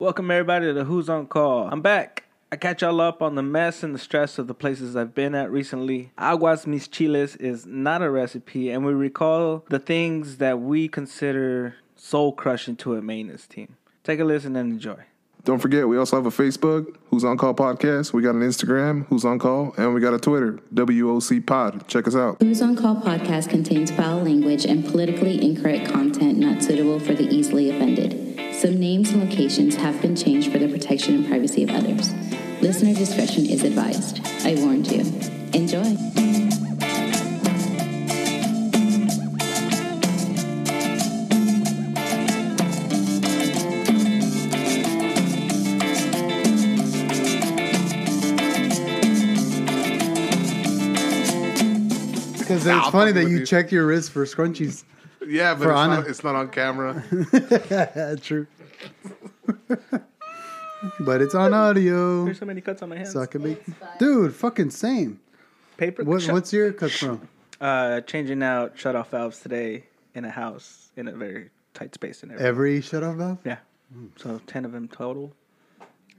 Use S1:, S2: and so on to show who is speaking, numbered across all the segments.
S1: Welcome everybody to Who's on Call. I'm back. I catch y'all up on the mess and the stress of the places I've been at recently. Aguas mis chiles is not a recipe, and we recall the things that we consider soul crushing to a maintenance team. Take a listen and enjoy.
S2: Don't forget, we also have a Facebook, Who's On Call Podcast. We got an Instagram, Who's On Call, and we got a Twitter, WOC Pod. Check us out.
S3: Who's on Call podcast contains foul language and politically incorrect content not suitable for the easily offended. Some names and locations have been changed for the protection and privacy of others. Listener discretion is advised. I warned you. Enjoy.
S4: Because
S2: Nah,
S4: it's
S2: I'll
S4: funny
S2: fuck
S4: that
S2: with
S4: you
S2: you.
S4: check your wrist for scrunchies.
S2: Yeah, but
S4: For
S2: it's
S4: Anna.
S2: not, it's not on camera.
S4: Yeah, True. but it's on audio.
S1: There's so many cuts on my hands.
S4: Suck a big. Dude, fucking same.
S1: Paper.
S4: What,
S1: Shut-
S4: what's your cut from?
S1: uh, changing out shut off valves today in a house in a very tight space and everything.
S4: Every shut off valve?
S1: Yeah. So ten of them total,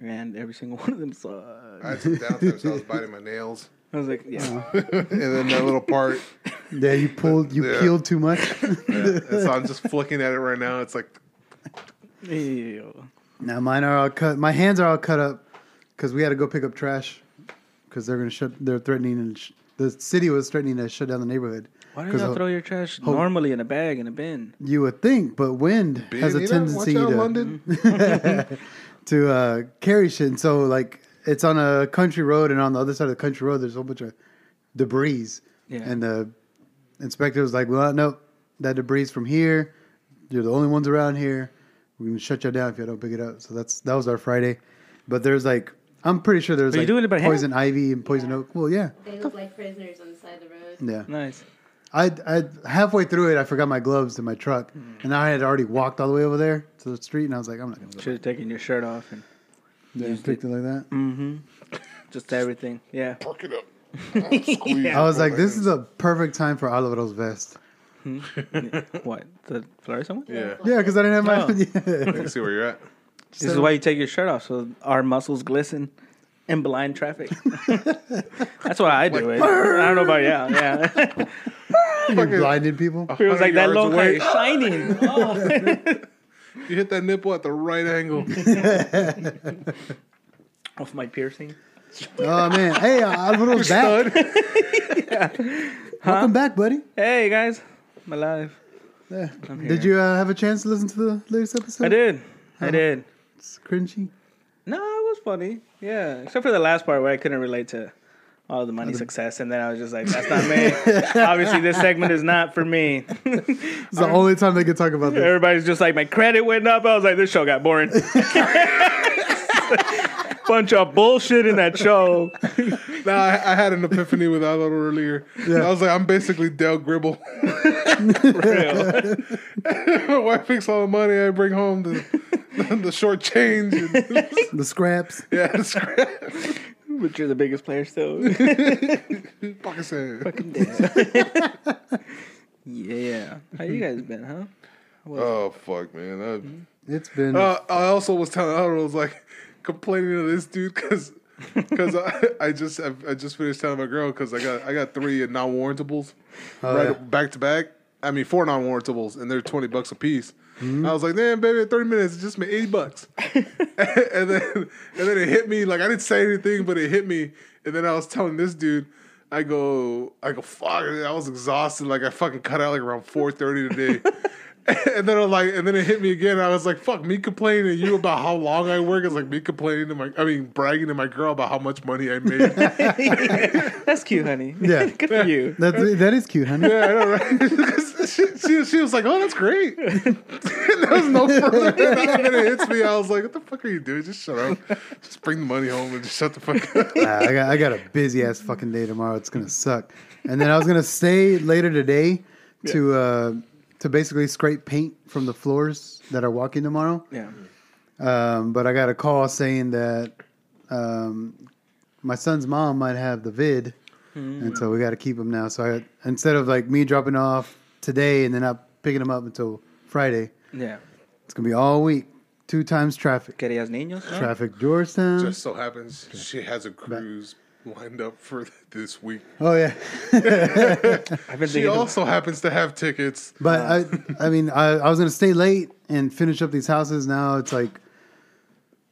S1: and every single one of them sucked.
S2: I had some downtime, so I was biting my nails.
S1: I was like, yeah.
S4: Uh-huh.
S2: and then that little part,
S4: Yeah, you pulled, you
S2: Yeah.
S4: peeled too much.
S2: yeah. And so I'm just flicking at it right now. It's like,
S1: Ew.
S4: now mine are all cut. My hands are all cut up because we had to go pick up trash because they're going to shut, they're threatening, and sh- the city was threatening to shut down the neighborhood.
S1: Why do
S4: 'Cause
S1: y'all
S4: of-
S1: throw your trash normally in a bag in a bin?
S4: You would think, but wind
S2: Ben,
S4: has a
S2: you know,
S4: tendency
S2: watch out,
S4: to.
S2: London.
S4: to uh, carry shit. And so, like, it's on a country road, and on the other side of the country road, there's a whole bunch of debris.
S1: Yeah.
S4: And the inspector was like, "Well, no, that debris from here. You're the only ones around here. We're gonna shut you down if you don't pick it up." So that's that was our Friday. But there's like, I'm pretty sure there's
S1: But you
S4: like
S1: do it by hand?
S4: poison ivy and poison oak. Well, yeah,
S5: They look like prisoners on the side of the road.
S4: yeah.
S1: Nice.
S4: I, I halfway through it, I forgot my gloves in my truck,
S1: Mm.
S4: and I had already walked all the way over there to the street, and I was like, "I'm not gonna go."
S1: Should have taken your shirt off and
S4: Yeah, picked it like that.
S1: Mm. just everything. Yeah.
S2: Park it up.
S4: I was like, this is a perfect time for Olivero's vest.
S1: What? The fluorescent one?
S2: Yeah.
S4: Yeah, because I didn't have my.
S1: Oh.
S4: Yeah.
S2: I can see where you're at.
S1: This is why you take your shirt off so our muscles glisten in blind traffic. That's why I do it. I don't know about y'all. Yeah.
S4: You blinded people.
S1: It was like that
S2: 100 yards
S1: long hair
S2: away.
S1: is shining. Oh.
S2: You hit that nipple at the right angle.
S1: Off my piercing.
S4: Oh man, hey, Olivero's back.
S2: Stud.
S4: Welcome back, buddy.
S1: Hey guys, I'm alive.
S4: Yeah.
S1: here.
S4: Did you uh, have a chance to listen to the latest episode?
S1: I did. I did.
S4: It's cringy.
S1: No, it was funny. Yeah, except for the last part where I couldn't relate to all the money success, and then I was just like, "That's not me." Obviously, this segment is not for me.
S4: It's
S1: Um,
S4: the only time they could talk about this.
S1: Everybody's just like, "My credit went up." I was like, "This show got boring." Bunch of bullshit in that show.
S2: No, I, I had an epiphany with Alvaro earlier. I was like, I'm basically Del Gribble. My wife makes all the money I bring home, the, the short change. And,
S4: The scraps.
S2: yeah, the scrap.
S1: But you're the biggest player still.
S2: Pakistan.
S1: yeah. How you guys been, huh?
S2: Oh, fuck,
S1: Mm-hmm.
S2: man.
S4: It's been.
S2: I, uh, I also was telling Alvaro, I was like, complaining to this dude because. Cause I, I just I, I just finished telling my girl because I got I got three non warrantables right
S4: yeah.
S2: back to back. I mean four non warrantables and they're twenty bucks a piece. I was like, damn baby, at thirty minutes it just made eighty bucks. and then and then it hit me like I didn't say anything, but it hit me. And then I was telling this dude, I go, I go, fuck, I was exhausted. Like I fucking cut out like around four thirty today. and then I'm like, and then it hit me again. I was like, fuck, me complaining to you about how long I work is like me complaining to my, I mean, bragging to my girl about how much money I made. yeah,
S1: That's cute, honey.
S4: Yeah.
S1: Good for you.
S4: That, that is cute, honey.
S2: I know, right? she, she, she was like, oh, that's great. there was no further. than that. And then it hits me. I was like, what the fuck are you doing? Just shut up. Just bring the money home and just shut the fuck up.
S4: Nah, I got I got a busy ass fucking day tomorrow. It's gonna suck. And then I was gonna stay later today to uh, to basically scrape paint from the floors that are walking tomorrow.
S1: Yeah.
S4: Um, but I got a call saying that um, my son's mom might have the vid, and so we got to keep him now. So I, instead of like me dropping off today and then not picking him up until Friday,
S1: Yeah.
S4: it's gonna be all week Two times traffic.
S1: Querías niños? no?
S4: Traffic Georgetown.
S2: Just so happens she has a cruise lined up for this week.
S4: oh yeah,
S1: I've been
S2: She
S1: thinking. of-
S2: also happens to have tickets.
S4: but
S2: Uh.
S4: I I mean I, I was gonna stay late and finish up these houses. Now it's like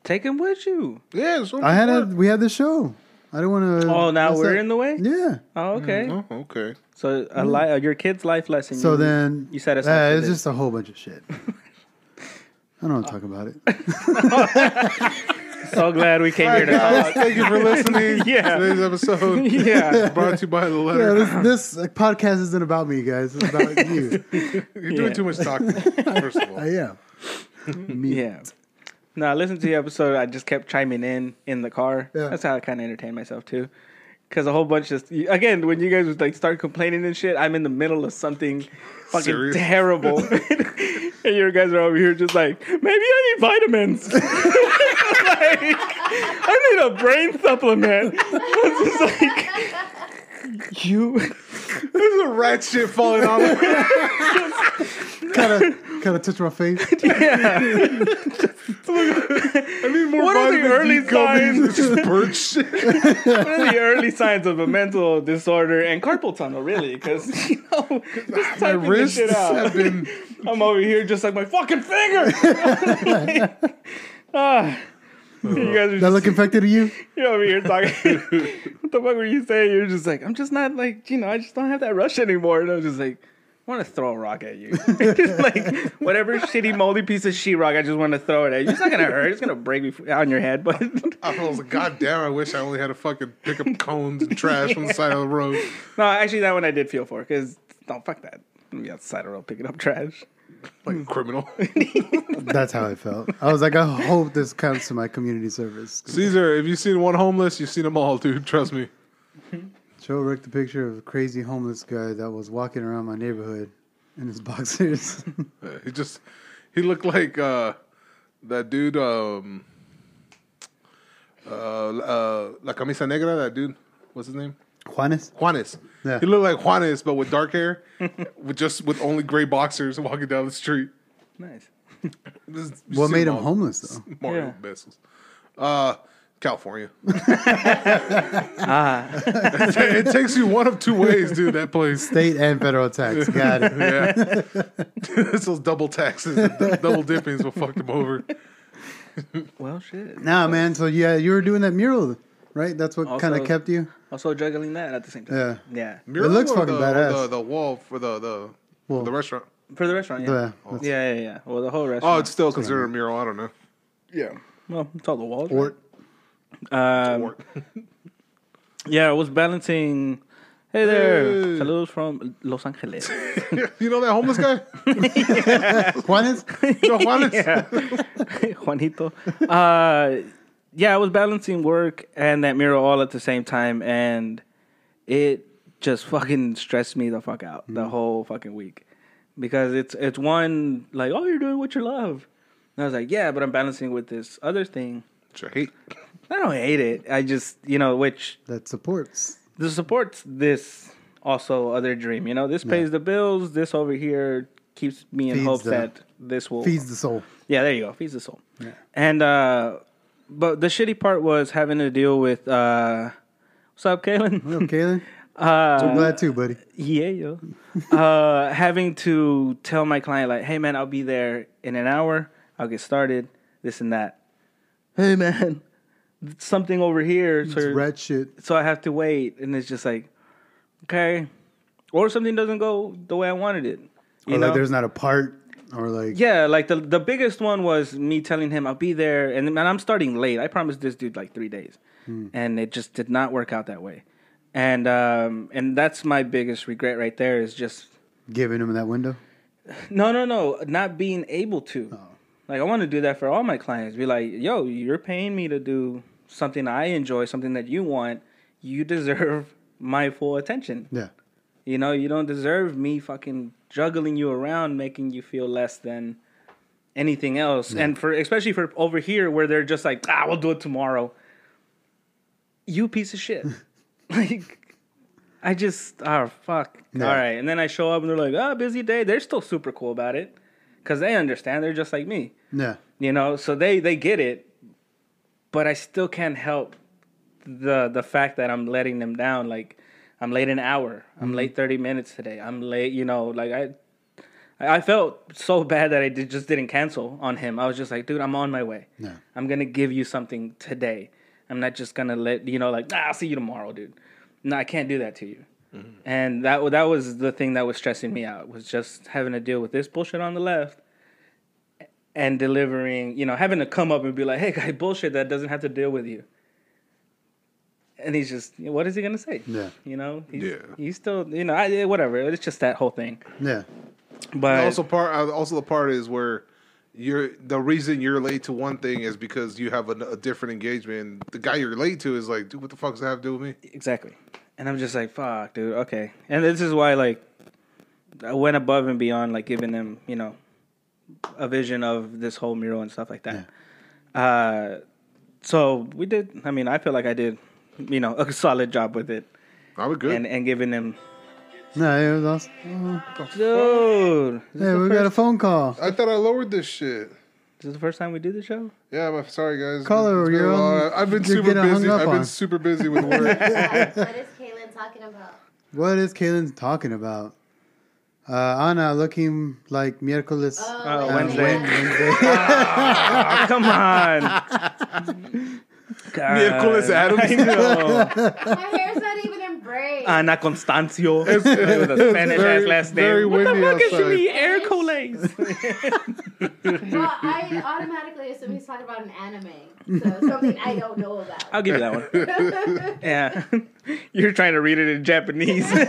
S1: Take him with you.
S2: Yeah, so
S4: I had a we had the show. I don't want to.
S1: Oh, now we're in the way.
S4: Yeah.
S1: Oh, okay.
S2: Oh, okay.
S1: So a li- uh, your kid's life lesson.
S4: So
S1: you-
S4: then
S1: you set us
S4: Yeah,
S1: up for
S4: it's
S1: this.
S4: just a whole bunch of shit. I don't want to talk about it.
S1: So glad we came here to
S2: Guys,
S1: talk.
S2: thank you for listening.
S1: Yeah.
S2: Today's episode
S1: yeah.
S2: brought to you by the
S4: Yeah,
S2: letter.
S4: this, this like, podcast isn't about me, guys. It's about you.
S2: You're doing
S1: Yeah.
S2: too much talking. First of all,
S4: I am. Me.
S1: Yeah. No, I listened to the episode. I just kept chiming in in the car.
S4: Yeah.
S1: That's how I kind of entertained myself too. Because a whole bunch of again, when you guys would like start complaining and shit, I'm in the middle of something fucking
S2: Serious?
S1: terrible, and your guys are over here just like, maybe I need vitamins. like, I need a brain supplement. I was just like, you.
S2: there's a rat shit falling on me.
S4: Kind of, kind of touch my face.
S1: Yeah.
S2: I need more
S1: What are the
S2: vitamin
S1: early
S2: D gummies.
S1: signs?
S2: It's just bird shit.
S1: What are the early signs of a mental disorder and carpal tunnel, really? Because you know, just
S2: My
S1: typing this
S2: wrists
S1: shit out.
S2: have been.
S1: I'm over here just like my fucking finger. Like, ah. you guys are
S4: That
S1: just,
S4: look infected to you?
S1: you're over here talking. what the fuck were you saying? You're just like, I'm just not like, you know, I just don't have that rush anymore. And I was just like, I want to throw a rock at you. just like whatever shitty moldy piece of sheetrock, I just want to throw it at you. It's not gonna hurt. It's gonna break me on your head, but
S2: I was like, God damn! I wish I only had a fucking pick up cones and trash on the side of the road.
S1: No, actually, that one I did feel for because no, fuck that. Let me outside or I'll pick it up trash.
S2: Like a criminal.
S4: That's how I felt. I was like, I hope this counts to my community service.
S2: Caesar, if you've seen one homeless, you've seen them all, dude. Trust me.
S4: Joe wrecked the picture of a crazy homeless guy that was walking around my neighborhood in his boxers.
S2: Uh, He just he looked like uh that dude um uh uh La Camisa Negra, that dude. What's his name?
S4: Juanes?
S2: Juanes.
S4: Yeah.
S2: He looked like Juanes but with dark hair, with just with only gray boxers walking down the street.
S1: Nice.
S2: This- you
S4: What
S2: see
S4: made
S2: them
S4: him
S2: all.
S4: homeless, though?
S2: Mario
S1: Yeah.
S2: Bezos. Uh California.
S1: Ah,
S2: it takes you one of two ways, dude, that place.
S4: State and federal tax. Got it.
S2: Yeah. it's those double taxes, and dou- double dippings will fuck them over.
S1: well, shit.
S4: Nah, man. So yeah, you were doing that mural, right? That's what kind
S1: Also-
S4: of kept you.
S1: Also juggling that at the same time.
S4: Yeah.
S1: Yeah.
S2: Mural
S4: looks
S2: or
S4: fucking
S2: the,
S4: badass.
S2: The, the wall for the the,
S4: Wall.
S2: the restaurant.
S1: For the restaurant, yeah.
S4: Yeah. that's-
S1: Yeah, yeah, yeah. Well, the whole
S2: Oh,
S1: restaurant.
S2: it's still considered a mural. I don't know.
S1: yeah. Well, it's all the walls. right?
S4: Or
S1: Um,
S2: Or-
S1: yeah, I was balancing. Hey there.
S2: Hey.
S1: Saludos from Los Angeles.
S2: you know that homeless guy?
S4: Juanes?
S2: No, Juanes?
S1: Yeah. Juanito. Uh, yeah, I was balancing work and that mural all at the same time, and it just fucking stressed me the fuck out
S2: Mm.
S1: the whole fucking week because it's it's one like oh you're doing what you love, and I was like yeah, but I'm balancing with this other thing.
S2: Which I hate.
S1: I don't hate it. I just you know which
S4: that supports.
S1: this supports this also other dream. You know this pays the bills. This over here keeps me in
S4: Feeds
S1: hopes
S4: the-
S1: that this will
S4: Feeds the soul.
S1: yeah, there you go. Feeds the soul. And uh but the shitty part was having to deal with uh what's up, Kalen?
S4: Okay, Kaylin?
S1: Uh
S4: I'm glad too, buddy.
S1: yeah, yo. uh having to tell my client like, hey man, I'll be there in an hour, I'll get started, this and that. Hey man, something over here.
S4: It's
S1: So,
S4: rat shit.
S1: so I have to wait and it's just like okay. Or something doesn't go the way I wanted it. You
S4: Or
S1: know?
S4: like there's not a part. Or like
S1: Yeah, like the the biggest one was me telling him I'll be there, and and I'm starting late. I promised this dude like three days,
S4: Hmm.
S1: and it just did not work out that way. And um, and that's my biggest regret right there is just
S4: giving him that window.
S1: no, no, no, not being able to.
S4: Oh.
S1: Like I want to do that for all my clients. Be like, yo, you're paying me to do something I enjoy, something that you want. You deserve my full attention.
S4: Yeah.
S1: You know, you don't deserve me fucking juggling you around, making you feel less than anything else. And for especially for over here where they're just like, ah, we'll do it tomorrow. You piece of shit. like, I just oh fuck.
S4: Yeah.
S1: All right, and then I show up and they're like, ah, busy day. They're still super cool about it because they understand. They're just like me.
S4: Yeah.
S1: you know so they they get it but i still can't help the the fact that i'm letting them down like i'm late an hour i'm late 30 minutes today i'm late you know like i i felt so bad that i did, just didn't cancel on him i was just like dude i'm on my way
S4: Yeah.
S1: i'm gonna give you something today i'm not just gonna let you know like nah, i'll see you tomorrow dude no i can't do that to you and that wa- that was the thing that was stressing me out was just having to deal with this bullshit on the left and delivering, you know, having to come up and be like, "Hey, guy, bullshit that doesn't have to deal with you." And he's just, what is he gonna say?
S4: Yeah.
S1: you know, he's,
S2: Yeah.
S1: he's still, you know, I, yeah, whatever. It's just that whole thing.
S4: Yeah.
S1: But
S2: And also part uh, also the part is where you're the reason you're late to one thing is because you have a, a different engagement. And the guy you're late to is like, dude, what the fuck does that have to do with me?
S1: exactly, and I'm just like, fuck, dude, okay. And this is why, like, I went above and beyond, like giving them, you know, a vision of this whole mural and stuff like that. Uh, so we did. I mean, I feel like I did, you know, a solid job with it,
S2: I was good.
S1: and and giving them,
S4: No, it was awesome.
S1: dude. Is this
S4: Hey,
S1: Mm. the
S4: we
S1: first
S4: got a phone call.
S2: I thought I lowered this shit.
S1: This is the first time we do the show.
S2: Yeah, I'm sorry guys.
S4: Caller,
S2: It's been
S4: you're
S2: a
S4: on-
S2: while. I've been
S4: you're
S2: super
S4: getting
S2: busy.
S4: hung up
S2: I've been
S4: on.
S2: super busy with work.
S5: what is Kaylin talking about?
S4: What is Kaylin talking about? Uh, Ana looking like miércoles.
S1: Oh,
S4: uh,
S1: Wednesday.
S4: Wed-
S1: Oh, come on. God.
S2: Miércoles Adams.
S1: I know.
S5: My hair's not even in braids.
S1: Ana Constancio. With a Spanish ass
S2: very-
S1: last name.
S2: very
S1: what the
S2: windy
S1: fuck is
S2: outside.
S1: she? Air Coles.
S5: well, I automatically assume he's talking about an anime. So something I don't know about.
S1: I'll give you that one. yeah. You're trying to read it in Japanese.
S2: I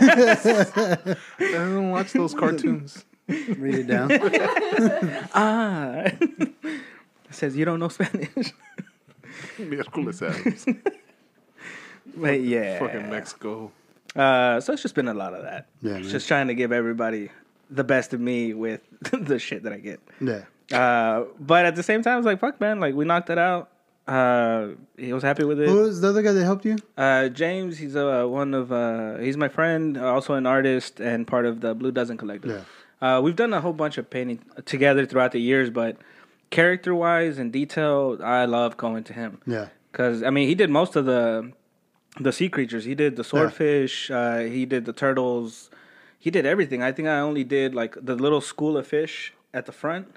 S2: don't watch those cartoons.
S4: Read it down.
S1: ah. It says you don't know Spanish.
S2: Miércoles Adams.
S1: But yeah.
S2: Fucking Mexico.
S1: Uh, so it's just been a lot of that.
S4: Yeah, man.
S1: Just trying to give everybody the best of me with the shit that I get.
S4: Yeah.
S1: Uh, but at the same time, I was like, fuck, man. Like, we knocked it out. Uh, he was happy with
S4: Who
S1: it.
S4: was the other guy that helped you?
S1: Uh, James, he's uh, one of, uh, he's my friend, also an artist and part of the Blue Dozen Collective. Uh, we've done a whole bunch of painting together throughout the years, but character wise and detail, I love going to him.
S4: Yeah.
S1: Because I mean, he did most of the the sea creatures. He did the swordfish. Uh, he did the turtles. He did everything. I think I only did like the little school of fish at the front.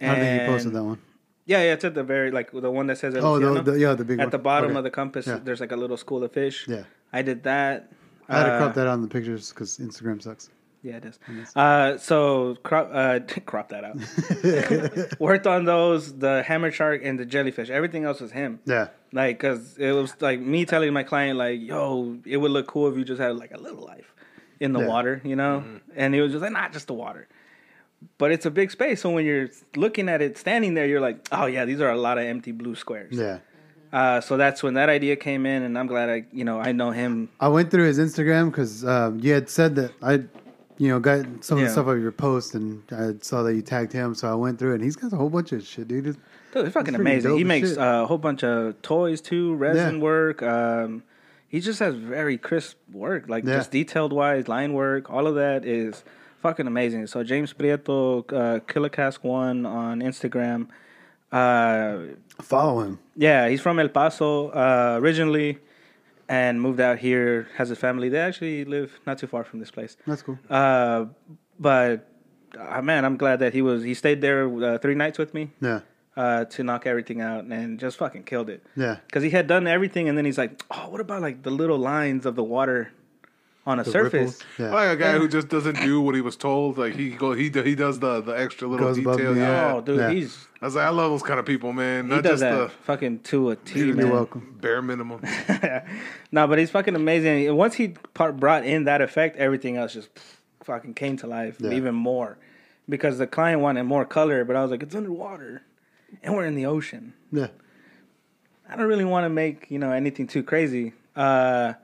S1: And,
S4: I think you posted that one.
S1: Yeah, yeah, it's at the very like the one that says.
S4: Oh, the-
S1: Luciano.
S4: the- yeah, the big
S1: at
S4: one.
S1: the bottom
S4: Okay.
S1: of the compass.
S4: Yeah.
S1: There's like a little school of fish.
S4: Yeah.
S1: I did that.
S4: I had to
S1: Uh,
S4: crop that out in the pictures because Instagram sucks.
S1: yeah, it is. Uh, so crop uh, crop that out. Worked on those, the hammer shark and the jellyfish. Everything else was him.
S4: Yeah.
S1: Like, cause it was like me telling my client, like, "Yo, it would look cool if you just had like a little life in the
S4: Yeah.
S1: water," you know. And he was just like, "Not just the water," but it's a big space. So when you're looking at it standing there, you're like, "Oh yeah, these are a lot of empty blue squares."
S4: Yeah.
S1: Uh, so that's when that idea came in, and I'm glad I, you know, I know him.
S4: I went through his Instagram because um, you had said that I, you know, got some of
S1: Yeah.
S4: the stuff of your post and I saw that you tagged him. So I went through it and he's got a whole bunch of shit, dude.
S1: Dude, it's fucking
S4: That's pretty
S1: amazing.
S4: dope
S1: He
S4: as
S1: makes
S4: shit.
S1: uh, a whole bunch of toys too, resin
S4: Yeah.
S1: work. Um, he just has very crisp work, like
S4: Yeah.
S1: just detailed wise, line work. All of that is fucking amazing. So James Prieto, uh, Killer Cask One on Instagram. Uh,
S4: Follow him.
S1: yeah, he's from El Paso uh, originally, and moved out here. Has a family. They actually live not too far from this place.
S4: That's cool.
S1: Uh, but uh, man, I'm glad that he was. He stayed there uh, three nights with me
S4: Yeah.
S1: uh, to knock everything out and just fucking killed it.
S4: Yeah.
S1: Because he had done everything and then he's like, oh, what about like the little lines of the water on a
S4: The
S1: surface?
S4: ripples. Yeah.
S2: Like a guy who just doesn't do what he was told. Like he go, he do- he does the the extra little
S4: Goes above
S2: detail.
S4: and
S2: Yeah,
S1: Oh, dude,
S4: Yeah.
S1: he's
S2: I was like, I love those kind of people, man.
S1: he
S2: Not
S1: does
S2: just
S1: that
S2: the
S1: fucking to a T,
S4: You're
S1: man.
S4: welcome.
S2: bare minimum.
S1: no, but he's fucking amazing. And Once he part brought in that effect, everything else just fucking came to life
S4: Yeah.
S1: even more because the client wanted more color, but I was like, it's underwater and we're in the ocean.
S4: Yeah.
S1: I don't really want to make you know anything too crazy. Uh,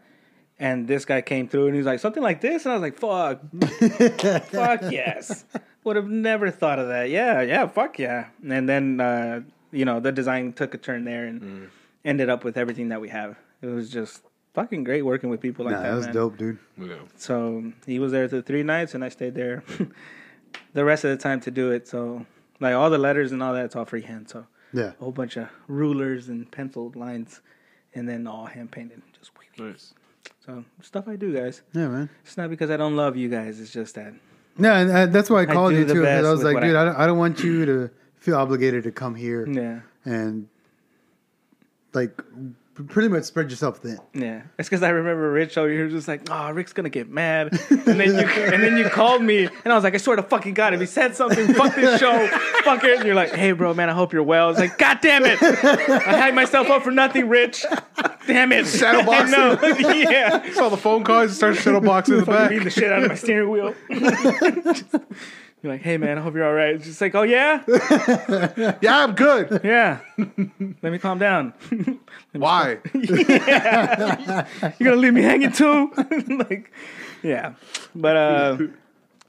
S1: and this guy came through and he was like something like this, and I was like, "Fuck, fuck yes." Would have never thought of that. Yeah, yeah, fuck yeah. And then uh, you know the design took a turn there and
S4: Mm.
S1: ended up with everything that we have. It was just fucking great working with people like
S4: Nah,
S1: that.
S4: that was
S1: man.
S4: dope, dude.
S2: Yeah.
S1: So he was there the three nights, and I stayed there the rest of the time to do it. So Like all the letters and all that's all freehand. So
S4: Yeah.
S1: a whole bunch of rulers and penciled lines, and then all hand painted. Just wait.
S2: Nice.
S1: so stuff I do, guys.
S4: Yeah, man.
S1: It's not because I don't love you guys. It's just that
S4: No, and uh, that's why I called
S1: do
S4: you
S1: the
S4: too. Because
S1: best
S4: I was
S1: with
S4: like,
S1: what I-
S4: dude, I don't, I don't want you to feel obligated to come here
S1: yeah,
S4: and like p- pretty much spread yourself thin.
S1: yeah. It's because I remember Rich over here just like, oh, Rick's gonna get mad, and then you and then you called me, and I was like, I swear to fucking God, if he said something, fuck this show, fuck it. And you're like, hey, bro, man, I hope you're well. I was like, God damn it, I hyped myself up for nothing, Rich. Damn it,
S2: Shadow boxing.
S1: no, yeah.
S2: Saw the phone call. He started shuttle boxing in the
S1: fucking
S2: back.
S1: beating the shit out of my steering wheel. you're like, hey man, I hope you're all right. It's just like, oh yeah,
S2: Yeah, I'm good.
S1: yeah. Let me calm down.
S2: Why?
S1: you're gonna leave me hanging too. like, yeah. But uh, you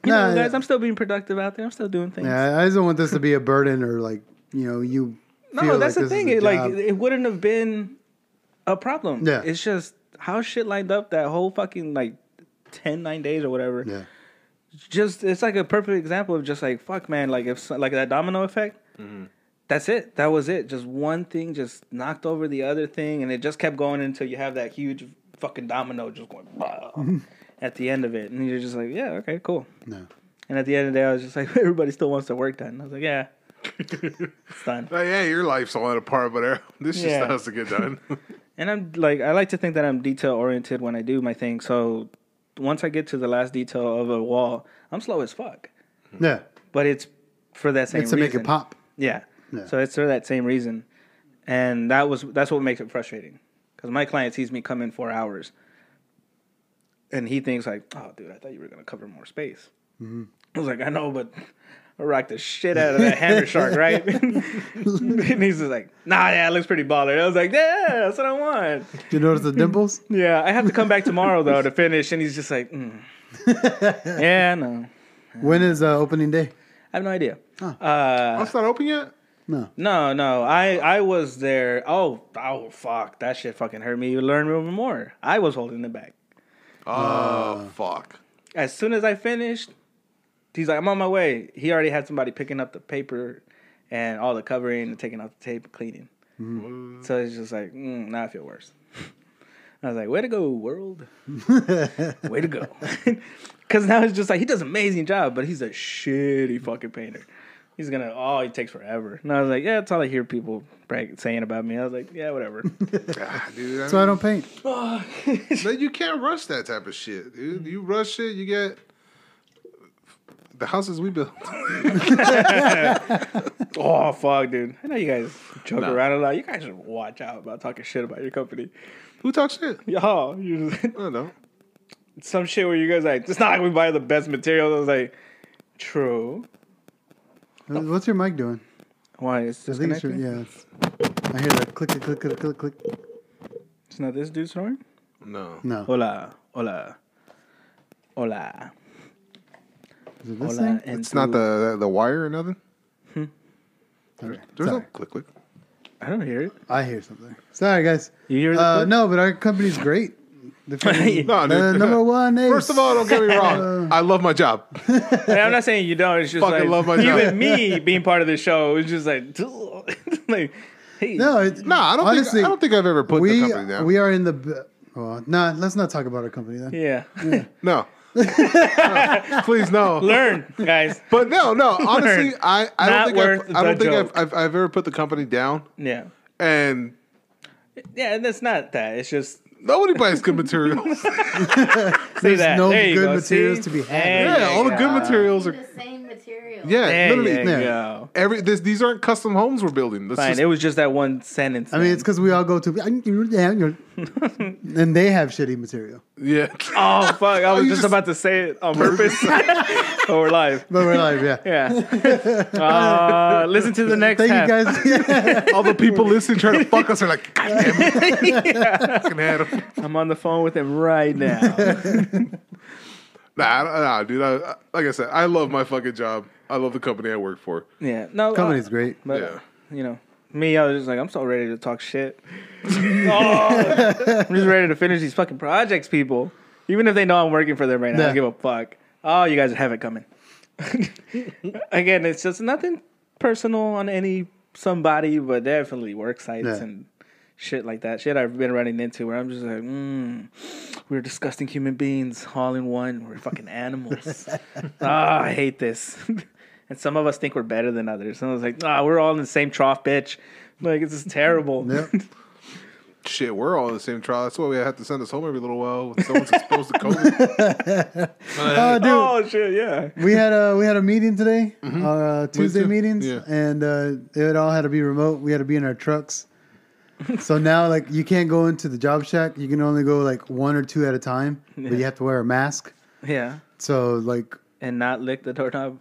S4: Nah,
S1: know, guys,
S4: yeah.
S1: I'm still being productive out there. I'm still doing things.
S4: Yeah, I just don't want this to be a burden or like you know you.
S1: no,
S4: feel
S1: that's
S4: like
S1: the
S4: this is
S1: thing.
S4: a
S1: It, like,
S4: job.
S1: it wouldn't have been a problem.
S4: Yeah.
S1: It's just how shit lined up that whole fucking like 10, 9 days or whatever.
S4: yeah,
S1: just it's like a perfect example of just like fuck man like if so- like that domino effect that's it that was it just one thing just knocked over the other thing and it just kept going until you have that huge fucking domino just going "Bah," at the end of it and you're just like yeah okay cool
S4: no.
S1: and at the end of the day i was just like everybody still wants their work done i was like yeah it's done
S2: Like, yeah, your life's falling apart, but uh, this just
S1: Yeah.
S2: has to get done.
S1: and I'm like I like to think that I'm detail oriented when I do my thing so once I get to the last detail of a wall I'm slow as fuck
S4: Yeah,
S1: but it's for that Mm. same
S4: it's to make
S1: reason.
S4: it pop.
S1: Yeah.
S4: Yeah.
S1: So it's for that same reason, and that was that's what makes it frustrating, because my client sees me come in four hours, and he thinks like, "Oh, dude, I thought you were gonna cover more space." I was like, "I know, but I rocked the shit out of that hammer shark, right?" and he's just like, "Nah, yeah, it looks pretty baller." I was like, "Yeah, that's what I want."
S4: Do you notice the dimples?
S1: Yeah, I have to come back tomorrow though to finish, and he's just like, mm. "Yeah, no,
S4: when is uh, opening day?
S1: I have no idea."
S2: Oh, it's not open yet.
S4: No,
S1: No, no. I I was there. Oh, oh, fuck. That shit fucking hurt me. You learn even more. I was holding it back.
S2: Oh
S4: Uh,
S2: fuck.
S1: As soon as I finished, he's like, "I'm on my way." He already had somebody picking up the paper and all the covering and taking out the tape, and cleaning. So it's just like, mm, now I feel worse. I was like, "Way to go, world! Way to go!" Because now it's just like he does an amazing job, but he's a shitty fucking painter. He's gonna oh, he takes forever. And I was like, yeah, that's all I hear people brag- saying about me. I was like, yeah, whatever.
S2: Ah, dude, I
S4: so I don't paint.
S1: Oh.
S2: mean, no, you can't rush that type of shit, dude. You rush it, you get the houses we built.
S1: oh fuck, dude. I know you guys joke around a lot. You guys should watch out about talking shit about your company.
S2: Who talks shit?
S1: Y'all, you just,
S2: I don't know.
S1: some shit where you guys like, it's not like we buy the best materials. I was like, true.
S4: What's your mic doing?
S1: Why it's
S4: I think it's your,
S1: disconnected?
S4: yeah. It's, I hear that click, click, click, click, click, click.
S1: It's not this dude snoring.
S2: No.
S4: No,
S1: Hola, hola, hola,
S4: is it this
S1: hola.
S4: thing?
S1: and
S2: It's not
S1: tu-
S2: the the wire or nothing.
S4: Okay,
S2: There's
S4: sorry.
S2: no click click.
S1: I don't hear it.
S4: I hear something. Sorry, guys.
S1: You hear the
S4: Uh,
S1: click?
S4: no, but our company's great. The fucking-
S2: No,
S4: the
S2: dude.
S4: number one. Ace.
S2: First of all, don't get me wrong. I love my job.
S1: Hey, I'm not saying you don't. It's just
S2: Fucking
S1: like
S2: love my job.
S1: even me being part of the show. It's just like, like, hey,
S4: no, it,
S2: No, I don't.
S4: Honestly,
S2: think, I don't think I've ever put
S4: we
S2: the company down.
S4: we are in the. b- Well, nah, let's not talk about our company then.
S1: yeah,
S2: no. No. Please no.
S1: learn, guys.
S2: But no, no. Honestly, I, I
S1: Not
S2: don't think
S1: worth
S2: I've, I don't
S1: the
S2: think I've,
S1: joke.
S2: I've I've ever put the company down.
S1: Yeah,
S2: And
S1: yeah, and that's not that. It's just
S2: nobody buys good materials.
S1: see that.
S4: no
S1: There you
S4: good
S1: go.
S4: materials
S1: See?
S4: to be had.
S1: There
S2: yeah,
S1: you
S2: all the
S1: go.
S2: good materials are.
S5: the same material.
S2: Yeah,
S1: There you
S2: literally.
S1: go.
S2: Every this these aren't custom homes we're building. This
S1: Fine.
S2: is
S1: it was just that one sentence.
S4: I mean, it's because we all go to, and they have shitty material.
S2: yeah.
S1: oh fuck! I was
S2: you
S1: just,
S2: just-
S1: about to say it on purpose. but we're live.
S4: But we're like, yeah.
S1: Yeah. Uh, listen to the next.
S4: Thank
S1: half.
S4: you guys.
S2: all the people listening trying to fuck us are like, God damn it, fucking had 'em."
S1: I'm on the phone with him right now.
S2: Nah, I don't- nah, dude. I, I- like I said, I love my fucking job. I love the company I work for.
S1: yeah. No. uh,
S4: Company's great.
S1: But
S2: Yeah.
S1: you know, me, I was just like, I'm so ready to talk shit. Oh. I'm just ready to finish these fucking projects, people. Even if they know I'm working for them right now, I
S4: Yeah.
S1: don't give a fuck. Oh, you guys have it coming. Again, it's just nothing personal on any somebody, but definitely work sites
S4: Yeah.
S1: and shit like that. Shit I've been running into where I'm just like, mm, we're disgusting human beings all in one. We're fucking animals. Ah, I hate this. and some of us think we're better than others. And I was like, ah, we're all in the same trough, bitch. Like, this is terrible.
S4: Yep.
S2: Shit, we're all in the same trial. That's why we have to send us home every little while when someone's exposed to COVID.
S4: Oh, dude.
S1: oh, shit, yeah.
S4: we had a we had a meeting today, our uh, Tuesday
S2: too.
S4: meetings,
S2: Yeah.
S4: and uh, it all had to be remote. We had to be in our trucks. so now, like, you can't go into the job shack. You can only go like one or two at a time, but you have to wear a mask.
S1: Yeah.
S4: So, like,
S1: And not lick the doorknob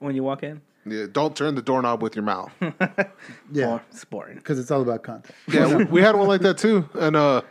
S1: when you walk in.
S2: yeah, don't turn the doorknob with your mouth.
S4: yeah,
S1: Or it's boring.
S4: because it's all about contact.
S2: Yeah, we, we had one like that too, and uh,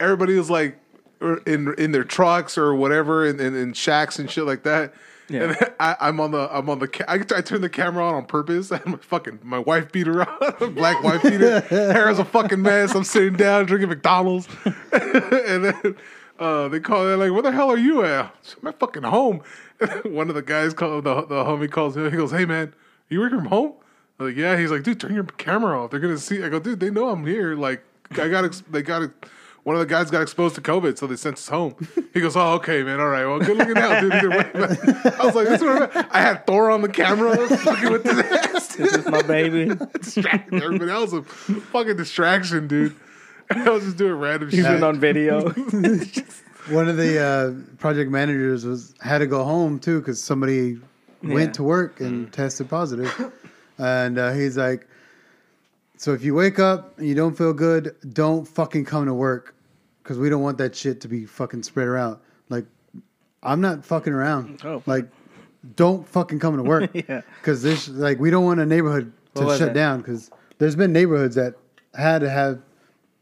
S2: everybody was like er, in in their trucks or whatever, and in, in shacks and shit like that.
S1: Yeah.
S2: And I, I'm on the I'm on the ca- I, I turned the camera on on purpose. I had my fucking my wife beater on, black wife beater, hair is a fucking mess. I'm sitting down drinking McDonald's, and then. Uh, they call. They're like, "Where the hell are you at? I'm at fucking home." One of the guys called the the homie calls me. He goes, "Hey man, you working from home?" I'm like, yeah. He's like, dude, turn your camera off. They're gonna see. I go, dude, they know I'm here. Like, I got, ex- they got, ex- one of the guys got exposed to COVID, so they sent us home. He goes, oh, okay, man, all right. Well, good looking out, dude. Either way, man. I was like, that's what I'm I had Thor on the camera, fucking with his ass, dude.
S1: This is my baby.
S2: distracting everybody. That was a fucking distraction, dude. I was just doing random
S1: He's
S2: shit.
S1: been on video.
S4: One of the uh, project managers was had to go home too because somebody
S1: Yeah. Mm.
S4: went to work and tested positive, and uh, he's like, "So if you wake up and you don't feel good, don't fucking come to work because we don't want that shit to be fucking spread around. Like, I'm not fucking around.
S1: Oh.
S4: Like, don't fucking come to work
S1: Yeah.
S4: because this like we don't want a neighborhood
S1: What
S4: to
S1: was
S4: shut
S1: it?
S4: down because there's been neighborhoods that had to have."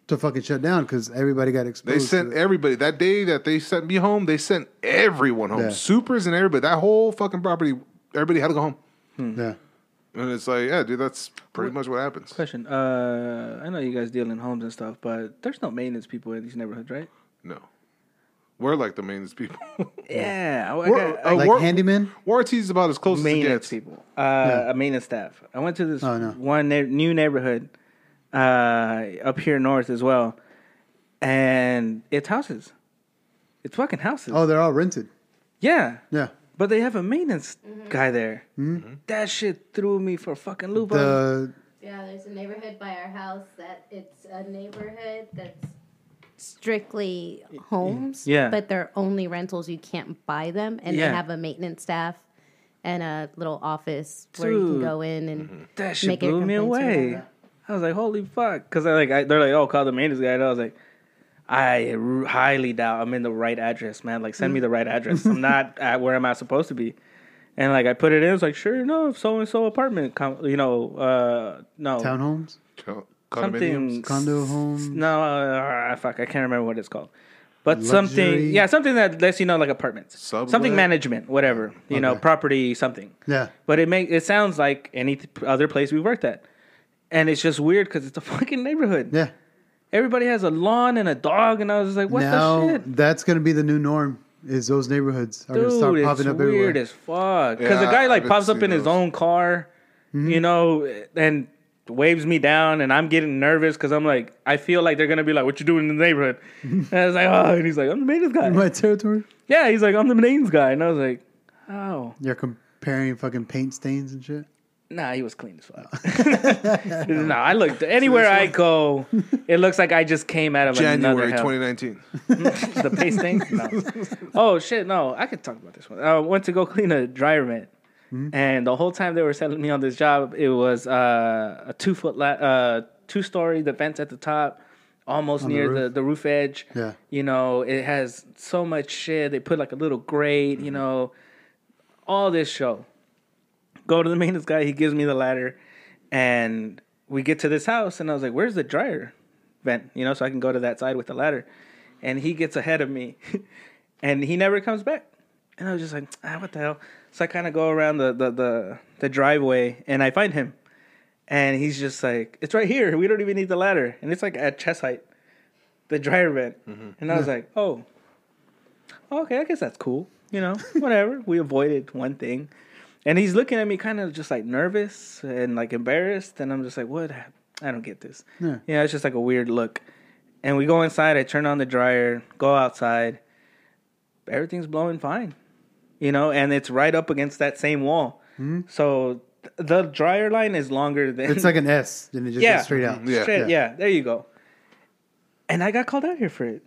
S4: To fucking shut down because everybody got exposed.
S2: They
S4: to
S2: sent
S4: it.
S2: everybody that day that they sent me home. They sent everyone home,
S4: Yeah.
S2: supers and everybody. That whole fucking property, everybody had to go home.
S4: yeah.
S2: And it's like, yeah, dude, that's pretty much what happens.
S1: Question. Uh, I know you guys deal in homes and stuff, but there's no maintenance people in these neighborhoods, right?
S2: No. We're like the maintenance people.
S1: Yeah. I, I
S2: We're-
S1: got,
S2: uh,
S1: I
S4: Like
S2: war-
S4: handyman?
S2: Warranty's about as close
S1: maintenance
S2: as it gets.
S1: people. Uh, A maintenance staff. I went to this
S4: Oh, no.
S1: one ne- new neighborhood uh, up here north as well, and it's houses. It's fucking houses.
S4: Oh, they're all rented.
S1: yeah.
S4: Yeah.
S1: But they have a maintenance guy there. That shit threw me for a fucking loop. I was
S4: Hmm? The
S5: Yeah, there's a neighborhood by our house that it's a neighborhood that's strictly homes.
S1: Yeah.
S5: But they're only rentals. You can't buy them. And
S1: Yeah.
S5: they have a maintenance staff and a little office where you can
S1: Dude.
S5: go in and
S1: that shit
S5: make your
S1: blew me
S5: complaints or
S1: away.
S5: whatever.
S1: I was like, holy fuck. Because I, like, I, they're like, oh, call the maintenance guy. And I was like, I r- highly doubt I'm in the right address, man. Like, send me the right address. I'm not at where am I supposed to be. And like, I put it in. It's like, sure enough, so and so apartment, com- you know, uh, no.
S4: townhomes?
S2: Co-
S1: something.
S2: Condominiums.
S4: Condo home?
S1: No, uh, fuck, I can't remember what it's called. But
S4: Luxury?
S1: something, yeah, something that lets you know, like apartments,
S2: Sublet?
S1: something management, whatever, you know,
S4: Okay.
S1: property, something.
S4: Yeah.
S1: But it make it sounds like any th- other place we've worked at, and it's just weird because it's a fucking neighborhood.
S4: Yeah.
S1: Everybody has a lawn and a dog, and I was just like, what
S4: now
S1: the shit?
S4: that's gonna be the new norm. Is those neighborhoods are gonna start
S1: Dude,
S4: popping
S1: it's
S4: up
S1: weird
S4: everywhere?
S1: as fuck. Because
S2: Yeah,
S1: the guy
S2: I-
S1: like
S2: I've
S1: pops up
S2: seen
S1: in his
S2: those.
S1: own car,
S4: Mm-hmm.
S1: you know, and waves me down, and I'm getting nervous because I'm like, I feel like they're gonna be like, "What you doing in the neighborhood?" and I was like, "Oh," and he's like, "I'm the maintenance guy."
S4: My territory.
S1: yeah, he's like, "I'm the maintenance guy," and I was like, "Oh."
S4: You're comparing fucking paint stains and shit.
S1: Nah, he was clean as fuck. nah, I looked anywhere I go, it looks like I just came out of another
S2: January
S1: hell.
S2: 2019.
S1: the pace thing. No. Oh shit, no, I could talk about this one. I went to go clean a dryer vent, and the whole time they were selling me on this job, it was uh, a two foot, la- uh, two story. The vents at the top, almost near the,
S4: roof?
S1: the roof edge.
S4: Yeah.
S1: you know, it has so much shit. They put like a little grate. You know, all this show. Go to the maintenance guy. He gives me the ladder, and we get to this house, and I was like, "Where's the dryer?" vent, you know, so I can go to that side with the ladder. And he gets ahead of me, and he never comes back. And I was just like, ah, what the hell? So I kind of go around the, the the the driveway, and I find him, and he's just like, it's right here. We don't even need the ladder, and it's like at chest height, the dryer vent. And I was like, oh, okay, I guess that's cool. You know, whatever. we avoided one thing. And he's looking at me kind of just like nervous and like embarrassed. And I'm just like, what? hap- I don't get this.
S4: Yeah.
S1: You know, it's just like a weird look. And we go inside. I turn on the dryer, go outside. Everything's blowing fine, you know, and it's right up against that same wall. So th- the dryer line is longer than
S4: Mm-hmm. It's like an S, then it just
S1: Yeah.
S4: goes straight out.
S2: Yeah.
S1: Straight- yeah, there you go. And I got called out here for it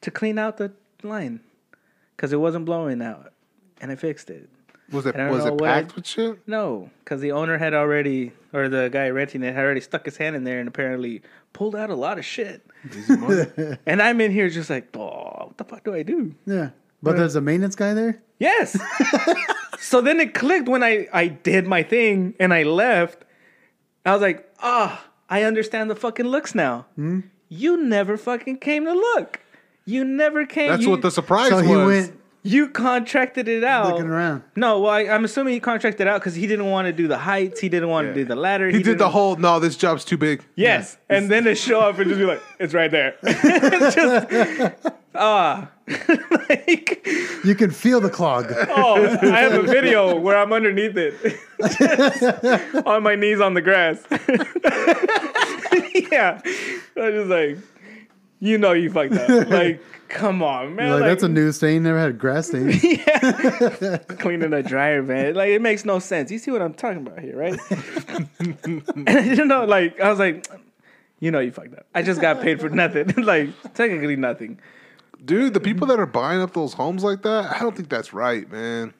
S1: to clean out the line because it wasn't blowing out, and I fixed it.
S2: Was it
S1: I don't
S2: was
S1: know what-
S2: it packed with shit?
S1: No, because the owner had already, or the guy renting it, had already stuck his hand in there and apparently pulled out a lot of shit.
S2: Easy money.
S1: And I'm in here just like, oh, what the fuck do I do?
S4: Yeah. But there's a maintenance guy there?
S1: Yes. so then it clicked when I, I did my thing and I left. I was like, ah, I understand the fucking looks now.
S2: Hmm?
S1: You never fucking came to look. You never came.
S2: That's
S1: you,
S2: what the surprise
S4: So
S2: was.
S4: he went
S1: you contracted it out.
S4: looking around.
S1: No, well, I, I'm assuming he contracted out because he didn't want to do the heights. He didn't want
S2: Yeah.
S1: to do the ladder.
S2: He, did
S1: didn't-
S2: the whole no, this job's too big.
S1: Yes. And then to show up and just be like, it's right there. it's just, ah. like,
S4: You can feel the clog.
S1: oh, I have a video where I'm underneath it. on my knees on the grass. yeah. I just like, you know you fucked up. Like, come on, man.
S4: like,
S1: Oh, Like,
S4: that's a new stain. Never had grass stains.
S1: cleaning a dryer, man. Like it makes no sense. You see what I'm talking about here, right? you know, like I was like, you know, you fucked up. I just got paid for nothing. like technically nothing.
S2: Dude, the people
S1: Mm-hmm.
S2: that are buying up those homes like that, I don't think that's right, man.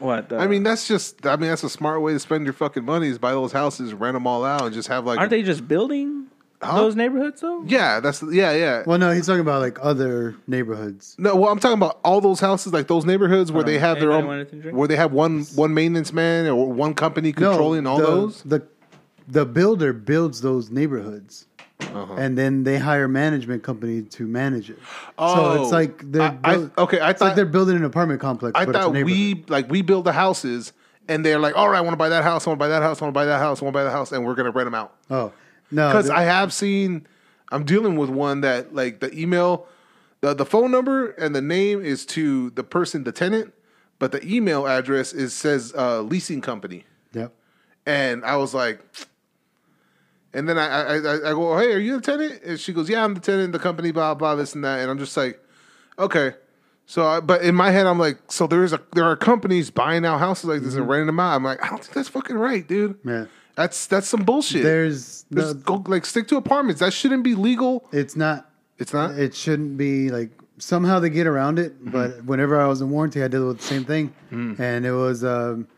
S1: What? The,
S2: I mean, that's just I mean, that's a smart way to spend your fucking money is buy those houses, rent them all out and just have like
S1: aren't they just building
S2: Huh?
S1: those neighborhoods though?
S2: Yeah, that's yeah, yeah.
S4: Well, no, he's talking about like other neighborhoods.
S2: No, well, I'm talking about all those houses, like those neighborhoods where they have their
S1: Anybody want anything to
S2: own,
S1: drink?
S2: where they have one one maintenance man or one company controlling
S4: no,
S2: all
S4: the,
S2: those.
S4: The the builder builds those neighborhoods,
S2: Uh-huh.
S4: and then they hire management company to manage it. so
S2: Oh.
S4: it's like they're
S2: I- I-
S4: buil-
S2: okay, I
S4: it's like
S2: thought-
S4: they're building an apartment complex.
S2: I
S4: but it's a
S2: thought
S4: neighborhood.
S2: we like we build the houses, and they're like, all right, I want to buy that house, I want to buy that house, I want to buy that house, I want to buy that house, and we're gonna rent them out.
S4: Oh no,
S2: Because
S4: the-
S2: I have seen, I'm dealing with one that like the email, the the phone number and the name is to the person, the tenant, but the email address is says uh, leasing company.
S4: yep.
S2: And I was like, and then I, I, I, I go, hey, are you the tenant? And she goes, yeah, I'm the tenant, the company, blah, blah, this and that. And I'm just like, okay. So, I, but in my head, I'm like, so there is a, there are companies buying out houses like this and renting them out. I'm like, I don't think that's fucking right, dude.
S4: Mm-hmm. Yeah.
S2: That's, that's some bullshit.
S4: There's
S2: There's-
S4: no,
S2: go, like, stick to apartments. That shouldn't be legal.
S4: it's not.
S2: It's not.
S4: It shouldn't be like somehow they get around it.
S2: Mm-hmm.
S4: But whenever I was in warranty, I dealt with the same thing,
S2: Mm.
S4: and it was um,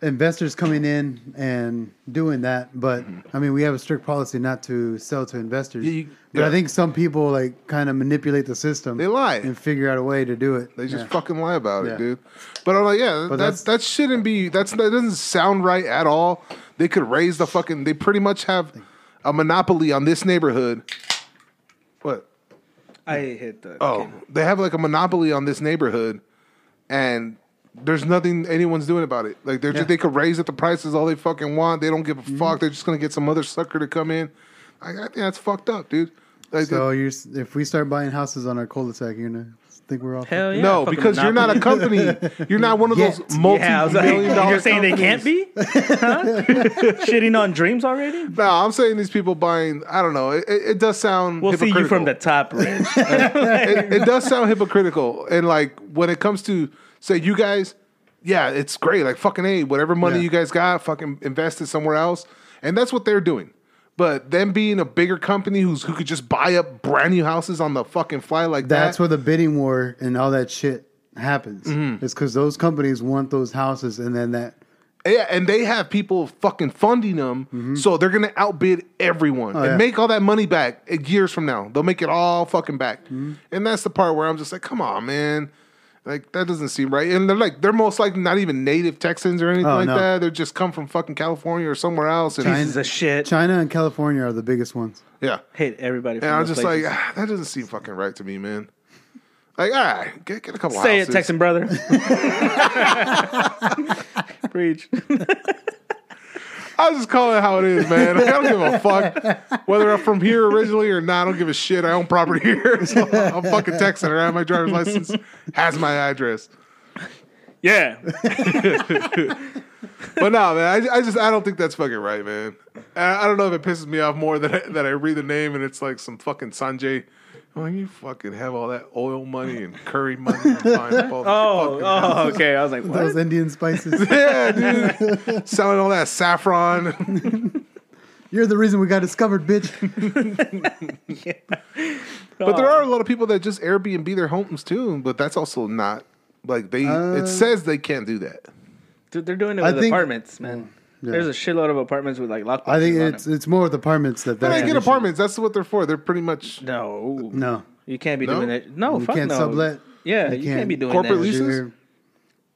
S4: investors coming in and doing that. But I mean, we have a strict policy not to sell to investors.
S2: Mm-hmm. Yeah, you-
S4: but
S2: yeah.
S4: I think some people like kind of manipulate the system.
S2: They lie.
S4: and figure out a way to do it.
S2: They just
S4: Yeah.
S2: fucking lie about it,
S4: Yeah.
S2: dude. But I'm like, yeah,
S4: But
S2: that
S4: that's-
S2: that shouldn't be. That's that doesn't sound right at all. They could raise the fucking. They pretty much have a monopoly on this neighborhood. What?
S1: I hit the.
S2: Oh, they have like a monopoly on this neighborhood, and there's nothing anyone's doing about it. Like they're
S4: Yeah. Mm-hmm.
S2: just, they could raise up the prices all they fucking want. They don't give a fuck. They're just gonna get some other sucker to come in. I, I think that's fucked up, dude. Like,
S4: So you're, s- if we start buying houses on our cul-de-sac, you're gonna think we're off.
S1: Hell yeah,
S2: no,
S1: fucking
S2: because you're not a
S1: monopoly.
S2: company. You're not one of
S4: Yet.
S2: those multi-million
S1: Yeah, I was like,
S2: dollar
S1: you're saying they can't be? Huh? Shitting on dreams already?
S2: No, I'm saying these people buying. I don't know. It, it, it does sound.
S1: We'll see you
S2: hypocritical.
S1: from the top, Rich.
S2: It, it does sound hypocritical, and like when it comes to say you guys, yeah, it's great. Like fucking a, whatever money
S4: Yeah.
S2: you guys got, fucking invest it somewhere else, and that's what they're doing. But them being a bigger company who's who could just buy up brand new houses on the fucking fly like
S4: That's
S2: that.
S4: where the bidding war and all that shit happens.
S2: Mm-hmm.
S4: It's because those companies want those houses, and then that
S2: Yeah, and they have people fucking funding them, so they're gonna outbid everyone and
S4: Mm-hmm. Oh, yeah.
S2: make all that money back uh, years from now. They'll make it all fucking back,
S4: Mm-hmm.
S2: and that's the part where I'm just like, come on, man, like that doesn't seem right. And they're like, they're most likely not even native Texans or anything
S4: Oh,
S2: like
S4: no.
S2: that. They just come from fucking California or somewhere else. And
S1: Pieces of shit.
S4: China and California are the biggest ones.
S2: yeah,
S1: Hate everybody. From
S2: and I'm
S1: those
S2: just
S1: places.
S2: like, ah, that doesn't seem fucking right to me, man. Like, all right, get, get a
S4: "Ah,
S2: couple.
S1: say it,
S2: houses.
S1: Texan brother. Preach.
S2: I just call it how it is, man. I don't give a fuck whether I'm from here originally or not. I don't give a shit. I own property here. So I'm fucking Texan. I have my driver's license, has my address.
S1: Yeah.
S2: But nah, man, I, I just I don't think that's fucking right, man. I, I don't know if it pisses me off more that I, that I read the name and it's like some fucking Sanjay. I'm like, you fucking have all that oil money and curry money. And fine, all
S1: Oh, oh, okay. I was like, what?
S4: Those Indian spices.
S2: yeah, dude, selling all that saffron.
S4: You're the reason we got discovered, bitch.
S2: But
S1: Oh.
S2: there are a lot of people that just Airbnb their homes too. But that's also not like they. it says they can't do that.
S1: Dude, they're doing it
S4: I
S1: with
S4: think-
S1: apartments, man.
S4: Yeah.
S1: There's a shitload of apartments with like lockboxes.
S4: I think
S1: on
S4: it's
S1: them.
S4: it's more with apartments that
S2: But
S4: that's
S2: I
S4: an
S2: get
S4: issue.
S2: apartments. That's what they're for. They're pretty much
S1: no,
S4: No,
S1: You can't be
S2: No?
S1: doing it. No,
S4: You
S1: fuck
S4: can't
S1: no.
S4: sublet.
S1: Yeah,
S4: You
S1: you can't,
S4: can't.
S1: be doing
S2: corporate
S1: that.
S2: leases.
S1: No,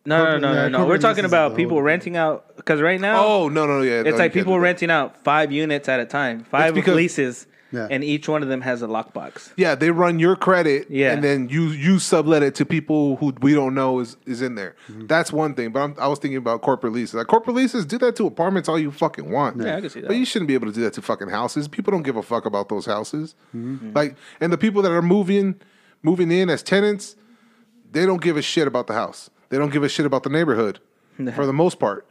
S1: no,
S4: Corporate-
S1: no,
S4: yeah,
S1: no, no. We're
S4: corporate
S1: talking
S4: leases is
S1: about
S4: the
S1: people
S4: whole-
S1: renting out because right now
S2: Oh no no yeah.
S1: it's
S2: no,
S1: like
S2: you can't
S1: people
S2: do that.
S1: renting out five units at a time, five
S2: because-
S1: leases,
S4: Yeah.
S1: and each one of them has a lockbox.
S2: Yeah, they run your credit,
S1: Yeah.
S2: and then you you sublet it to people who we don't know is is in there.
S1: Mm-hmm.
S2: That's one thing. But I'm, I was thinking about corporate leases. Like corporate leases, do that to apartments all you fucking want.
S1: Yeah, I can see that.
S2: But you shouldn't be able to do that to fucking houses. People don't give a fuck about those houses.
S1: Mm-hmm.
S2: Like, and the people that are moving moving in as tenants, they don't give a shit about the house. They don't give a shit about the neighborhood for the most part.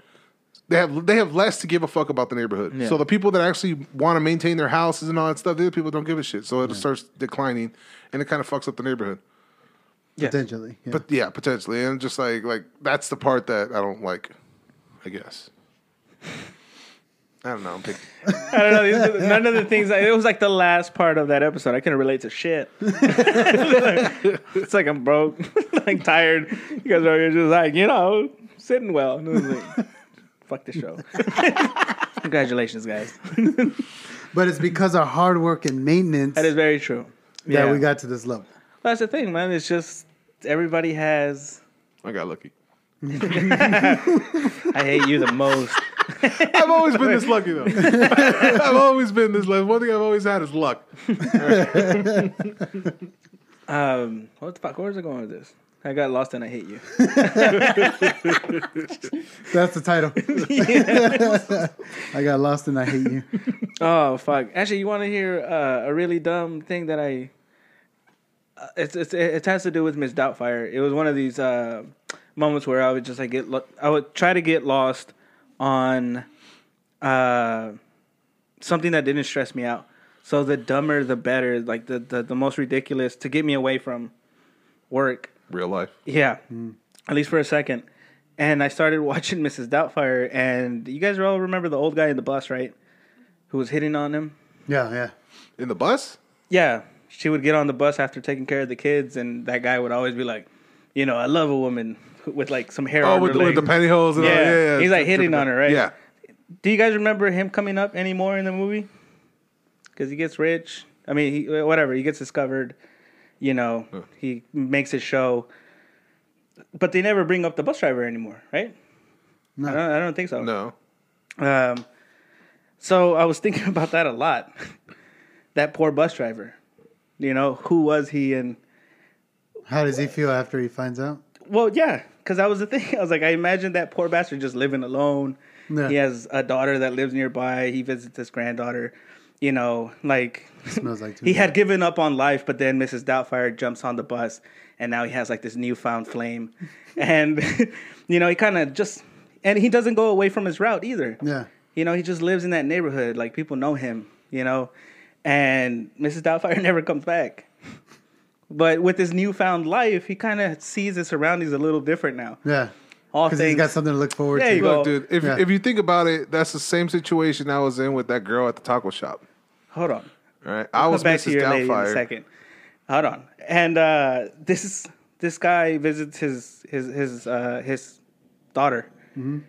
S2: They have they have less to give a fuck about the neighborhood.
S1: Yeah.
S2: So the people that actually want to maintain their houses and all that stuff, the other people don't give a shit. So it starts declining, and it kind of fucks up the neighborhood.
S4: potentially. Yeah.
S2: But yeah, potentially, and just like like that's the part that I don't like. I guess. I don't know. I'm picking.
S1: I don't know. these- None of the things. It was like the last part of that episode. I couldn't relate to shit. it's like I'm broke, like tired. You guys are here just like you know sitting well. And it was like, Fuck the show. Congratulations, guys.
S4: But it's because of hard work and maintenance
S1: That is
S4: that
S1: very true.
S4: we got to this level.
S1: That's the thing, man. It's just everybody has.
S2: I got lucky.
S1: I hate you the most.
S2: I've always been this lucky though. I've always been this lucky. One thing I've always had is luck.
S1: Um, what the fuck? Where's it going with this? I got lost and I hate you.
S4: That's the title. I got lost and I hate you.
S1: Oh fuck! Actually, you want to hear uh, a really dumb thing that I? Uh, it's, it's it has to do with Miss Doubtfire. It was one of these uh, moments where I would just like get lo- I would try to get lost on uh, something that didn't stress me out. So the dumber the better, like the the, the most ridiculous to get me away from work.
S2: Real life.
S1: Yeah,
S2: Hmm.
S1: at least for a second. And I started watching Mrs. Doubtfire, and you guys all remember the old guy in the bus, right? Who was hitting on him?
S4: Yeah, yeah.
S2: In the bus.
S1: Yeah, she would get on the bus after taking care of the kids, and that guy would always be like, you know, I love a woman with like some hair.
S2: Oh,
S1: on
S2: with,
S1: her
S2: with the
S1: leg."
S2: pantyhose and all.
S1: Yeah.
S2: Yeah, yeah.
S1: He's like hitting on her, right?
S2: Yeah.
S1: Do you guys remember him coming up anymore in the movie? Because he gets rich. I mean, he, whatever. He gets discovered. You know, he makes his show. But they never bring up the bus driver anymore, right? No, I don't, I don't think so.
S2: No.
S1: Um, so I was thinking about that a lot. that poor bus driver. You know, who was he? And
S4: How does he feel after he finds out?
S1: well, yeah, because that was the thing. I was like, I imagine that poor bastard just living alone.
S4: Yeah.
S1: He has a daughter that lives nearby. He visits his granddaughter. You know, like
S4: Smells like
S1: he
S4: tuna.
S1: had given up on life, but then Mrs. Doubtfire jumps on the bus, and now he has like this newfound flame, and you know he kind of just and he doesn't go away from his route either.
S4: Yeah.
S1: You know, he just lives in that neighborhood. Like people know him, you know, and Mrs. Doubtfire never comes back. But with his newfound life, he kind of sees his surroundings a little different now.
S4: Yeah.
S1: All
S4: Because he's
S1: things.
S4: got something to look forward
S1: There
S4: to.
S1: you go.
S2: Look, dude. If
S4: Yeah.
S2: if you think about it, that's the same situation I was in with that girl at the taco shop.
S1: Hold on.
S2: Right. I was
S1: come back
S2: Mrs.
S1: to your lady in a
S2: Doubtfire.
S1: second. Hold on. And uh, this this guy visits his his his uh, his daughter,
S2: Mm-hmm.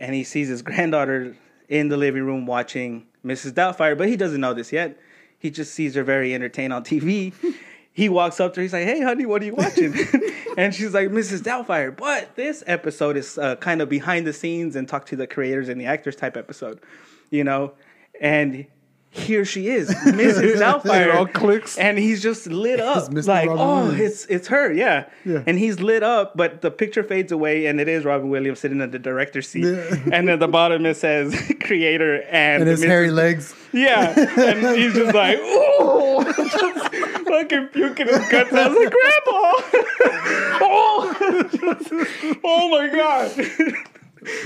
S1: and he sees his granddaughter in the living room watching Mrs. Doubtfire, but he doesn't know this yet. He just sees her very entertained on TV. he walks up to her. He's like, "Hey, honey, what are you watching?" and she's like, "Mrs. Doubtfire." But this episode is uh, kind of behind the scenes and talk to the creators and the actors type episode, you know. And here she is, Mrs. Doubtfire.
S2: It all clicks.
S1: and he's just lit up,
S4: Mr.
S1: like,
S4: Robin
S1: "Oh,
S4: Williams."
S1: it's it's her, yeah.
S4: Yeah.
S1: And he's lit up, but the picture fades away, and it is Robin Williams sitting in the director's seat,
S4: Yeah.
S1: and at the bottom it says creator and,
S4: And his
S1: Mrs.
S4: hairy legs.
S1: Yeah, and he's just like, ooh, just fucking puking his guts out. I was like, Grandpa, oh,
S6: oh my god.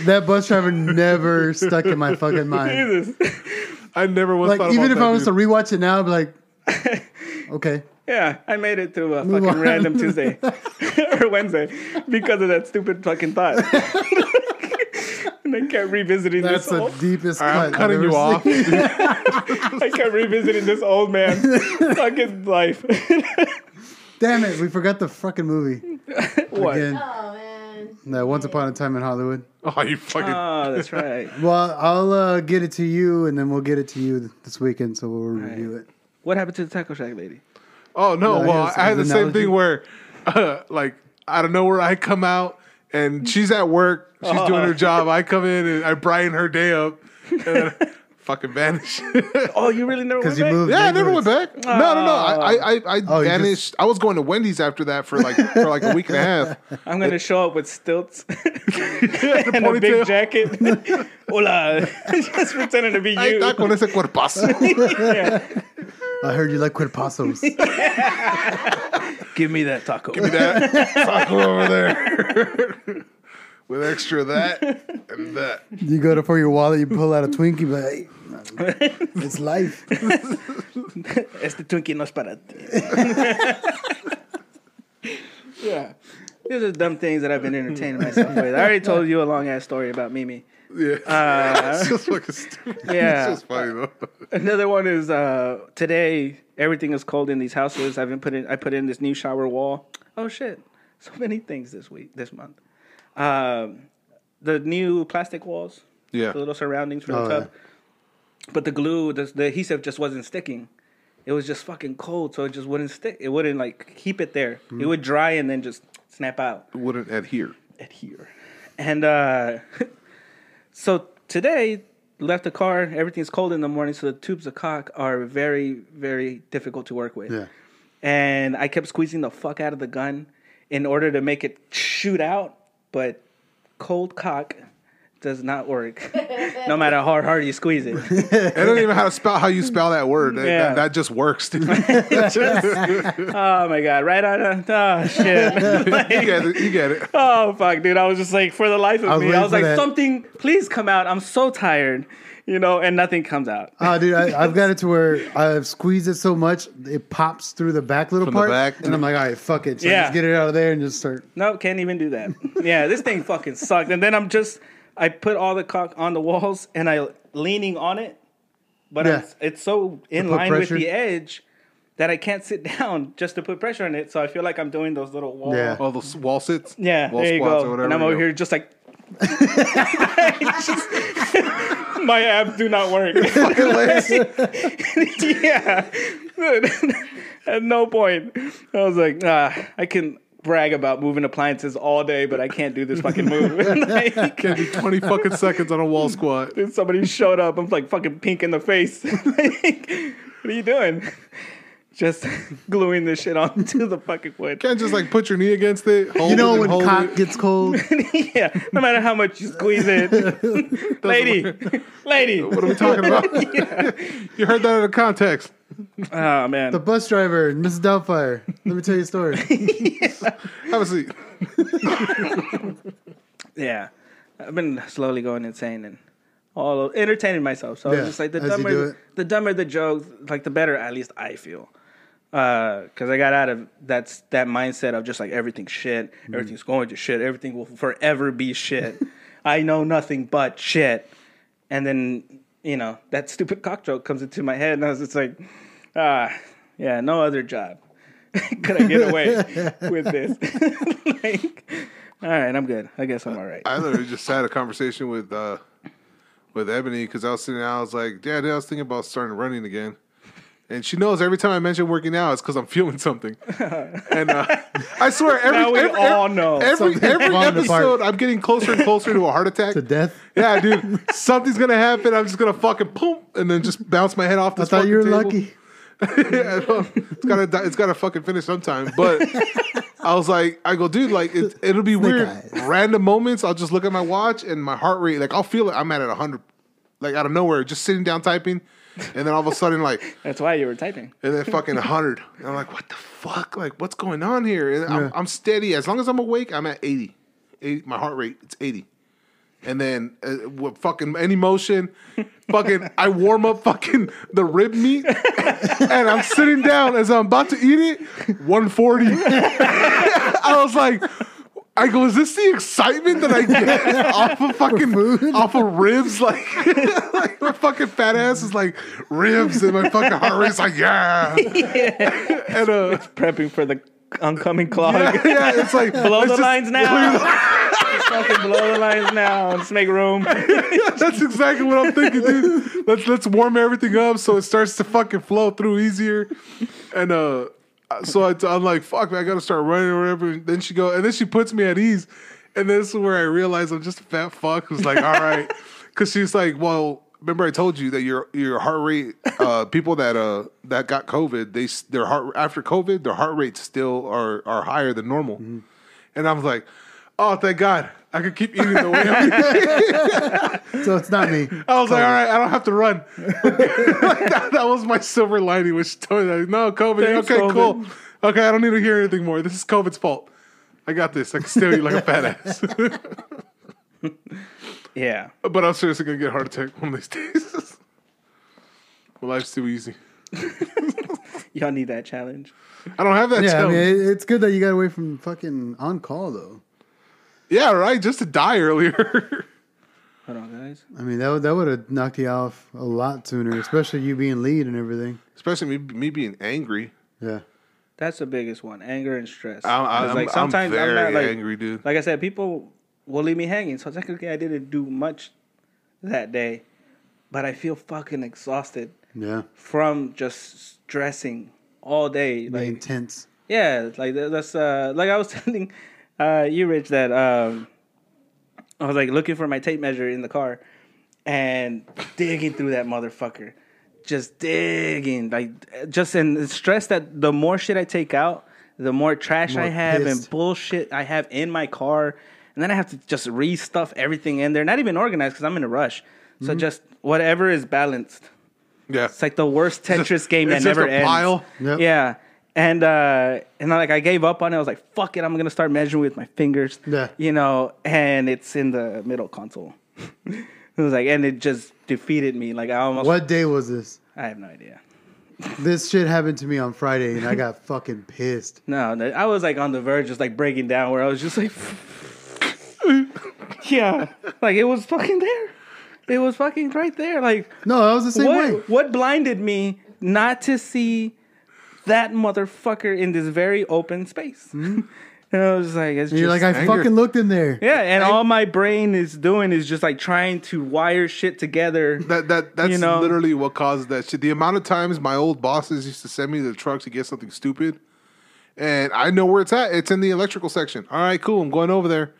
S4: That bus driver never stuck in my fucking mind.
S6: Jesus.
S2: I never once
S4: Like
S2: thought
S4: even
S2: about
S4: if
S2: that,
S4: I was
S2: dude.
S4: to rewatch it now, I'd be like, okay,
S6: Yeah, I made it through a fucking
S4: on.
S6: random Tuesday or Wednesday because of that stupid fucking thought. and I kept revisiting
S4: that's
S6: this.
S4: the
S6: Old,
S4: deepest
S2: All right,
S4: cut.
S2: I'm
S4: I've ever
S2: cutting you
S4: seen.
S2: off.
S6: I kept revisiting this old man fucking life.
S4: Damn it, we forgot the fucking movie
S6: what?
S4: again.
S5: Oh man.
S4: That Once Upon a Time in Hollywood.
S2: oh, you fucking.
S1: Oh, that's right.
S4: Well, I'll uh, get it to you, and then we'll get it to you this weekend, so we'll review it.
S1: What happened to the Taco Shack lady?
S2: Oh no!
S4: No,
S2: well,
S4: yes,
S2: I had the
S4: it's
S2: same
S4: analogy.
S2: thing where, uh, like, out of nowhere, I come out and she's at work. She's doing her job. I come in and I brighten her day up, and then I fucking vanish. yeah,
S1: Oh, you really never went
S4: Because you
S1: back?
S4: moved.
S2: I never went
S4: backwards.
S2: back. No, no, no. I, I, I, I
S4: Oh, you
S2: vanished. I was going to Wendy's after that for like for like a week and a half.
S6: I'm gonna show up with stilts and a
S2: ponytail.
S6: big jacket. Hola, just pretending to be you.
S2: Ay, está con ese cuerpazo.
S4: I heard you like Quidpasos.
S1: Give me that taco.
S2: that taco over there with extra of that and that.
S4: you go to for your wallet, you pull out a Twinkie, but hey, it's life.
S1: Este Twinkie no es para ti. yeah. These are dumb things that I've been entertaining myself with. I already told you a long ass story about Mimi. Uh,
S2: Yeah, it's just fucking stupid.
S1: yeah.
S2: it's just funny though.
S1: Another one is uh, today. Everything is cold in these houses. I've been put in. I put in this new shower wall. Oh shit! So many things this week, this month. Um, the new plastic walls.
S2: Yeah.
S1: The little surroundings for the
S4: Oh,
S1: tub. But the glue, the, the adhesive just wasn't sticking. It was just fucking cold, so it just wouldn't stick. It wouldn't like keep it there. It would dry and then just snap out
S2: Wouldn't adhere.
S1: adhere. And uh, so today, left the car. Everything's cold in the morning, so the tubes of cock are very, very difficult to work with.
S4: Yeah.
S1: And I kept squeezing the fuck out of the gun in order to make it shoot out, but cold cock does not work, no matter how hard you squeeze it.
S2: I don't even know how to spell how you spell that word. That-
S1: Yeah.
S2: That, that just works, dude.
S1: oh my god! Right on. A, oh shit.
S2: you get it. You get it.
S1: Oh fuck, dude! I was just like, for the life of
S4: was
S1: me, I
S4: waiting
S1: was
S4: for
S1: like,
S4: that.
S1: something, please come out. I'm so tired, you know, and nothing comes out.
S4: Oh, dude, I, I've got it to where I've squeezed it so much it pops through the back little
S2: From the
S4: part,
S2: back,
S4: and I'm like, all right, fuck it, so
S1: Yeah.
S4: just get it out of there and just start.
S1: Nope, can't even do that. yeah, this thing fucking sucked. And then I'm just, I put all the cock on the walls and I leaning on it, but I'm-
S4: Yeah.
S1: it's so in
S4: put
S1: line
S4: pressure.
S1: with the edge that I can't sit down just to put pressure on it. So I feel like I'm doing those little wall.
S4: Yeah.
S2: All those wall sits.
S1: Yeah,
S2: Wall
S1: there you go.
S2: squats or whatever.
S1: and I'm
S2: you
S1: over
S2: know.
S1: here just like. Just- my abs do not work. yeah. At no point. I was like, ah, I can brag about moving appliances all day, but I can't do this fucking move. like,
S2: Can't do 20 fucking seconds on a wall squat.
S1: and somebody showed up. I'm like fucking pink in the face. like, what are you doing? Just gluing this shit onto the fucking wood.
S2: Can't just like put your knee against it. Hold
S4: You know
S2: it and
S4: when
S2: hold
S4: cock
S2: it.
S4: gets cold?
S1: yeah, no matter how much you squeeze it. lady, lady.
S2: What are we talking about? you heard that out of context.
S1: Oh, man.
S4: The bus driver, Mrs. Doubtfire. Let me tell you a story.
S2: Have a seat.
S1: yeah. I've been slowly going insane and all of, entertaining myself. So
S4: Yeah,
S1: it's just like the
S4: as you do it.
S1: dumber, the dumber the joke, like the better at least I feel. Because I got out of that's that mindset of just like everything's shit,
S4: Mm.
S1: everything's going to shit, everything will forever be shit. I know nothing but shit. And then you know that stupid cock joke comes into my head, and I was just like, ah, yeah, no other job could I get away with this. like, all right, I'm good. I guess I'm all right.
S2: I literally just had a conversation with uh with Ebony because I was sitting down. I was like, Dad, I was thinking about starting running again. And she knows every time I mention working out, it's because I'm feeling something. And uh, I swear, every,
S1: Now we
S2: every,
S1: all know.
S2: every,
S4: Something's
S2: every
S4: falling
S2: episode,
S4: apart.
S2: I'm getting closer and closer to a heart attack.
S4: to death.
S2: Yeah, dude, something's gonna happen. I'm just gonna fucking boom, and then just bounce my head off.
S4: I
S2: This
S4: thought you were
S2: fucking table.
S4: lucky.
S2: yeah, I know. it's gotta, die- it's gotta fucking finish sometime. But I was like, I go, dude, like it, it'll be weird.
S4: eyes.
S2: Random moments, I'll just look at my watch and my heart rate, like I'll feel it. I'm at it hundred, like out of nowhere, just sitting down typing, And then all of a sudden, like,
S6: That's why you were typing.
S2: and then fucking 100. And I'm like, what the fuck? Like, what's going on here? And I'm, I'm steady. As long as I'm awake, I'm at 80. 80 my heart rate, it's 80. And then uh, with fucking any motion, fucking, I warm up fucking the rib meat and I'm sitting down as I'm about to eat it, 140. I was like, I go, is this the excitement that I get off of fucking off of ribs? Like, like my fucking fat ass is like ribs, and my fucking heart rate's like, yeah. and uh,
S6: Prepping for the oncoming clog.
S2: yeah, it's like
S6: Blow
S2: it's
S6: the
S2: just-
S6: lines now. Just fucking blow the lines now. Just make room.
S2: That's exactly what I'm thinking, dude. Let's let's warm everything up so it starts to fucking flow through easier. And uh, so I, I'm like, fuck, man, I gotta start running or whatever. And then she go, and then she puts me at ease. And this is where I realize I'm just a fat fuck who's like, all right, because she's like, well, remember I told you that your your heart rate, uh, people that uh that got COVID, they s- their heart after COVID, their heart rates still are are higher than normal. And I was like, oh, thank God. I could keep eating the way I'm eating.
S4: So it's not me.
S2: I was like, all right, I don't have to run. Like, that, that was my silver lining, which told me, like, no, COVID,
S6: Thanks,
S2: okay,
S6: COVID.
S2: cool. Okay, I don't need to hear anything more. This is COVID's fault. I got this. I can steal you like a fat ass.
S6: Yeah.
S2: but I'm seriously going to get a heart attack one of these days. well, life's too easy.
S6: Y'all need that challenge.
S2: I don't have that
S4: Yeah, I
S2: talent.
S4: mean, it, it's good that you got away from fucking on call though.
S2: yeah, right? Just to die earlier.
S6: Hold on, guys.
S4: I mean, that would, that would have knocked you off a lot sooner, especially you being lead and everything.
S2: Especially me, me being angry.
S4: Yeah,
S1: That's the biggest one: anger and stress.
S2: I'm,
S1: 'Cause,
S2: I'm, I'm very angry, dude.
S1: Like I said, people will leave me hanging. So technically, I didn't do much that day, but I feel fucking exhausted
S4: yeah,
S1: from just stressing all day.
S4: Being
S1: Like
S4: intense.
S1: yeah, like that- that's uh, like I was telling uh, you, Rich, that um, I was like looking for my tape measure in the car and digging through that motherfucker, just digging, like just in stress that the more shit I take out, the more trash I
S4: More
S1: have and
S4: pissed.
S1: bullshit I have in my car, and then I have to just restuff everything in there, not even organized because I'm in a rush. So
S4: Mm-hmm.
S1: just whatever is balanced.
S2: Yeah.
S1: It's like the worst Tetris game that
S2: it's just
S1: never
S2: a
S1: ends.
S2: pile.
S4: Yep.
S1: Yeah. And uh and I, like I gave up on it. I was like, fuck it, I'm gonna start measuring with my fingers.
S4: Yeah.
S1: You know, and it's in the middle console. it was like and it just defeated me. Like I almost
S4: What day was this?
S1: I have no idea.
S4: This shit happened to me on Friday, and I got fucking pissed.
S1: No, no, I was like on the verge of like breaking down where I was just like Yeah. Like it was fucking there. It was fucking right there. Like
S4: No, that was the same
S1: what,
S4: way.
S1: What blinded me not to see that motherfucker in this very open space? and I was like, it's
S4: Hmm? And you're
S1: just,
S4: like, I
S2: anger.
S4: fucking looked in there.
S1: yeah. And all my brain is doing is just like trying to wire shit together.
S2: That that that's
S1: You know?
S2: literally what caused that shit. The amount of times my old bosses used to send me to the truck to get something stupid, and I know where it's at. It's in the electrical section. All right, cool. I'm going over there,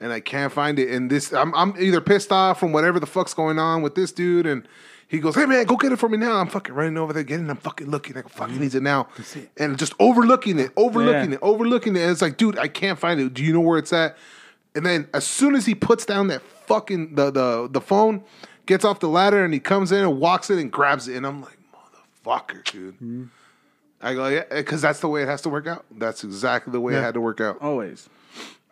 S2: and I can't find it. And this, I'm I'm either pissed off from whatever the fuck's going on with this dude, and he goes, "Hey man, go get it for me now." I'm fucking running over there, getting. it. I'm fucking looking. I go,
S1: Mm.
S2: fucking needs it now, and just overlooking it, overlooking
S1: Yeah.
S2: it, overlooking it. And it's like, dude, I can't find it. Do you know where it's at? And then as soon as he puts down that fucking the the the phone, gets off the ladder and he comes in and walks in and grabs it, and I'm like, motherfucker, dude. I go, yeah, because that's the way it has to work out. That's exactly the way it
S4: Yeah.
S2: had to work out.
S1: Always.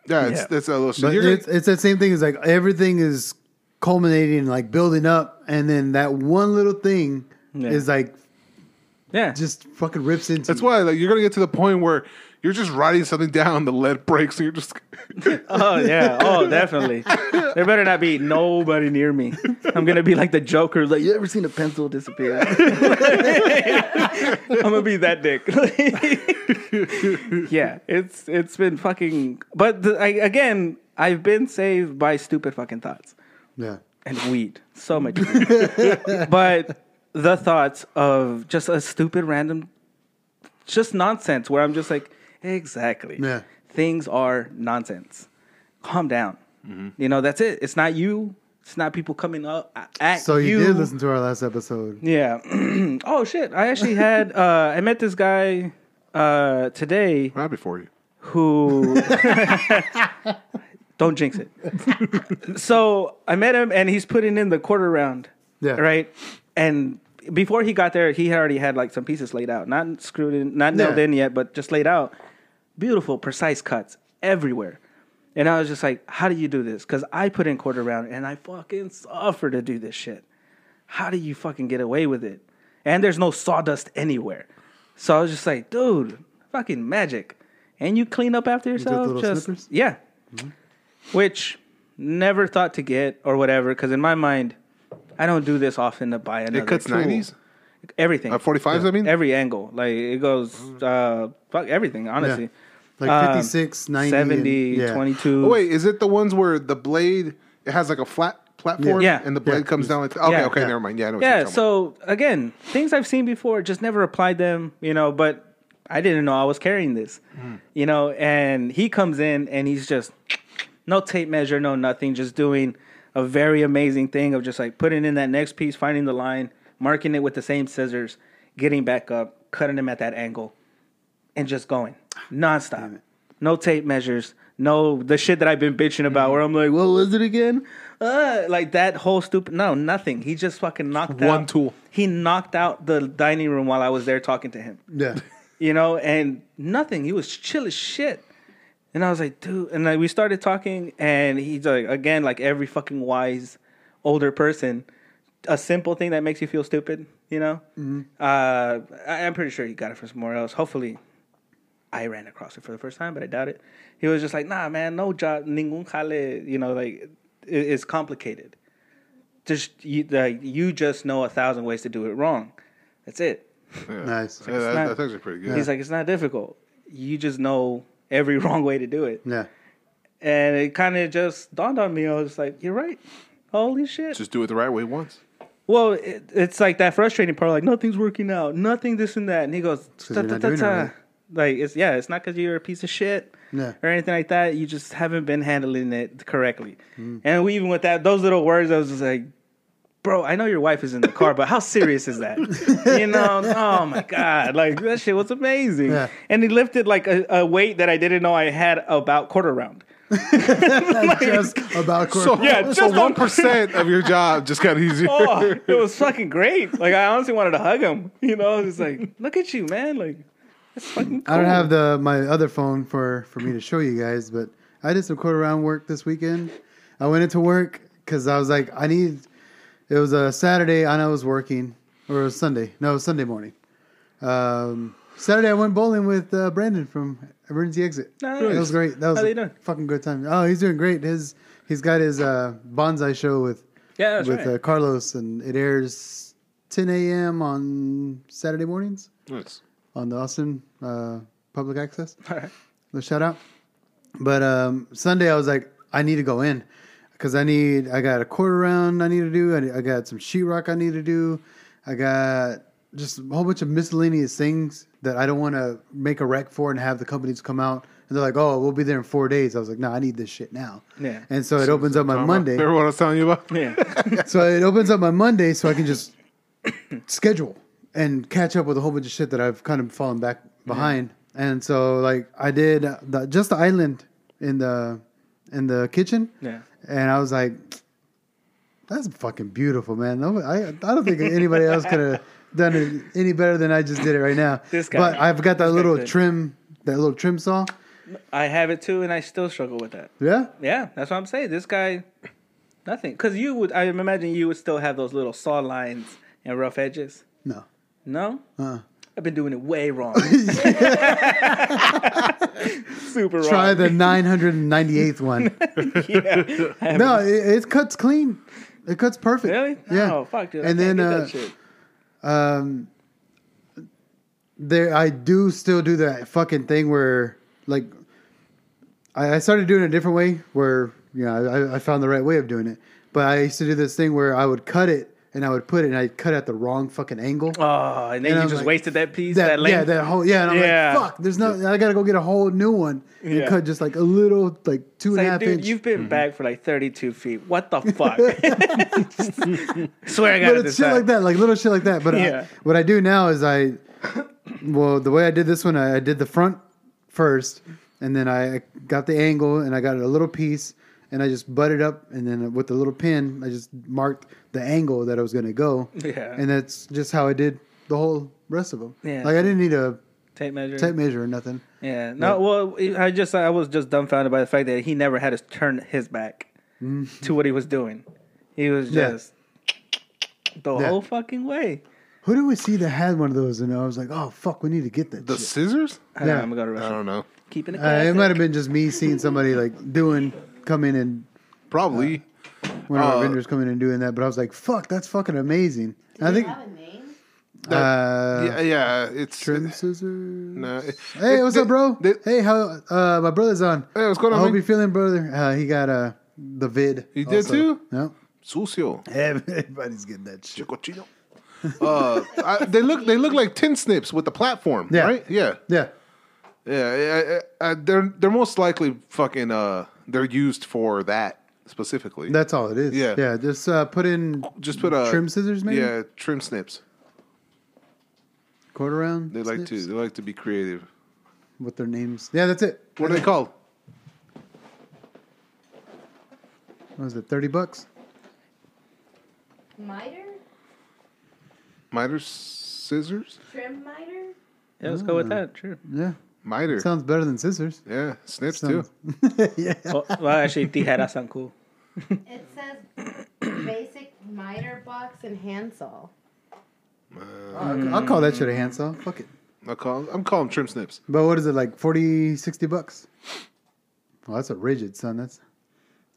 S2: Yeah, it's, that's a little shit.
S4: But
S2: You're
S4: it's, it's that same thing as like everything is culminating, like building up, and then that one little thing
S1: Yeah.
S4: is like
S1: Yeah.
S4: just fucking rips into.
S2: that's
S4: you.
S2: why like you're gonna get to the point where you're just writing something down, the lead breaks, and you're just
S1: oh, yeah. Oh, definitely. there better not be nobody near me. I'm going to be like the Joker. Like, you ever seen a pencil disappear? I'm going to be that dick. yeah. It's It's been fucking. But the, I, again, I've been saved by stupid fucking thoughts
S4: Yeah,
S1: and weed. So much weed. but the thoughts of just a stupid random just nonsense where I'm just like, exactly.
S4: Yeah.
S1: Things are nonsense. Calm down.
S4: Mm-hmm.
S1: You know, that's it. It's not you. It's not people coming up a- at
S4: so you,
S1: you
S4: did listen to our last episode.
S1: yeah. oh shit. I actually had uh I met this guy uh today
S2: happy for you.
S1: who don't jinx it. so I met him and he's putting in the quarter round.
S4: Yeah.
S1: Right? And before he got there, he already had like some pieces laid out, not screwed in, not nailed
S4: Yeah.
S1: in yet, but just laid out. Beautiful, precise cuts everywhere. And I was just like, how do you do this? Because I put in quarter round and I fucking suffer to do this shit. How do you fucking get away with it? And there's no sawdust anywhere. So I was just like, dude, fucking magic. And you clean up after yourself.
S4: little
S1: just,
S4: snippers?
S1: Yeah. Which never thought to get or whatever, because in my mind, I don't do this often to buy another.
S2: It cuts
S1: tool.
S2: nineties,
S1: Everything.
S2: uh, forty fives. I mean,
S1: Every angle. Like it goes uh fuck everything, honestly.
S4: Like
S1: Um,
S4: 56, 90, and-
S1: 70,
S4: yeah.
S1: 22.
S2: Oh, wait, is it the ones where the blade it has like a flat platform
S1: Yeah.
S2: and the blade
S4: Yeah.
S2: comes down? Like, okay,
S1: Yeah.
S2: okay,
S1: Yeah.
S2: never mind. Yeah, I know what
S1: yeah,
S2: you're talking about.
S1: so again, things I've seen before, just never applied them, you know, but I didn't know I was carrying this.
S2: Mm.
S1: You know, and he comes in and he's just no tape measure, no nothing, just doing a very amazing thing of just like putting in that next piece, finding the line, marking it with the same scissors, getting back up, cutting him at that angle, and just going nonstop. No tape measures, no the shit that I've been bitching about where I'm like, what was it again? Uh, like that whole stupid no, nothing. He just fucking knocked out
S2: One tool.
S1: He knocked out the dining room while I was there talking to him
S4: Yeah.
S1: you know, and nothing. He was chill as shit. And I was like, dude. And like, we started talking, and he's like, again, like every fucking wise older person, a simple thing that makes you feel stupid, you know? Uh, I, I'm pretty sure he got it from somewhere else. Hopefully, I ran across it for the first time, but I doubt it. He was just like, nah, man, no job, ningún jale, you know, like it, it's complicated. Just you, like, you just know a thousand ways to do it wrong. That's it.
S4: Nice.
S2: Yeah, that,
S1: not-
S2: that's actually pretty good.
S1: He's like, it's not difficult. You just know every wrong way to do it.
S4: Yeah.
S1: And it kind of just dawned on me. I was like, you're right. Holy shit.
S2: Just do it the right way once.
S1: well, it, it's like that frustrating part. Like, nothing's working out. Nothing, this and that. And he goes,
S4: 'cause you're not doing it
S1: "Ta-ta-ta-ta."
S4: right.
S1: like, it's, yeah, it's not because you're a piece of shit
S4: Yeah.
S1: or anything like that. You just haven't been handling it correctly.
S4: Mm.
S1: And we even with that, those little words, I was just like, bro, I know your wife is in the car, but how serious is that? You know, oh my God. Like that shit was amazing.
S4: Yeah.
S1: And he lifted like a, a weight that I didn't know I had about quarter round.
S4: just about
S2: So
S4: corporate.
S1: Yeah,
S2: yeah,
S1: just
S2: so
S1: on-
S2: one percent of your job just got easier.
S1: Oh, it was fucking great. Like I honestly wanted to hug him. You know, it's like, look at you, man. Like that's fucking cool.
S4: I don't have the my other phone for for me to show you guys, but I did some quarter round work this weekend. I went into work because I was like, I need. It was a Saturday and I was working, or it was Sunday. No, it was Sunday morning. Um, Saturday I went bowling with uh, Brandon from Emergency Exit.
S1: Nice.
S4: That was great. That was
S1: How
S4: a
S1: they doing?
S4: fucking good time. Oh, he's doing great. His he's got his uh, bonsai show with
S1: yeah, that's
S4: with
S1: right.
S4: uh, Carlos, and it airs 10 a.m. on Saturday mornings
S2: Nice.
S4: on the Austin uh, Public Access.
S1: All right.
S4: The shout out. But um, Sunday, I was like, I need to go in because I need, I got a quarter round I need to do. I, I got some sheetrock I need to do. I got just a whole bunch of miscellaneous things that I don't want to make a wreck for and have the companies come out. And they're like, oh, we'll be there in four days. I was like, no, I need this shit now.
S1: Yeah.
S4: And so it opens up my
S2: Remember-
S4: Monday
S2: Remember what I was telling you about?
S1: yeah.
S4: so it opens up on Monday, so I can just schedule and catch up with a whole bunch of shit that I've kind of fallen back behind. And so, like, I did uh, the, just the island in the in the kitchen,
S1: Yeah.
S4: and I was like, "That's fucking beautiful, man." No, I I don't think anybody else could have done it any better than I just did it right now.
S1: This guy.
S4: but I've got that
S1: This guy
S4: little
S1: could.
S4: trim, that little trim saw.
S1: I have it too, and I still struggle with that.
S4: Yeah,
S1: Yeah, that's what I'm saying. This guy, nothing. Because you would, I imagine you would still have those little saw lines and rough edges.
S4: no,
S1: No,
S4: uh,
S1: I've been doing it way wrong. Super wrong.
S4: try the nine hundred ninety eighth one.
S1: Yeah. I haven't-
S4: No, it, it cuts clean. It cuts perfect.
S1: really?
S4: Yeah.
S1: No, fuck dude.
S4: And
S1: I can't
S4: then
S1: get
S4: uh,
S1: that shit.
S4: um, there I do still do that fucking thing where like I, I started doing it a different way where you know I, I found the right way of doing it, but I used to do this thing where I would cut it and I would put it and I would cut at the wrong fucking angle.
S1: Oh, and then
S4: and
S1: you
S4: I'm
S1: just
S4: like,
S1: wasted that piece, that,
S4: that,
S1: length.
S4: yeah, that whole yeah, and I'm
S1: Yeah.
S4: like, fuck. There's no, I gotta go get a whole new one and
S1: Yeah.
S4: cut just like a little, like two
S1: It's
S4: and a
S1: like,
S4: half
S1: dude,
S4: inch. Mm-hmm.
S1: you've been back for like 32 feet. What the fuck? Swear I got
S4: but
S1: it
S4: it's
S1: this
S4: shit
S1: time.
S4: like that, like little shit like that. But I-
S1: Yeah.
S4: what I do now is I, well, the way I did this one, I, I did the front first, and then I got the angle, and I got a little piece, and I just butted up, and then with the little pin, I just marked the angle that I was going to go.
S1: Yeah.
S4: And that's just how I did the whole rest of them.
S1: Yeah.
S4: Like I didn't need a
S1: Tape measure.
S4: tape measure or nothing.
S1: Yeah. No. Well, I just I was just dumbfounded by the fact that he never had to turn his back to what he was doing. He was
S4: Yeah.
S1: just the
S4: Yeah.
S1: whole fucking way.
S4: Who did we see that had one of those? And I was like, oh fuck, we need to get that.
S2: The
S4: shit.
S2: scissors?
S1: I
S4: Yeah.
S1: am gonna
S2: I
S1: rush. it.
S2: don't know.
S1: Keeping it.
S4: Uh, it
S1: classic.
S4: might have been just me seeing somebody like doing coming and
S2: Probably.
S4: one of our
S2: Uh,
S4: vendors coming and doing that, but I was like, fuck, that's fucking amazing.
S5: Do
S4: I
S5: they
S4: think
S5: have a name?
S2: That-
S4: uh,
S2: yeah, yeah. It's
S4: trim scissors.
S2: no. it-
S4: Hey,
S2: it-
S4: what's
S2: they-
S4: up, bro?
S2: they-
S4: hey, how? Uh, my brother's on.
S2: Hey, what's going on,
S4: I hope
S2: man?
S4: you're feeling, brother. Uh, he got uh the vid.
S2: He did too?
S4: No,
S2: Sucio.
S4: everybody's getting that shit.
S2: Cochino. uh, I, they look they look like tin snips with the platform,
S4: Yeah.
S2: right? Yeah,
S4: Yeah,
S2: yeah. I, I, I, they're they're most likely fucking. Uh, they're used for that specifically.
S4: that's all it is.
S2: Yeah.
S4: yeah. Just uh, put in
S2: Just put a
S4: trim scissors, maybe.
S2: Yeah, trim snips.
S4: quarter round.
S2: They like to
S4: snips
S2: they like to be creative.
S4: with their names. Yeah, that's it.
S2: What are they called?
S4: What was it? Thirty bucks.
S5: Miter?
S2: Miter scissors?
S5: Trim miter?
S1: Yeah, let's go with that. Sure.
S4: Yeah,
S2: Miter.
S4: sounds better than scissors.
S2: yeah, snips
S4: Sounds-
S2: too.
S4: yeah.
S1: well, well, actually, tijeras sound cool.
S5: It says basic miter box and handsaw.
S4: I'll, I'll call that shit a handsaw. Fuck it.
S2: I call I'm calling trim snips.
S4: But what is it like 40, 60 bucks? Well, that's a rigid son. That's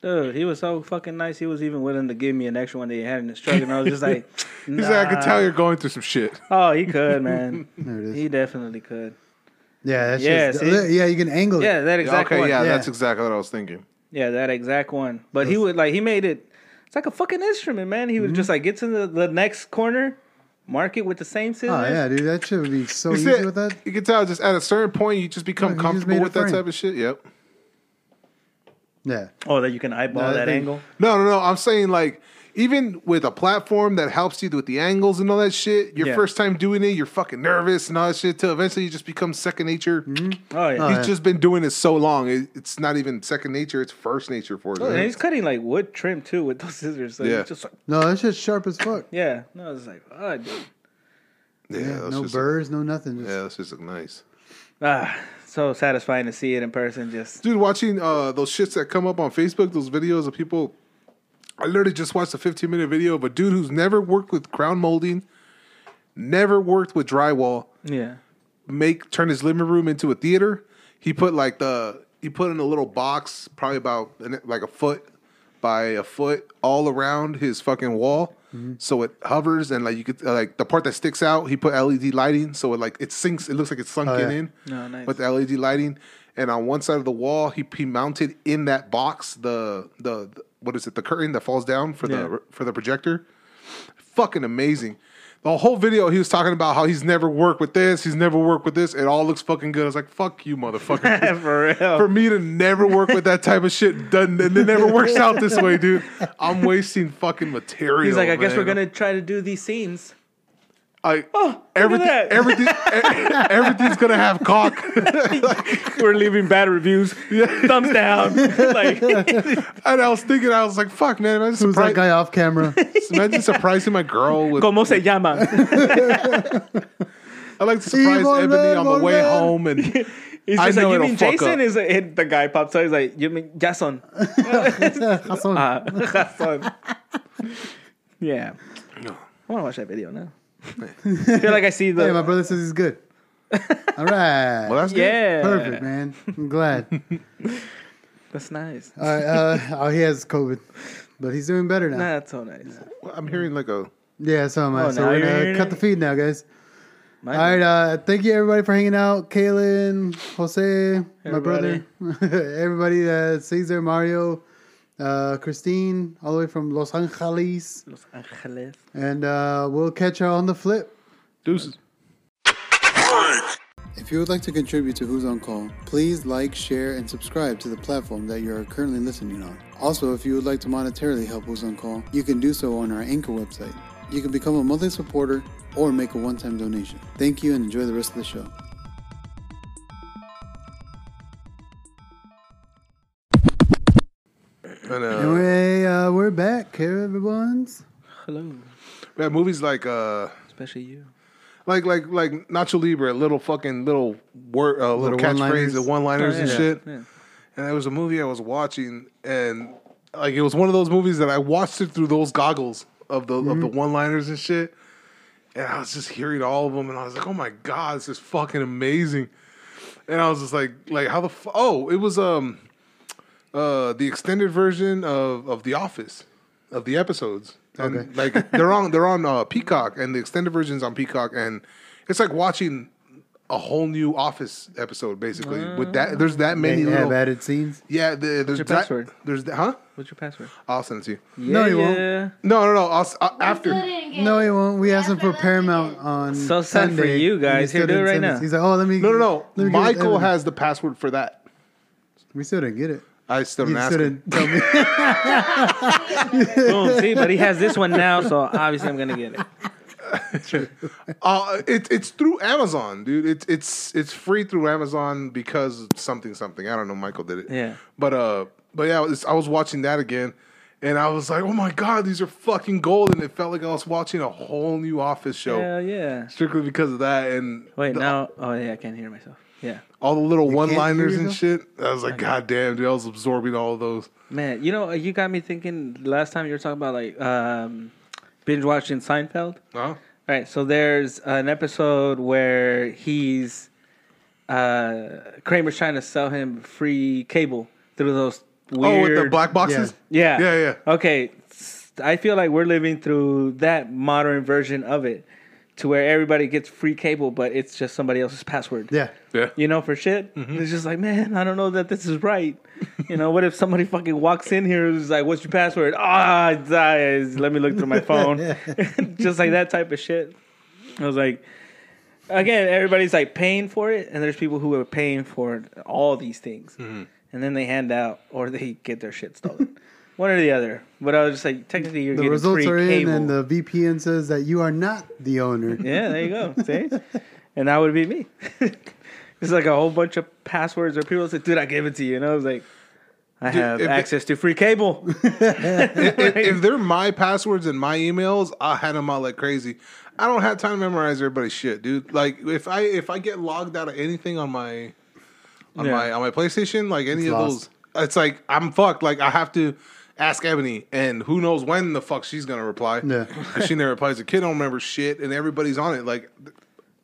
S1: Dude, he was so fucking nice. He was even willing to give me an extra one that he had in his truck, and I was just like,
S2: He's like, I
S1: "Nah."
S2: can tell you're going through some shit.
S1: Oh, he could, man.
S4: there it is.
S1: he definitely could.
S4: Yeah, that's
S1: Yeah,
S4: just,
S1: see?
S4: yeah. You can angle it.
S1: Yeah, that exact
S2: okay,
S1: one.
S2: yeah,
S1: Yeah.
S4: yeah.
S2: that's exactly what I was thinking.
S1: that exact one. But he would like he made it. It's like a fucking instrument, man. He would just like get to the, the next corner, mark it with the same scissors.
S4: Oh yeah, dude, that shit would be so
S2: You
S4: easy
S2: said-
S4: with that.
S2: You can tell just at a certain point you just become
S4: Yeah, you just
S2: comfortable
S4: made a
S2: with that
S4: frame.
S2: type of shit. Yep.
S4: Yeah,
S1: Oh, that you can eyeball
S4: No,
S1: that
S4: they-
S1: angle.
S2: No, no, no. I'm saying like even with a platform that helps you with the angles and all that shit, your
S1: Yeah.
S2: first time doing it, you're fucking nervous and all that shit till eventually you just become second nature.
S1: Oh yeah.
S4: Oh,
S2: He's
S4: yeah.
S2: just been doing it so long. It, it's not even second nature, it's first nature for him.
S1: and he's cutting like wood trim too with those scissors. So yeah.
S2: Yeah.
S1: He's just like,
S4: no, that shit's sharp as fuck.
S1: yeah. No, it's like, oh, dude.
S2: yeah,
S4: Yeah,
S2: that's
S4: no
S2: just,
S4: burrs, no nothing. Just,
S2: Yeah, that's just nice.
S1: Ah, so satisfying to see it in person. Just
S2: Dude, watching uh, those shits that come up on Facebook, those videos of people. I literally just watched a 15 minute video of a dude who's never worked with crown molding, never worked with drywall,
S1: yeah.
S2: make turn his living room into a theater. He put like the he put in a little box, probably about an, like a foot by a foot, all around his fucking wall, so it hovers and like you could like the part that sticks out. He put LED lighting, so it like it sinks. It looks like it's sunken
S4: yeah.
S2: in
S1: No, nice.
S2: with the LED lighting. And on one side of the wall, he, he mounted in that box the, the the- what is it the curtain that falls down for
S1: Yeah.
S2: the for the projector. Fucking amazing. The whole video, he was talking about how he's never worked with this, he's never worked with this. It all looks fucking good. I was like, fuck you, motherfucker.
S1: For real.
S2: For me to never work with that type of shit, done, and it never works out this way, dude. I'm wasting fucking material.
S1: He's like, I guess
S2: man.
S1: we're gonna try to do these scenes.
S2: I,
S1: Look
S2: everything,
S1: at that.
S2: everything, e- everything's gonna have cock.
S1: We're leaving bad reviews. Thumbs down. like,
S2: And I was thinking, I was like, fuck, man. Imagine,
S4: who's
S2: surpri-
S4: that guy off camera?
S2: imagine surprising my girl with.
S1: como se llama?
S2: I like to surprise
S4: Evil
S2: Ebony
S4: man,
S2: on the
S4: evil
S2: way
S4: man.
S2: home. And
S1: He's
S2: I
S1: just like,
S2: know
S1: you
S2: it'll
S1: mean
S2: fuck
S1: Jason?
S2: up.
S1: Is it, the guy pops out. He's like, you mean Jason?
S4: That's all.
S1: Uh, Jason. yeah. I want to watch that video now. I feel like I see the.
S4: hey, my brother says he's good. All right,
S2: well, that's good.
S1: yeah.
S4: perfect, man. I'm glad.
S1: That's nice.
S4: all right, uh, oh, he has COVID, but he's doing better now.
S1: Nah, that's so nice.
S2: Well, I'm hearing like a.
S4: Yeah, so am I.
S1: Oh,
S4: so
S1: now
S4: we're
S1: you're
S4: gonna
S1: hearing
S4: cut
S1: it?
S4: the feed now, guys.
S1: My
S4: All right, uh, thank you everybody for hanging out. Kalen, Jose, my
S1: Everybody.
S4: brother, everybody, uh, Cesar, Mario, uh, Christine, all the way from Los Angeles,
S1: Los Angeles.
S4: and uh, we'll catch you on the flip.
S2: Deuces.
S4: If you would like to contribute to Who's on Call, please like, share, and subscribe to the platform that you are currently listening on. Also, if you would like to monetarily help Who's on Call, you can do so on our Anchor website. You can become a monthly supporter or make a one time donation. Thank you and enjoy the rest of the show.
S2: I know.
S4: And we, uh, we're back here, everyone's.
S1: Hello,
S2: We have movies like uh,
S1: especially you.
S2: like like like Nacho Libre, little fucking little word, uh, little,
S4: Little
S2: catchphrase,
S4: one-liners.
S2: the one liners and
S1: yeah,
S2: shit.
S1: yeah.
S2: And there was a movie I was watching, and like it was one of those movies that I watched it through those goggles of the of the one liners and shit. And I was just hearing all of them, and I was like, "Oh my god, this is fucking amazing!" And I was just like, "Like how the f- oh, it was um uh the extended version of of The Office of the episodes. And,
S4: Okay.
S2: like they're on they're on uh, Peacock, and the extended version's on Peacock, and it's like watching a whole new Office episode basically. With that, there's that
S4: They
S2: many
S4: have
S2: little
S4: added scenes.
S2: yeah. The, there's
S1: your
S2: that,
S1: password?
S2: There's that, huh?
S1: What's your password?
S2: I'll send it to you.
S4: No, you won't.
S2: No, no, no. I'll, s- I- after.
S4: No, he won't. We asked him
S5: After
S4: for
S5: that
S4: Paramount
S5: weekend.
S4: on
S1: So sad for
S4: Sunday.
S1: you
S4: and he
S1: guys. Here,
S4: still
S1: do it
S4: didn't
S1: right
S4: send
S1: now.
S4: us. He's like, oh, let me.
S2: No, no,
S4: let
S2: no.
S4: me get it
S2: Michael
S4: edited."
S2: has the password for that.
S4: We still didn't get it.
S2: I still
S4: You
S2: didn't ask.
S4: still
S2: him.
S4: didn't tell me.
S1: Boom. Oh, See, but he has this one now, so obviously I'm gonna get it.
S2: Uh, it, it's through Amazon, dude. It's it's it's free through Amazon because something something. I don't know. Michael did it.
S1: Yeah.
S2: But uh, but yeah, it's, I was watching that again, and I was like, oh my god, these are fucking gold, and it felt like I was watching a whole new Office show.
S1: Hell yeah.
S2: Strictly because of that, and
S1: Wait,
S2: the-
S1: now. Oh yeah, I can't hear myself. Yeah.
S2: all the little
S4: can't
S2: one
S4: hear
S2: liners and
S4: yourself?
S2: shit. I was like, God damn, dude, I was absorbing all of those.
S1: Man, you know, you got me thinking. Last time you were talking about like um, binge watching Seinfeld.
S2: Huh?
S1: All right, so there's an episode where he's uh, Kramer's trying to sell him free cable through those
S2: Oh,
S1: weird.
S2: with the black boxes?
S1: Yeah,
S2: Yeah, yeah.
S1: Okay, s- I feel like we're living through that modern version of it, to where everybody gets free cable, but it's just somebody else's password.
S4: yeah.
S2: Yeah.
S1: You know, for shit,
S4: Mm-hmm.
S1: it's just like, man, I don't know that this is right. You know, what if somebody fucking walks in here who's like, "What's your password?" Ah, it's- ah, it's- let me look through my phone, just like that type of shit. I was like, again, everybody's like paying for it, and there's people who are paying for all these things,
S4: Mm-hmm.
S1: and then they hand out or they get their shit stolen, one or the other. But I was just like, technically, you're
S4: The
S1: getting
S4: results
S1: free
S4: are in,
S1: cable.
S4: and the VPN says that you are not the owner.
S1: Yeah, there you go. See? And that would be me. it's like a whole bunch of passwords where people say, dude, I gave it to you. And I was like, I have
S2: if-
S1: access to free cable.
S2: if, if they're my passwords and my emails, I'll hand them out like crazy. I don't have time to memorize everybody's shit, dude. Like if I if I get logged out of anything on my on
S1: Yeah.
S2: my on my PlayStation, like any
S4: It's
S2: of
S4: lost.
S2: those, it's like I'm fucked. Like I have to ask Ebony, and who knows when the fuck she's gonna reply?
S4: Yeah.
S2: 'Cause she never replies. The kid don't remember shit, and everybody's on it. Like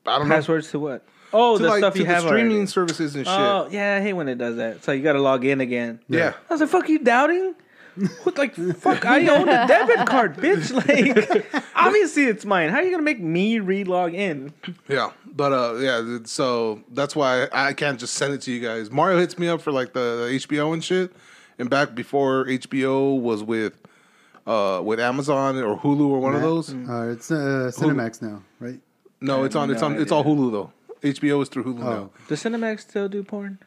S2: I don't know.
S1: passwords to what? Oh,
S2: To,
S1: the
S2: like,
S1: stuff
S2: to
S1: you
S2: the
S1: have
S2: streaming
S1: already.
S2: services and shit.
S1: Oh, yeah, I hate when it does that. So you got to log in again.
S2: yeah.
S1: I was like, fuck, you doubting? What, like, fuck, I own a debit card, bitch. Like, obviously it's mine. How are you going to make me re-log in?
S2: Yeah, but uh, yeah, th- so that's why I can't just send it to you guys. Mario hits me up for like the, the HBO and shit, and back before HBO was with, uh, with Amazon or Hulu or one of those.
S4: Uh, it's uh, Cinemax now, right?
S2: No, it's on, it's
S1: Mm. no
S2: on, it's all
S1: idea. Oh.
S2: Hulu though. HBO is through Hulu now.
S1: Does Cinemax still do porn?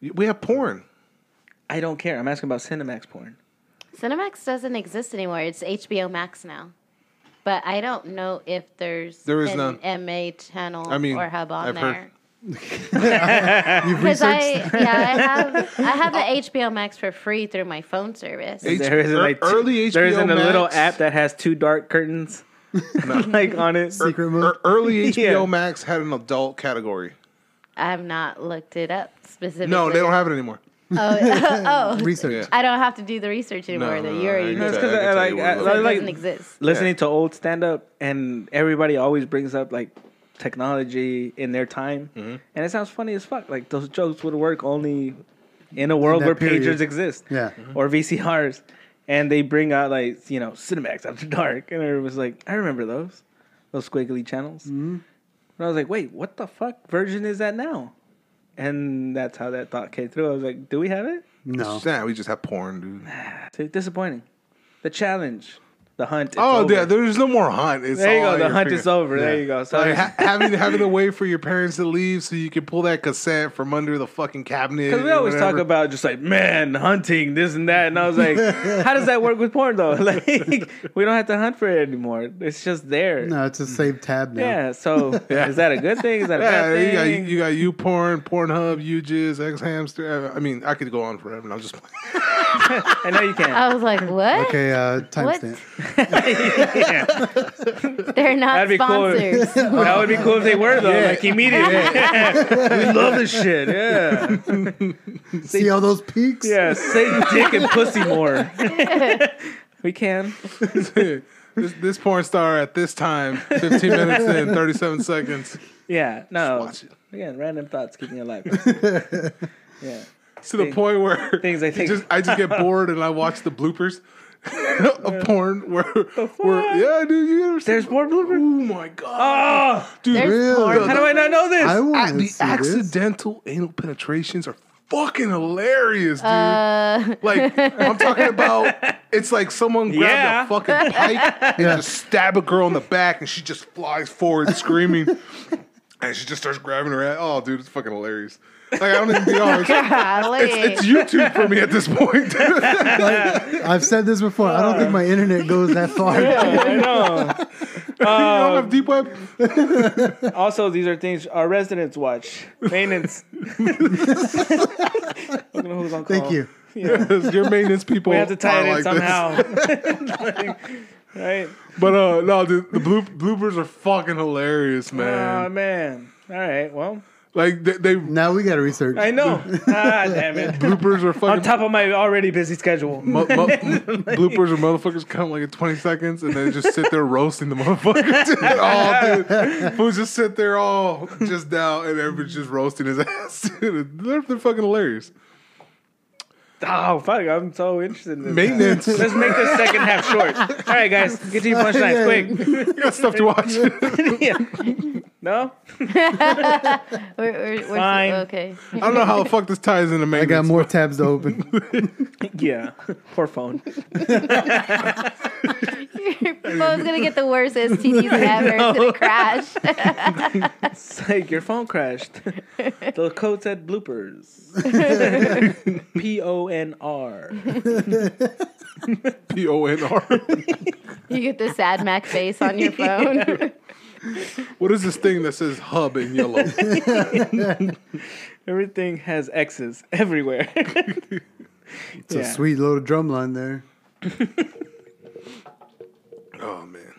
S2: We have porn.
S1: I don't care. I'm asking about Cinemax porn.
S5: Cinemax doesn't exist anymore. It's HBO Max now. But I don't know if there's
S2: There is
S5: an MA channel
S2: I mean,
S5: or hub on
S2: I've
S5: there.
S2: heard.
S5: Because I yeah, I have I have the HBO Max for free through my phone service.
S2: H-
S1: There isn't
S2: ear-
S1: like two-
S2: early
S1: There
S2: HBO
S1: isn't a little
S2: Max.
S1: app that has two dark curtains like on it.
S4: Secret mode.
S2: Ear- early HBO
S1: Yeah.
S2: Max had an adult category.
S5: I've not looked it up specifically.
S2: No, they don't have it anymore.
S4: Research.
S5: I don't have to do the research anymore. that
S2: no,
S5: you
S2: I
S5: already
S2: can
S5: did.
S1: That's
S5: It
S2: tell-
S1: 'cause
S2: I
S1: I
S2: can
S1: like-
S2: tell you
S1: I- I
S2: what it was.
S5: doesn't
S1: like-
S5: exist.
S1: Listening to old stand up and everybody always brings up like technology in their time. And it sounds funny as fuck. Like those jokes would work only in a world
S4: that
S1: where
S4: period.
S1: pagers exist.
S4: Yeah.
S1: Or VCRs. And they bring out like, you know, Cinemax after dark. And it was like, I remember those. Those squiggly channels.
S4: Mm-hmm.
S1: mm And I was like, wait, what the fuck version is that now? And that's how that thought came through. I was like, do we have it?
S4: No.
S2: Nah, we just have porn, dude.
S1: So disappointing. The challenge The hunt. It's
S2: Oh,
S1: over.
S2: yeah. There's no more hunt. It's
S1: There you go.
S2: all at
S1: The
S2: your
S1: hunt
S2: finger-
S1: is over. There
S4: Yeah.
S1: you go. So
S2: Like, ha- having having to wait for your parents to leave so you can pull that cassette from under the fucking cabinet.
S1: Because we
S2: and
S1: always
S2: whatever.
S1: talk about just like man hunting this and that, and I was like, how does that work with porn though? Like we don't have to hunt for it anymore. It's just there.
S4: No, it's a save tab now.
S1: Yeah. So
S2: Yeah.
S1: is that a good thing? Is that a
S2: Yeah,
S1: bad
S2: you got
S1: thing?
S2: you got you porn, Pornhub, you jizz, X Hamster. I mean, I could go on forever. And I'm just playing.
S1: I know you
S7: Um,
S1: can't.
S5: I was like, what?
S4: Okay, uh,
S5: What?
S4: timestamp.
S1: Yeah.
S5: They're not
S1: That'd be cool.
S5: sponsors.
S1: That would be cool if they were though. Like immediately. we love this shit. Yeah.
S4: See all those peaks?
S1: Yeah. Say dick and pussy more. we can.
S2: this, this porn star at this time, 15 minutes and 37 seconds.
S1: Yeah. No.
S2: Watch it.
S1: Again, random thoughts keeping you alive. yeah.
S2: To the point where
S1: Things I
S2: you
S1: think
S2: just, I just get bored and I watch the bloopers of porn where, where yeah, dude, you ever see-
S1: There's more
S2: Oh
S1: bloopers.
S2: my god,
S1: Oh,
S2: dude,
S5: There's
S4: Really?
S5: porn.
S1: how do I not know this?
S4: I
S2: a-
S4: want
S2: the
S4: to see this.
S2: accidental anal penetrations are fucking hilarious, dude.
S5: Uh,
S2: Like I'm talking about, it's like someone grabbed
S1: Yeah.
S2: a fucking pipe and just stab a girl in the back, and she just flies forward screaming, and she just starts grabbing her ass. Oh, dude, it's fucking hilarious. Like I don't even be honest.
S5: golly.
S2: It's, it's YouTube for me at this point.
S4: I've said this before. I don't think
S1: Oh.
S4: my internet goes that far.
S1: I know.
S2: you
S1: Oh.
S2: don't have deep web.
S1: Also, these are things our residents watch. Maintenance. Look at who's on call.
S4: Thank you.
S2: Your maintenance people.
S1: We have to tie
S2: are
S1: it in
S2: like this.
S1: somehow. Like, right?
S2: But uh, no, dude, the bloop, bloopers are fucking hilarious, man.
S1: Oh man. All right. Well,
S2: like they, they
S4: Now we got to research.
S1: I know. ah, damn it.
S2: bloopers are
S1: On
S2: fucking.
S1: top of my already busy schedule.
S2: Mo- mo- bloopers or motherfuckers come like in 20 seconds and then just sit there roasting the motherfucker. dude. oh, dude. Who just sit there all just down and everybody's just roasting his ass. Dude, they're, they're fucking hilarious.
S1: Oh fuck! I'm so interested in this.
S2: Maintenance.
S1: Let's make this second half short. All right, guys, get to your punchlines quick.
S2: you got stuff to watch.
S1: Yeah. No,
S5: We're- we're- we're-
S1: Fine.
S5: Okay.
S2: I don't know how the fuck this ties
S4: I
S2: into
S4: got
S2: maintenance.
S4: more tabs to open.
S1: yeah, poor phone.
S5: Your phone's gonna get the worst STDs ever. It's gonna crash.
S1: It's like your phone crashed. the code said bloopers. P O N R.
S2: P O N R.
S5: you get the sad Mac face on your phone.
S2: What is this thing that says hub in yellow?
S1: Everything has X's everywhere.
S4: It's
S1: Yeah.
S4: a sweet little drum line there.
S2: oh, man.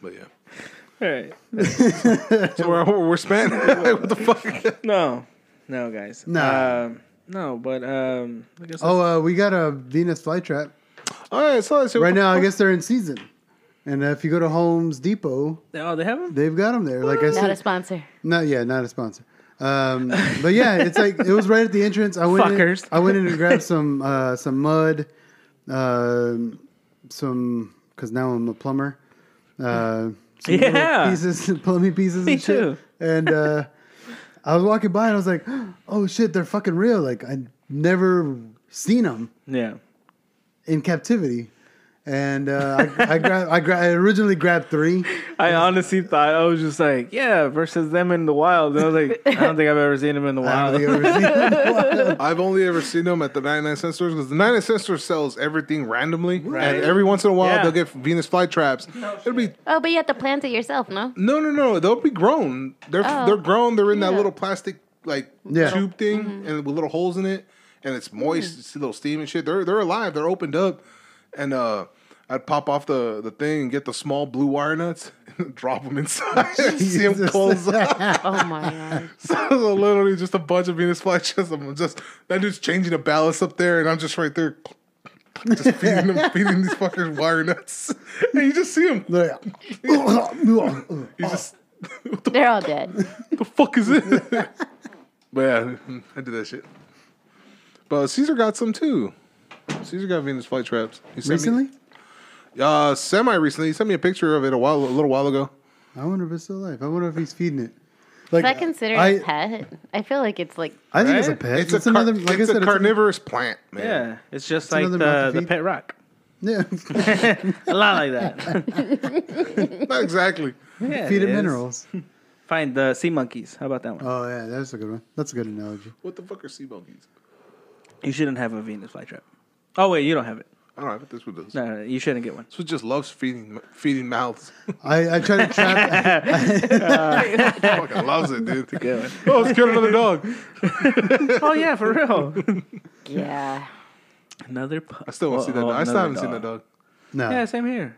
S2: But yeah.
S1: All right.
S2: So we're, we're spent. Like, what the fuck?
S1: No, no, guys.
S4: Nah.
S1: Um, no, but um, I guess
S4: Oh, uh, we got a Venus flytrap.
S2: All right, so let's
S4: Right now, I guess they're in season. And if you go to Homes Depot,
S1: they- oh, they have them.
S4: they've got them there. Like I
S5: Not a
S4: said,
S5: sponsor.
S4: not yeah, not a sponsor. Um, but yeah, it's like it was right at the entrance. I went. In,
S1: Fuckers.
S4: I went in and grabbed some uh, some mud, um some because now I'm a plumber. Uh, some little
S1: Yeah.
S4: pieces, plumbing pieces.
S1: Me
S4: and shit.
S1: too.
S4: And uh, I was walking by and I was like, "Oh shit, they're fucking real!" Like I never seen them
S1: Yeah.
S4: in captivity. And uh, I, I, gra- I, gra- I originally grabbed three.
S1: I honestly thought I was just like, yeah, versus them in the wild. And I was like, I don't think I've ever seen them in the
S4: I
S1: wild.
S4: don't think I've ever seen
S2: I've only ever seen them at the 99 cent stores because the 99 cent store sells everything randomly. And every once in a while,
S1: Yeah.
S2: they'll get Venus flytraps. It'll be
S5: Oh, but you have to plant it yourself, no?
S2: no, no, no. They'll be grown. They're
S5: Oh.
S2: they're grown. They're in that
S5: Yeah. Mm-hmm.
S2: little plastic like
S4: Yeah.
S2: tube thing and with little holes in it, and it's moist.
S5: Mm.
S2: It's a little steam and shit. They're they're alive. They're opened up, and uh, I'd pop off the the thing and get the small blue wire nuts, and drop them inside, and see them
S4: Jesus.
S2: close up.
S5: Oh my god.
S2: So it was literally just a bunch of Venus flytraps. I'm just that dude's changing the ballast up there, and I'm just right there, just feeding them, feeding these fuckers wire nuts. And you just see him.
S4: them.
S2: You just what the,
S5: They're all dead.
S2: the fuck is it? but yeah, I did that shit. But Caesar got some too. Caesar got Venus flytraps. He sent me-
S4: Recently?
S2: uh, semi recently. He sent me a picture of it a while, a little while ago.
S4: I wonder if it's still alive. I wonder if he's feeding it. Like,
S5: Is that considered
S4: I,
S5: a pet? I feel like it's like
S4: I think it's a
S1: right?
S4: pet.
S2: It's, a, car-
S4: another, like
S2: it's
S4: I said,
S2: a carnivorous plant, man.
S1: yeah, it's just like uh,
S4: another mouth
S1: the,
S4: to
S1: the
S4: feed.
S1: pet rock.
S4: It's Yeah.
S1: a lot like that.
S2: Not exactly.
S1: Yeah,
S4: Feed
S1: it
S4: him
S1: is.
S4: minerals.
S1: Find the sea monkeys. How about that one?
S4: Oh yeah, that's a good one. That's a good analogy.
S2: What the fuck are sea monkeys?
S1: You shouldn't have a Venus flytrap. Oh wait, you don't have it.
S2: I don't know. I bet this one does.
S1: No, no, no, you shouldn't get one.
S2: This one just loves feeding feeding mouths.
S4: I, I try to trap.
S2: Fucking loves it, dude. Oh, let's kill another dog.
S1: oh yeah, for real.
S7: Yeah.
S1: another. Pu-
S2: I still want to see that.
S1: Oh,
S2: dog. I still
S1: another
S2: haven't seen that dog.
S4: no,
S1: Yeah, same here.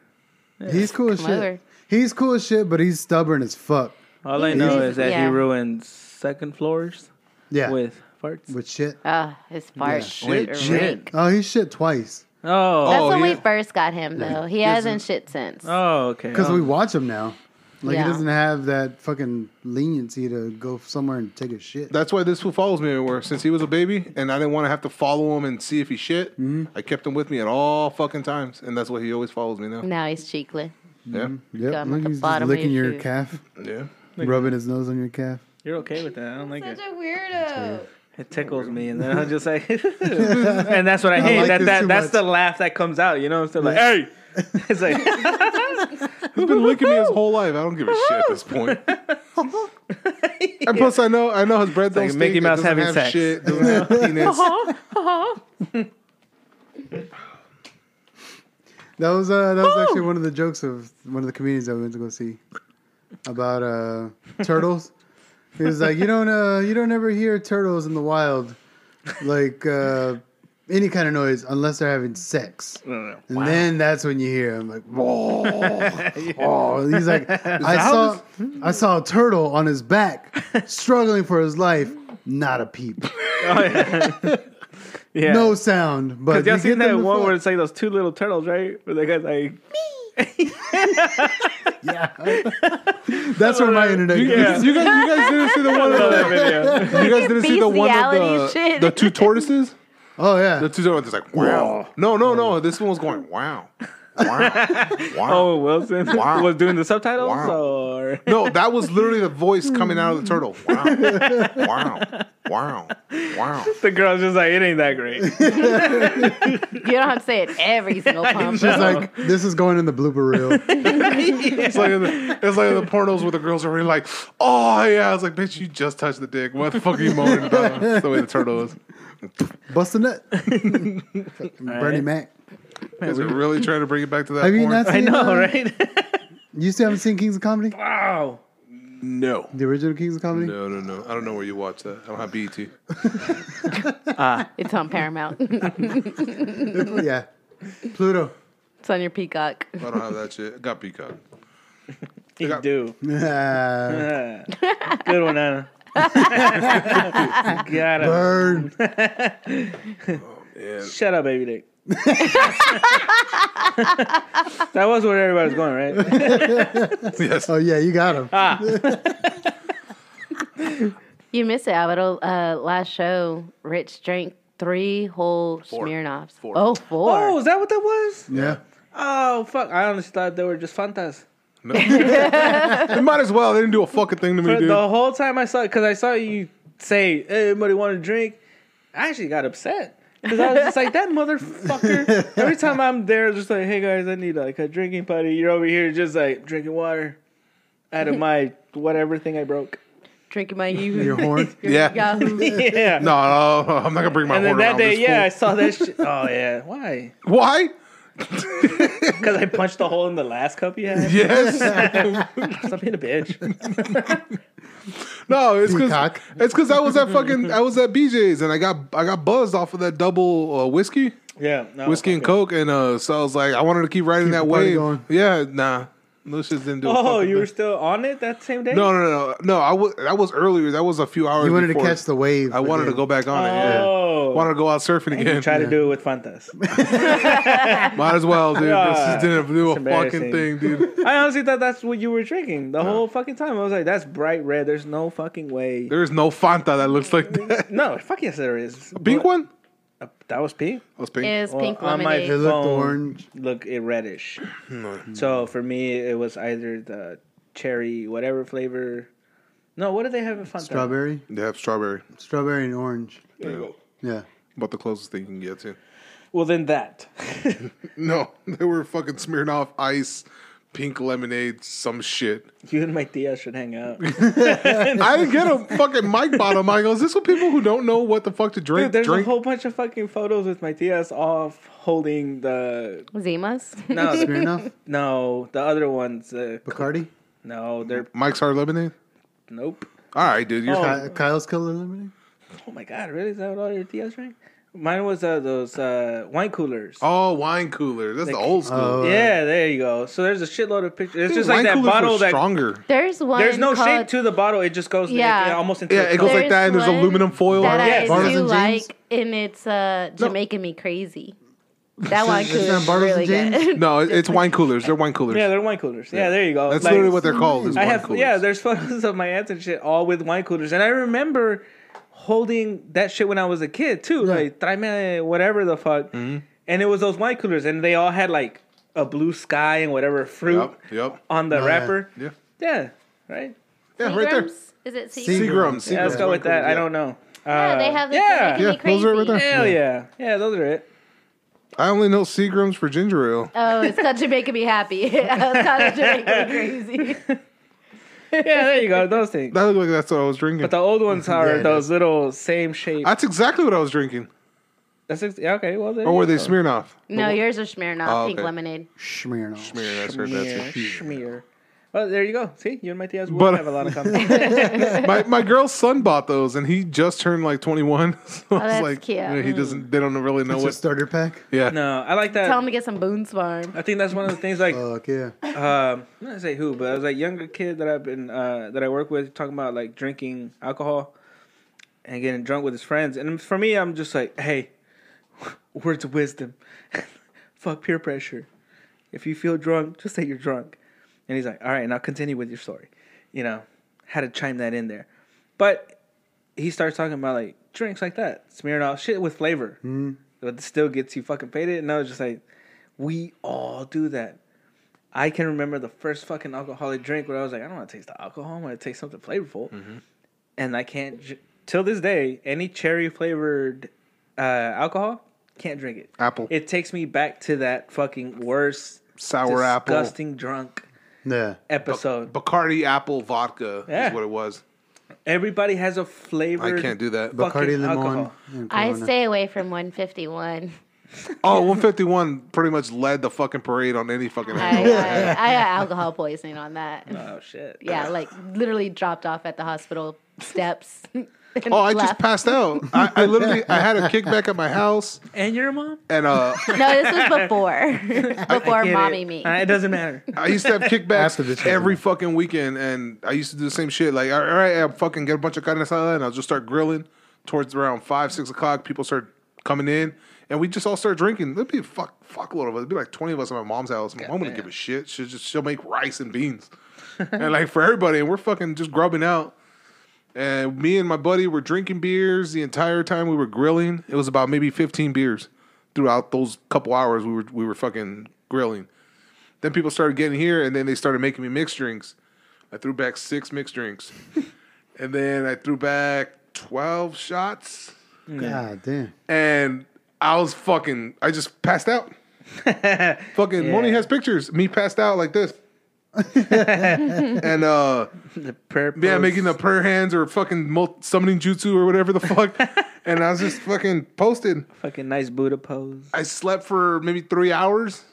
S4: he's cool as
S7: Come
S4: shit.
S7: over.
S4: He's cool as shit, but he's stubborn as fuck.
S1: All I know
S7: Yeah.
S1: is that
S7: Yeah.
S1: he ruined second floors
S4: Yeah, with,
S1: with farts.
S4: shit.
S7: Uh, his fart.
S1: Wait,
S7: Or
S1: shit.
S7: reek.
S4: Oh, he's shit twice
S1: Oh,
S7: That's
S2: Oh,
S7: when we
S2: yeah.
S7: first got him, though. He hasn't shit since.
S1: oh, okay.
S4: because
S1: oh.
S4: we watch him now. Like
S7: Yeah.
S4: he doesn't have that fucking leniency to go somewhere and take a shit.
S2: That's why this fool follows me everywhere since he was a baby, and I didn't want to have to follow him and see if he shit.
S1: Mm-hmm.
S2: I kept him with me at all fucking times, and that's why he always follows me now.
S7: Now he's cheekly.
S2: Yeah,
S1: Mm-hmm.
S4: Yep,
S7: Got him
S4: look,
S7: at the
S4: he's just
S7: bottom of
S4: licking
S7: your
S4: your
S7: shoe.
S4: calf,
S2: yeah.
S4: rubbing his nose on your calf.
S1: You're okay with that? I don't like
S5: Such
S1: it.
S5: a weirdo.
S1: It tickles me, and then I'm just like, and that's what I hate.
S4: like
S1: that
S4: this too
S1: that that's
S4: much.
S1: the laugh that comes out. You know, I'm still like, hey, it's like
S2: He's been licking me his whole life. I don't give a shit at this point. And plus, I know I know his breath
S1: like
S2: don't
S1: Mickey
S2: stink, it
S1: Mouse
S2: doesn't
S1: having
S2: have
S1: sex.
S2: Shit, doesn't have penis.
S7: Uh-huh.
S4: That was uh, that was actually one of the jokes of one of the comedians that we went to go see about uh, turtles. He was like, "You don't uh, you don't ever hear turtles in the wild, like uh, any kind of noise, unless they're having sex, and then that's when you hear." I'm like, "Whoa!" oh. He's like, "I saw I saw a turtle on his back, struggling for his life." Not a peep,
S1: yeah.
S4: no sound. But
S1: Cause y'all
S4: you
S1: seen
S4: get them
S1: that
S4: to
S1: one
S4: fuck.
S1: where it's like those two little turtles, right? Where the guy's like,
S4: that's where my internet.
S2: You,
S4: goes.
S1: Yeah.
S2: guys, you guys, you guys didn't see the one. Of
S1: "Oh, that
S2: the,
S1: video."
S2: you guys didn't see the one of
S7: Bestiality
S2: the,
S7: shit.
S2: the two tortoises.
S4: Oh yeah,
S2: The two tortoises like wow. No, no, no. This one was going wow, wow, wow.
S1: Oh, Wilson
S2: Wow.
S1: was doing the subtitles,
S2: Wow.
S1: or
S2: No, that was literally the voice coming out of the turtle. Wow, wow, wow, wow.
S1: the girl's just like, it ain't that great.
S7: You don't have to say it every single pump.
S4: She's like, this is going in the blooper reel.
S2: It's like in the, it's like in the pornos where the girls are really like, oh yeah. I was like, bitch, you just touched the dick. What the fuck are you moaning about? That's the way the turtle is.
S4: Bust a nut. Bernie Mac.
S2: You guys are really trying to bring it back to that.
S4: Have you
S2: porn?
S4: not seen
S1: I know,
S4: uh,
S1: right?
S4: You still haven't seen Kings of Comedy?
S1: wow.
S2: No.
S4: The original Kings of Comedy?
S2: No, no, no. I don't know where you watch that. I don't have BET.
S7: It's on Paramount.
S4: Yeah. Pluto.
S7: it's on your Peacock.
S2: I don't have that shit. I got E Peacock.
S1: You
S2: got-
S1: do.
S4: Ah,
S1: Uh, good one, Anna. Got him.
S4: Burn.
S2: Yeah.
S1: Shut up, baby dick. that was where everybody was going, right?
S2: Yes.
S4: Oh yeah, you got him.
S7: You missed it, Alvaro. Uh, last show, Rich drank three whole Smirnoffs.
S2: Four.
S7: Oh, four.
S1: Oh, is that what that was?
S4: Yeah.
S1: Oh, fuck. I honestly thought they were just Fantas.
S2: No. they might as well. They didn't do a fucking thing to me,
S1: But
S2: dude.
S1: the whole time I saw because I saw you say, hey, anybody want a drink? I actually got upset. Because I was just like, that motherfucker. Every time I'm there, just like, hey guys, I need like a drinking buddy. You're over here just like drinking water out of my whatever thing I broke.
S7: Drinking my Yoo-hoo.
S4: Your horn.
S2: Yeah.
S7: Yahoo.
S1: Yeah.
S2: No, no, no, I'm not gonna bring my
S1: And then
S2: horn
S1: that
S2: around
S1: day,
S2: this
S1: yeah, I saw that shit. Oh, yeah. Why?
S2: fool. Why?
S1: Because I punched a hole in the last cup you had?
S2: Yes.
S1: Stop being a bitch.
S2: No, it's because
S4: Peacock.
S2: it's because I was at fucking I was at BJ's and I got I got buzzed off of that double uh, whiskey,
S1: Yeah. No,
S2: whiskey and
S1: fuck
S2: coke, and uh, so I was like, I wanted to keep riding that
S4: the party
S2: wave.
S4: going.
S2: Yeah, nah, those shits didn't do.
S1: it.
S2: a
S1: Oh,
S2: fucking
S1: you were
S2: thing.
S1: still on it that same day?
S2: No, no, no, no. I was that was earlier. That was a few hours.
S4: You wanted to
S2: before.
S4: catch the wave.
S2: I wanted to go back on it. Yeah.
S1: Oh.
S2: Wanted to go out surfing
S1: You
S2: again.
S1: try to do it with Fantas.
S2: Might as well, dude.
S1: Yeah.
S2: This didn't do a
S1: It's
S2: fucking
S1: embarrassing.
S2: thing, dude.
S1: I honestly thought that's what you were drinking the whole fucking time. I was like, that's bright red. There's no fucking way.
S2: There is no Fanta that looks like that.
S1: No, fuck yes, there is.
S2: Pink
S1: But-
S2: one?
S1: Uh, that was pink.
S2: That was pink.
S7: Is
S1: Well,
S7: pink
S1: on my
S7: lemonade.
S4: It looked
S1: Phone.
S4: orange.
S1: Look, it reddish. so for me, it was either the cherry, whatever flavor. No, what do they have in Fanta?
S4: Strawberry.
S2: They have strawberry.
S4: Strawberry and orange.
S2: There you go.
S4: Yeah.
S2: About the closest thing you can get to.
S1: Well, then that.
S2: No, they were fucking smearing off ice, pink lemonade, some shit.
S1: You and my tia should hang out.
S2: I didn't get a fucking mic bottom. I go, is this what people who don't know what the fuck to drink
S1: Dude, there's
S2: drink?
S1: a whole bunch of fucking photos with my tias off holding the
S7: Zimas.
S1: no, the,
S4: Smirnoff,
S1: no, the other ones. Uh,
S4: Bacardi,
S1: no, they're
S2: Mike's hard lemonade.
S1: nope.
S2: All right, dude, you're
S1: Oh.
S2: fine.
S4: Ky- Kyle's color lemonade.
S1: Oh my god, really? Is that what all your tias drank? Mine was uh, those uh, wine coolers.
S2: Oh, wine cooler. That's the
S1: Like-
S2: old school.
S4: Oh,
S1: Yeah, there you go. So there's a shitload of pictures. It's just like
S2: wine
S1: that
S2: coolers
S1: bottle
S2: were
S1: that
S2: stronger.
S7: There's one.
S1: there's no
S7: called,
S1: shape to the bottle. It just goes
S7: Yeah.
S1: yeah. almost into
S2: Yeah,
S1: a
S2: it goes
S1: cup.
S2: like that, and there's
S7: one
S2: aluminum foil.
S7: that
S1: Yes.
S7: I
S4: Bartles
S7: do
S4: and James?
S7: like, and it's uh, Jamaican Me Crazy. That
S4: Is-
S7: one
S4: is
S7: could
S4: that Bartles
S7: really
S4: and
S7: good.
S2: No, it- it's wine coolers. They're wine coolers.
S1: yeah, they're wine coolers. Yeah, there you go.
S2: That's
S1: Like,
S2: literally what they're called. Is
S1: I
S2: wine
S1: have
S2: coolers.
S1: yeah, there's photos of my aunts and shit all with wine coolers. And I remember holding that shit when I was a kid too.
S4: Yeah.
S1: Like tráeme whatever the fuck.
S2: Mm-hmm.
S1: And it was those wine coolers and they all had like a blue sky and whatever fruit
S2: Yep. Yep.
S1: on the
S4: Yeah.
S1: wrapper.
S2: Yeah.
S1: Yeah, right?
S2: Yeah. Right there.
S7: Seagram's? Is it Seagrams?
S2: Seagrams.
S4: Yeah,
S1: Yeah, let's
S2: Seagrams
S1: go
S2: wine
S1: with that.
S2: coolers,
S1: I
S2: yeah.
S1: don't know.
S7: Yeah,
S1: Uh,
S7: they have the
S1: yeah.
S7: Jamaican
S2: Yeah,
S7: Me
S2: those are right
S7: Crazy.
S2: there.
S1: Hell yeah. Yeah, those are it.
S2: I only know Seagrams for ginger ale.
S7: Oh, it's called Jamaica Me Happy. it's called Jamaica Me Crazy.
S1: Yeah, there you go. Those things.
S2: That looked like that's what I was drinking.
S1: But the old ones are
S4: it
S1: those
S4: is.
S1: little same shape.
S2: that's exactly what I was drinking.
S1: That's ex- yeah, okay. Well, there
S2: Or
S1: you
S2: were they
S1: go.
S2: Smirnoff?
S7: No, yours are Smirnoff
S2: Oh,
S7: Pink
S2: okay.
S7: Lemonade.
S4: Smirnoff.
S2: Smear, that's her- that's her-
S1: Schmear, schmear. Well, there you go. See, you and my tias will
S2: But-
S1: have a lot of content.
S2: my my girl's son bought those, and he just turned like 21. So I was
S7: Oh, that's
S2: like,
S7: cute. Mm.
S2: you know, he doesn't. They don't really know
S4: It's a
S2: what.
S4: starter pack.
S2: Yeah.
S1: no, I like
S7: Tell
S1: that.
S7: him to get some Boone's Farm.
S1: I think that's one of the things. Like,
S2: Uh.
S1: um,
S4: Fuck yeah.
S1: I'm not gonna say who, but I was like younger kid that I've been uh, that I work with talking about like drinking alcohol and getting drunk with his friends. And for me, I'm just like, hey, words of wisdom. Fuck peer pressure. If you feel drunk, just say you're drunk. And he's like, all right, now continue with your story. You know, how to chime that in there. But he starts talking about like drinks like that, smearing off shit with flavor, mm. but still gets you fucking faded. And I was just like, we all do that. I can remember the first fucking alcoholic drink where I was like, I don't want to taste the alcohol. I want to taste something flavorful. And I can't, j- till this day, any cherry flavored uh, alcohol, can't drink it.
S2: Apple.
S1: It takes me back to that fucking worst
S2: Sour apple.
S1: disgusting drunk
S4: Yeah.
S1: episode.
S2: Bacardi apple vodka
S1: Yeah.
S2: is what it was.
S1: Everybody has a flavor.
S2: I can't do that.
S1: Fuck.
S4: Bacardi
S1: Fucking
S4: Limon.
S1: alcohol.
S4: and
S7: I
S4: Corona.
S7: stay away from 151.
S2: Oh, 151 pretty much led the fucking parade on any fucking.
S7: I, uh,
S2: hangover.
S7: I, I got alcohol poisoning on that.
S1: Oh shit.
S7: Yeah, like literally dropped off at the hospital steps. and
S2: Oh, I just
S7: left.
S2: passed out. I, I literally I had a kickback at my house,
S1: And your mom?
S2: and uh,
S7: No, this was before. before
S1: Get
S7: mommy
S1: it.
S7: me.
S1: Uh, It doesn't matter.
S2: I used to have
S4: After the
S2: kickbacks
S4: chicken.
S2: every fucking weekend, and I used to do the same shit. Like, all right, I'll fucking get a bunch of carne asada, and I'll just start grilling. Towards around five, six o'clock, people start coming in, and we just all start drinking. There'd be a fuck fuckload of us. There'd be like twenty of us at my mom's house. My mom wouldn't give a shit. She just she'll make rice and beans, and like for everybody, and we're fucking just grubbing out. And me and my buddy were drinking beers the entire time we were grilling. It was about maybe fifteen beers throughout those couple hours we were we were fucking grilling. Then people started getting here, and then they started making me mixed drinks. I threw back six mixed drinks, and then I threw back twelve shots,
S4: God damn.
S2: and I was fucking. I just passed out. fucking Moni has pictures. Me passed out like this, and uh,
S1: The prayer
S2: yeah,
S1: pose.
S2: making the prayer hands or fucking mul- summoning jutsu or whatever the fuck. and I was just fucking posted.
S1: fucking nice Buddha pose.
S2: I slept for maybe three hours.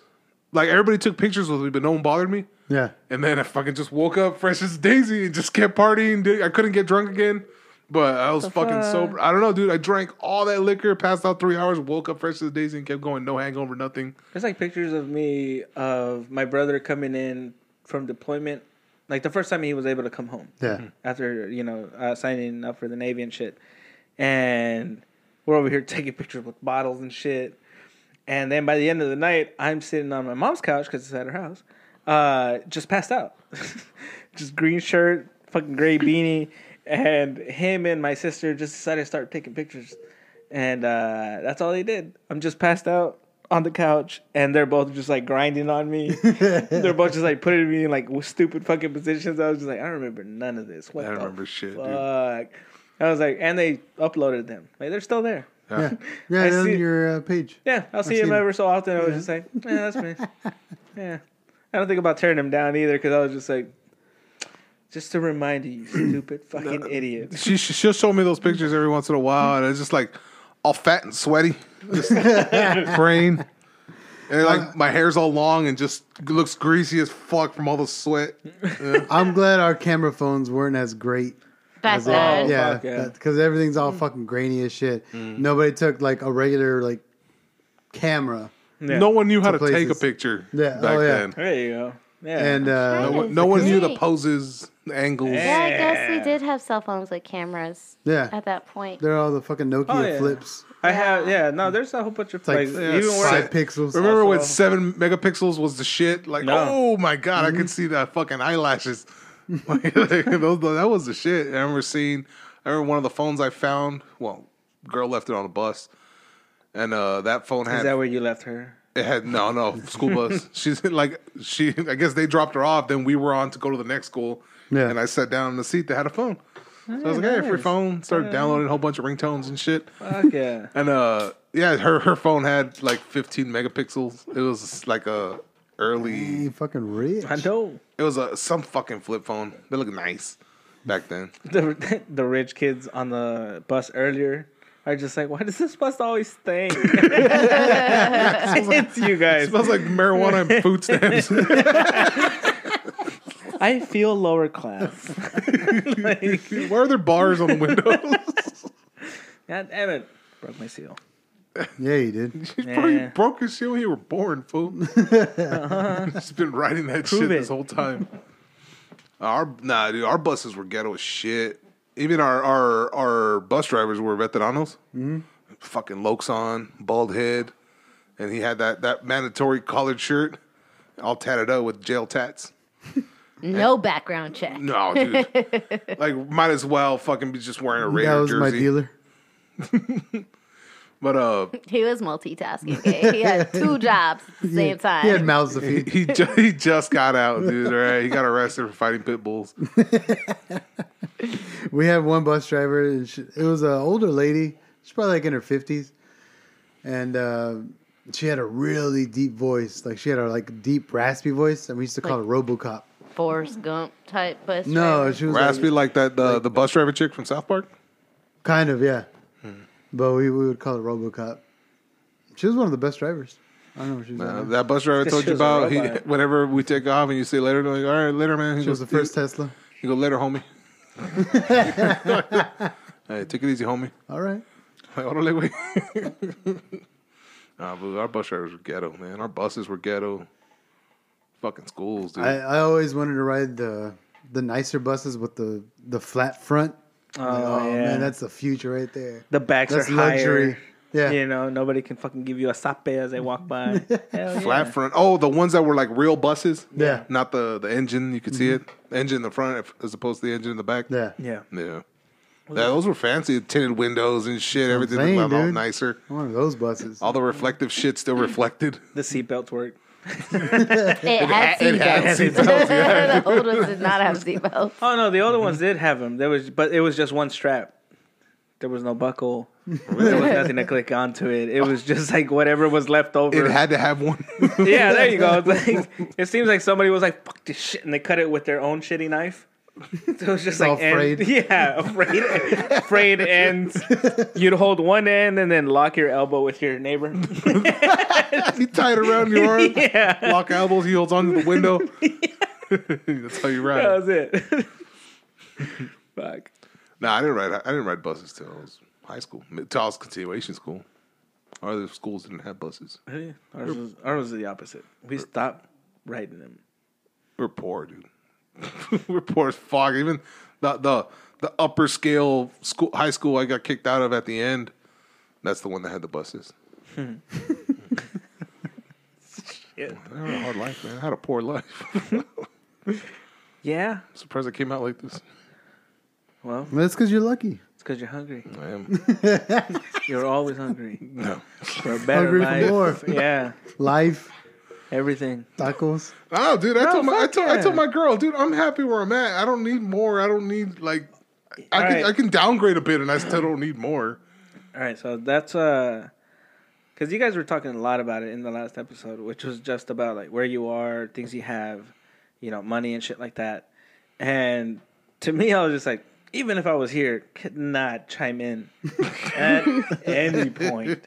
S2: Like everybody took pictures with me, but no one bothered me.
S4: Yeah.
S2: And then I fucking just woke up fresh as Daisy and just kept partying. dude. I couldn't get drunk again, but I was fucking sober. I don't know, dude. I drank all that liquor, passed out three hours, woke up fresh as Daisy, and kept going. No hangover, nothing.
S1: There's like pictures of me of my brother coming in from deployment, like the first time he was able to come home.
S4: Yeah.
S1: After you know uh, signing up for the Navy and shit, and we're over here taking pictures with bottles and shit. And then by the end of the night, I'm sitting on my mom's couch because it's at her house, uh, just passed out, just green shirt, fucking gray beanie, and him and my sister just decided to start taking pictures, and uh, that's all they did. I'm just passed out on the couch, and they're both just like grinding on me. they're both just like putting me in like stupid fucking positions. I was just like, I don't remember none of this. What
S2: I don't
S1: the
S2: remember shit, dude.
S1: fuck? I was like, and they uploaded them. Like they're still there.
S4: Yeah,
S1: I
S4: yeah, on
S1: see-
S4: your uh, page.
S1: Yeah, I'll see
S4: I've
S1: him
S4: seen
S1: ever so often. I was just like, yeah, that's me. yeah, I don't think about tearing him down either because I was just like, just to remind you, you stupid fucking idiot.
S2: She she- she'll show me those pictures every once in a while, and it's just like all fat and sweaty, just praying. And
S4: Uh,
S2: like my hair's all long and just looks greasy as fuck from all the sweat.
S4: I'm glad our camera phones weren't as great.
S7: Back
S4: as they-
S7: then.
S4: yeah,
S1: Oh, fuck, yeah. Mm.
S4: because everything's all fucking grainy as shit. Nobody took like a regular like camera,
S1: Yeah.
S2: No one knew how to take a
S4: places.
S2: picture
S4: Yeah,
S2: back
S4: oh, yeah.
S2: then.
S1: There you go. Yeah.
S4: and uh,
S2: No
S7: Right.
S2: one, no one knew the
S7: Right.
S2: poses, the angles.
S7: Yeah, I guess we did have cell phones with cameras
S4: yeah,
S7: at that point.
S4: they're all the fucking Nokia
S1: Oh, yeah.
S4: flips.
S1: I have, yeah, no, there's a whole bunch of
S4: Like,
S1: like,
S4: yeah,
S1: even where I-
S4: five pixels.
S2: Remember when
S1: Also-
S2: seven megapixels was the shit? Like,
S1: No.
S2: oh my god, I
S1: Mm-hmm.
S2: could see the fucking eyelashes. Like, those- that was the shit. I remember seeing. I remember one of the phones I found. Well, girl left it on a bus, and uh, that phone
S1: is
S2: had
S1: that where you left her?
S2: it had no no school bus. She's like she. I guess they dropped her off. Then we were on to go to the next school.
S4: Yeah.
S2: And I sat down in the seat that had a phone. So I was like, hey, free
S1: nice.
S2: phone. Started downloading a whole bunch of ringtones and shit.
S1: Fuck yeah.
S2: And uh, yeah, her her phone had like 15 megapixels. It was like a early.
S4: You fucking rich.
S1: I know.
S2: It was a some fucking flip phone. They looked nice back then.
S1: The, the rich kids on the bus earlier are just like, why does this bus always stink? it's you
S2: It
S1: guys.
S2: smells like marijuana and food stamps.
S1: I feel lower class. Like,
S2: Why are there bars on the windows?
S1: God damn it. Broke my seal.
S4: Yeah, you did.
S2: you probably
S1: Yeah.
S2: broke your seal when you were born, fool. Just been riding that
S1: Uh-huh.
S2: shit
S1: Prove
S2: this
S1: it.
S2: whole time. Our nah, dude, our buses were ghetto as shit. Even our our our bus drivers were veteranos. Fucking lokes on, bald head, and he had that that mandatory collared shirt, all tatted up with jail tats.
S7: No background check.
S2: No, dude, like might as well fucking be just wearing a Raider
S4: That was
S2: jersey.
S4: my dealer.
S2: But uh,
S7: He was multitasking. okay? He had two jobs at the same time.
S4: He had mouths to
S2: He
S4: feed.
S2: he, ju- he just got out, dude. All right, he got arrested for fighting pit bulls.
S4: We had one bus driver. And she, it was an older lady. She's probably like in her fifties, and uh, she had a really deep voice. Like she had a like deep raspy voice, and we used to call her RoboCop.
S7: Forrest Gump type bus.
S4: No,
S7: driver.
S4: she was like,
S2: Raspy like that the the bus driver chick from South Park.
S4: kind of yeah,
S2: Hmm.
S4: but we, we would call it RoboCop. She was one of the best drivers. I don't know what she was.
S2: Uh,
S4: on.
S2: that bus driver I told you
S1: was a
S2: about. He,
S1: robot.
S2: whenever we take off and you say later, they're like, all right, later, man. He
S4: She was the first
S2: He,
S4: Tesla.
S2: he go later, homie. hey, take it easy, homie.
S4: All right.
S2: Like, "Órale, güey." nah, but our bus drivers were ghetto, man. Our buses were ghetto. Fucking schools, dude.
S4: I, I always wanted to ride the the nicer buses with the the flat front.
S1: Oh,
S4: Like, oh
S1: yeah.
S4: man, that's the future right there.
S1: the backs
S4: That's
S1: are
S4: luxury.
S1: higher.
S4: Yeah.
S1: You know, nobody can fucking give you a sape as they walk by. Hell
S2: Flat
S1: yeah.
S2: front. Oh, the ones that were like real buses.
S4: Yeah. Mm-hmm.
S2: Not the the engine. You could see it. Engine in the front as opposed to the engine in the back.
S4: Yeah.
S1: Yeah.
S2: Yeah. Yeah, those were fancy tinted windows and shit. Everything
S4: saying,
S2: looked a lot
S4: dude.
S2: nicer.
S4: One of those buses.
S2: All the reflective shit still reflected.
S1: The seatbelts work.
S7: it had seatbelts. the old ones did not have seatbelts.
S1: Oh no, the older ones
S4: Mm-hmm.
S1: did have them. There was, but it was just one strap. There was no buckle. There was nothing to click onto it. It was just like whatever was left over.
S2: It had to have one.
S1: yeah, there you go. It's like, it seems like somebody was like, "Fuck this shit," and they cut it with their own shitty knife. So it was just
S4: All
S1: like, end-
S4: frayed.
S1: yeah, afraid, afraid ends. You'd hold one end and then lock your elbow with your neighbor.
S2: you tie it around your arm,
S1: yeah,
S2: lock elbows, he holds onto the window. That's how you ride.
S1: that was it. Fuck.
S2: No, I didn't ride. I didn't ride buses till I was high school, till I was continuation school. Our other schools didn't have buses.
S1: Ours was, ours was the opposite. We stopped writing them.
S2: We were poor, dude. we were poor as fuck. Even the the the upper scale school, high school I got kicked out of at the end. That's the one that had the buses.
S1: Shit.
S2: I had a hard life, man. I had a poor life.
S1: Yeah.
S2: I'm surprised I came out like this.
S1: Well,
S4: Well, that's because you're lucky.
S1: it's because you're hungry.
S2: I am.
S1: You're always hungry
S2: No.
S1: for a better
S4: Hungry
S1: life.
S4: for more.
S1: Yeah,
S4: Life,
S1: everything.
S4: tacos.
S2: Oh, dude, I
S1: No,
S2: told my I
S1: fuck
S2: told, I told
S1: yeah.
S2: my girl, dude, I'm happy where I'm at. I don't need more. I don't need like I can
S1: Alright.
S2: I can downgrade a bit, and I still don't need more.
S1: All right, so that's uh, because you guys were talking a lot about it in the last episode, which was just about like where you are, things you have, you know, money and shit like that. And to me, I was just like, even if I was here, could not chime in at any point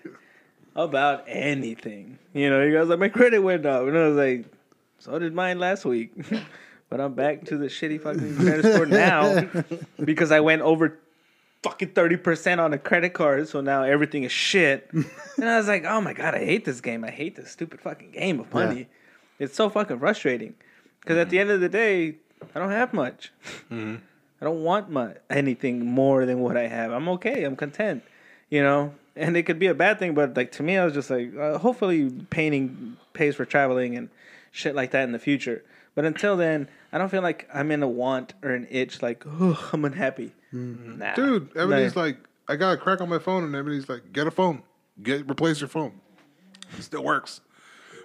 S1: about anything. You know, you guys like my credit went up, and I was like, so did mine last week. But I'm back to the shitty fucking credit score now because I went over fucking 30% on a credit card, so now everything is shit. and I was like, oh my God, I hate this game. I hate this stupid fucking game of money. It's so fucking frustrating. Because at
S7: Mm-hmm.
S1: the end of the day, I don't have much. I don't want my, anything more than what I have. I'm okay. I'm content, you know? And it could be a bad thing, but like to me, I was just like, uh, hopefully, painting pays for traveling and shit like that in the future. But until then, I don't feel like I'm in a want or an itch, like, oh, I'm unhappy.
S7: Mm-hmm.
S1: Nah.
S2: Dude,
S1: Nah.
S2: Ebony's like, I got a crack on my phone, and Ebony's like, get a phone, get replace your phone. It still works.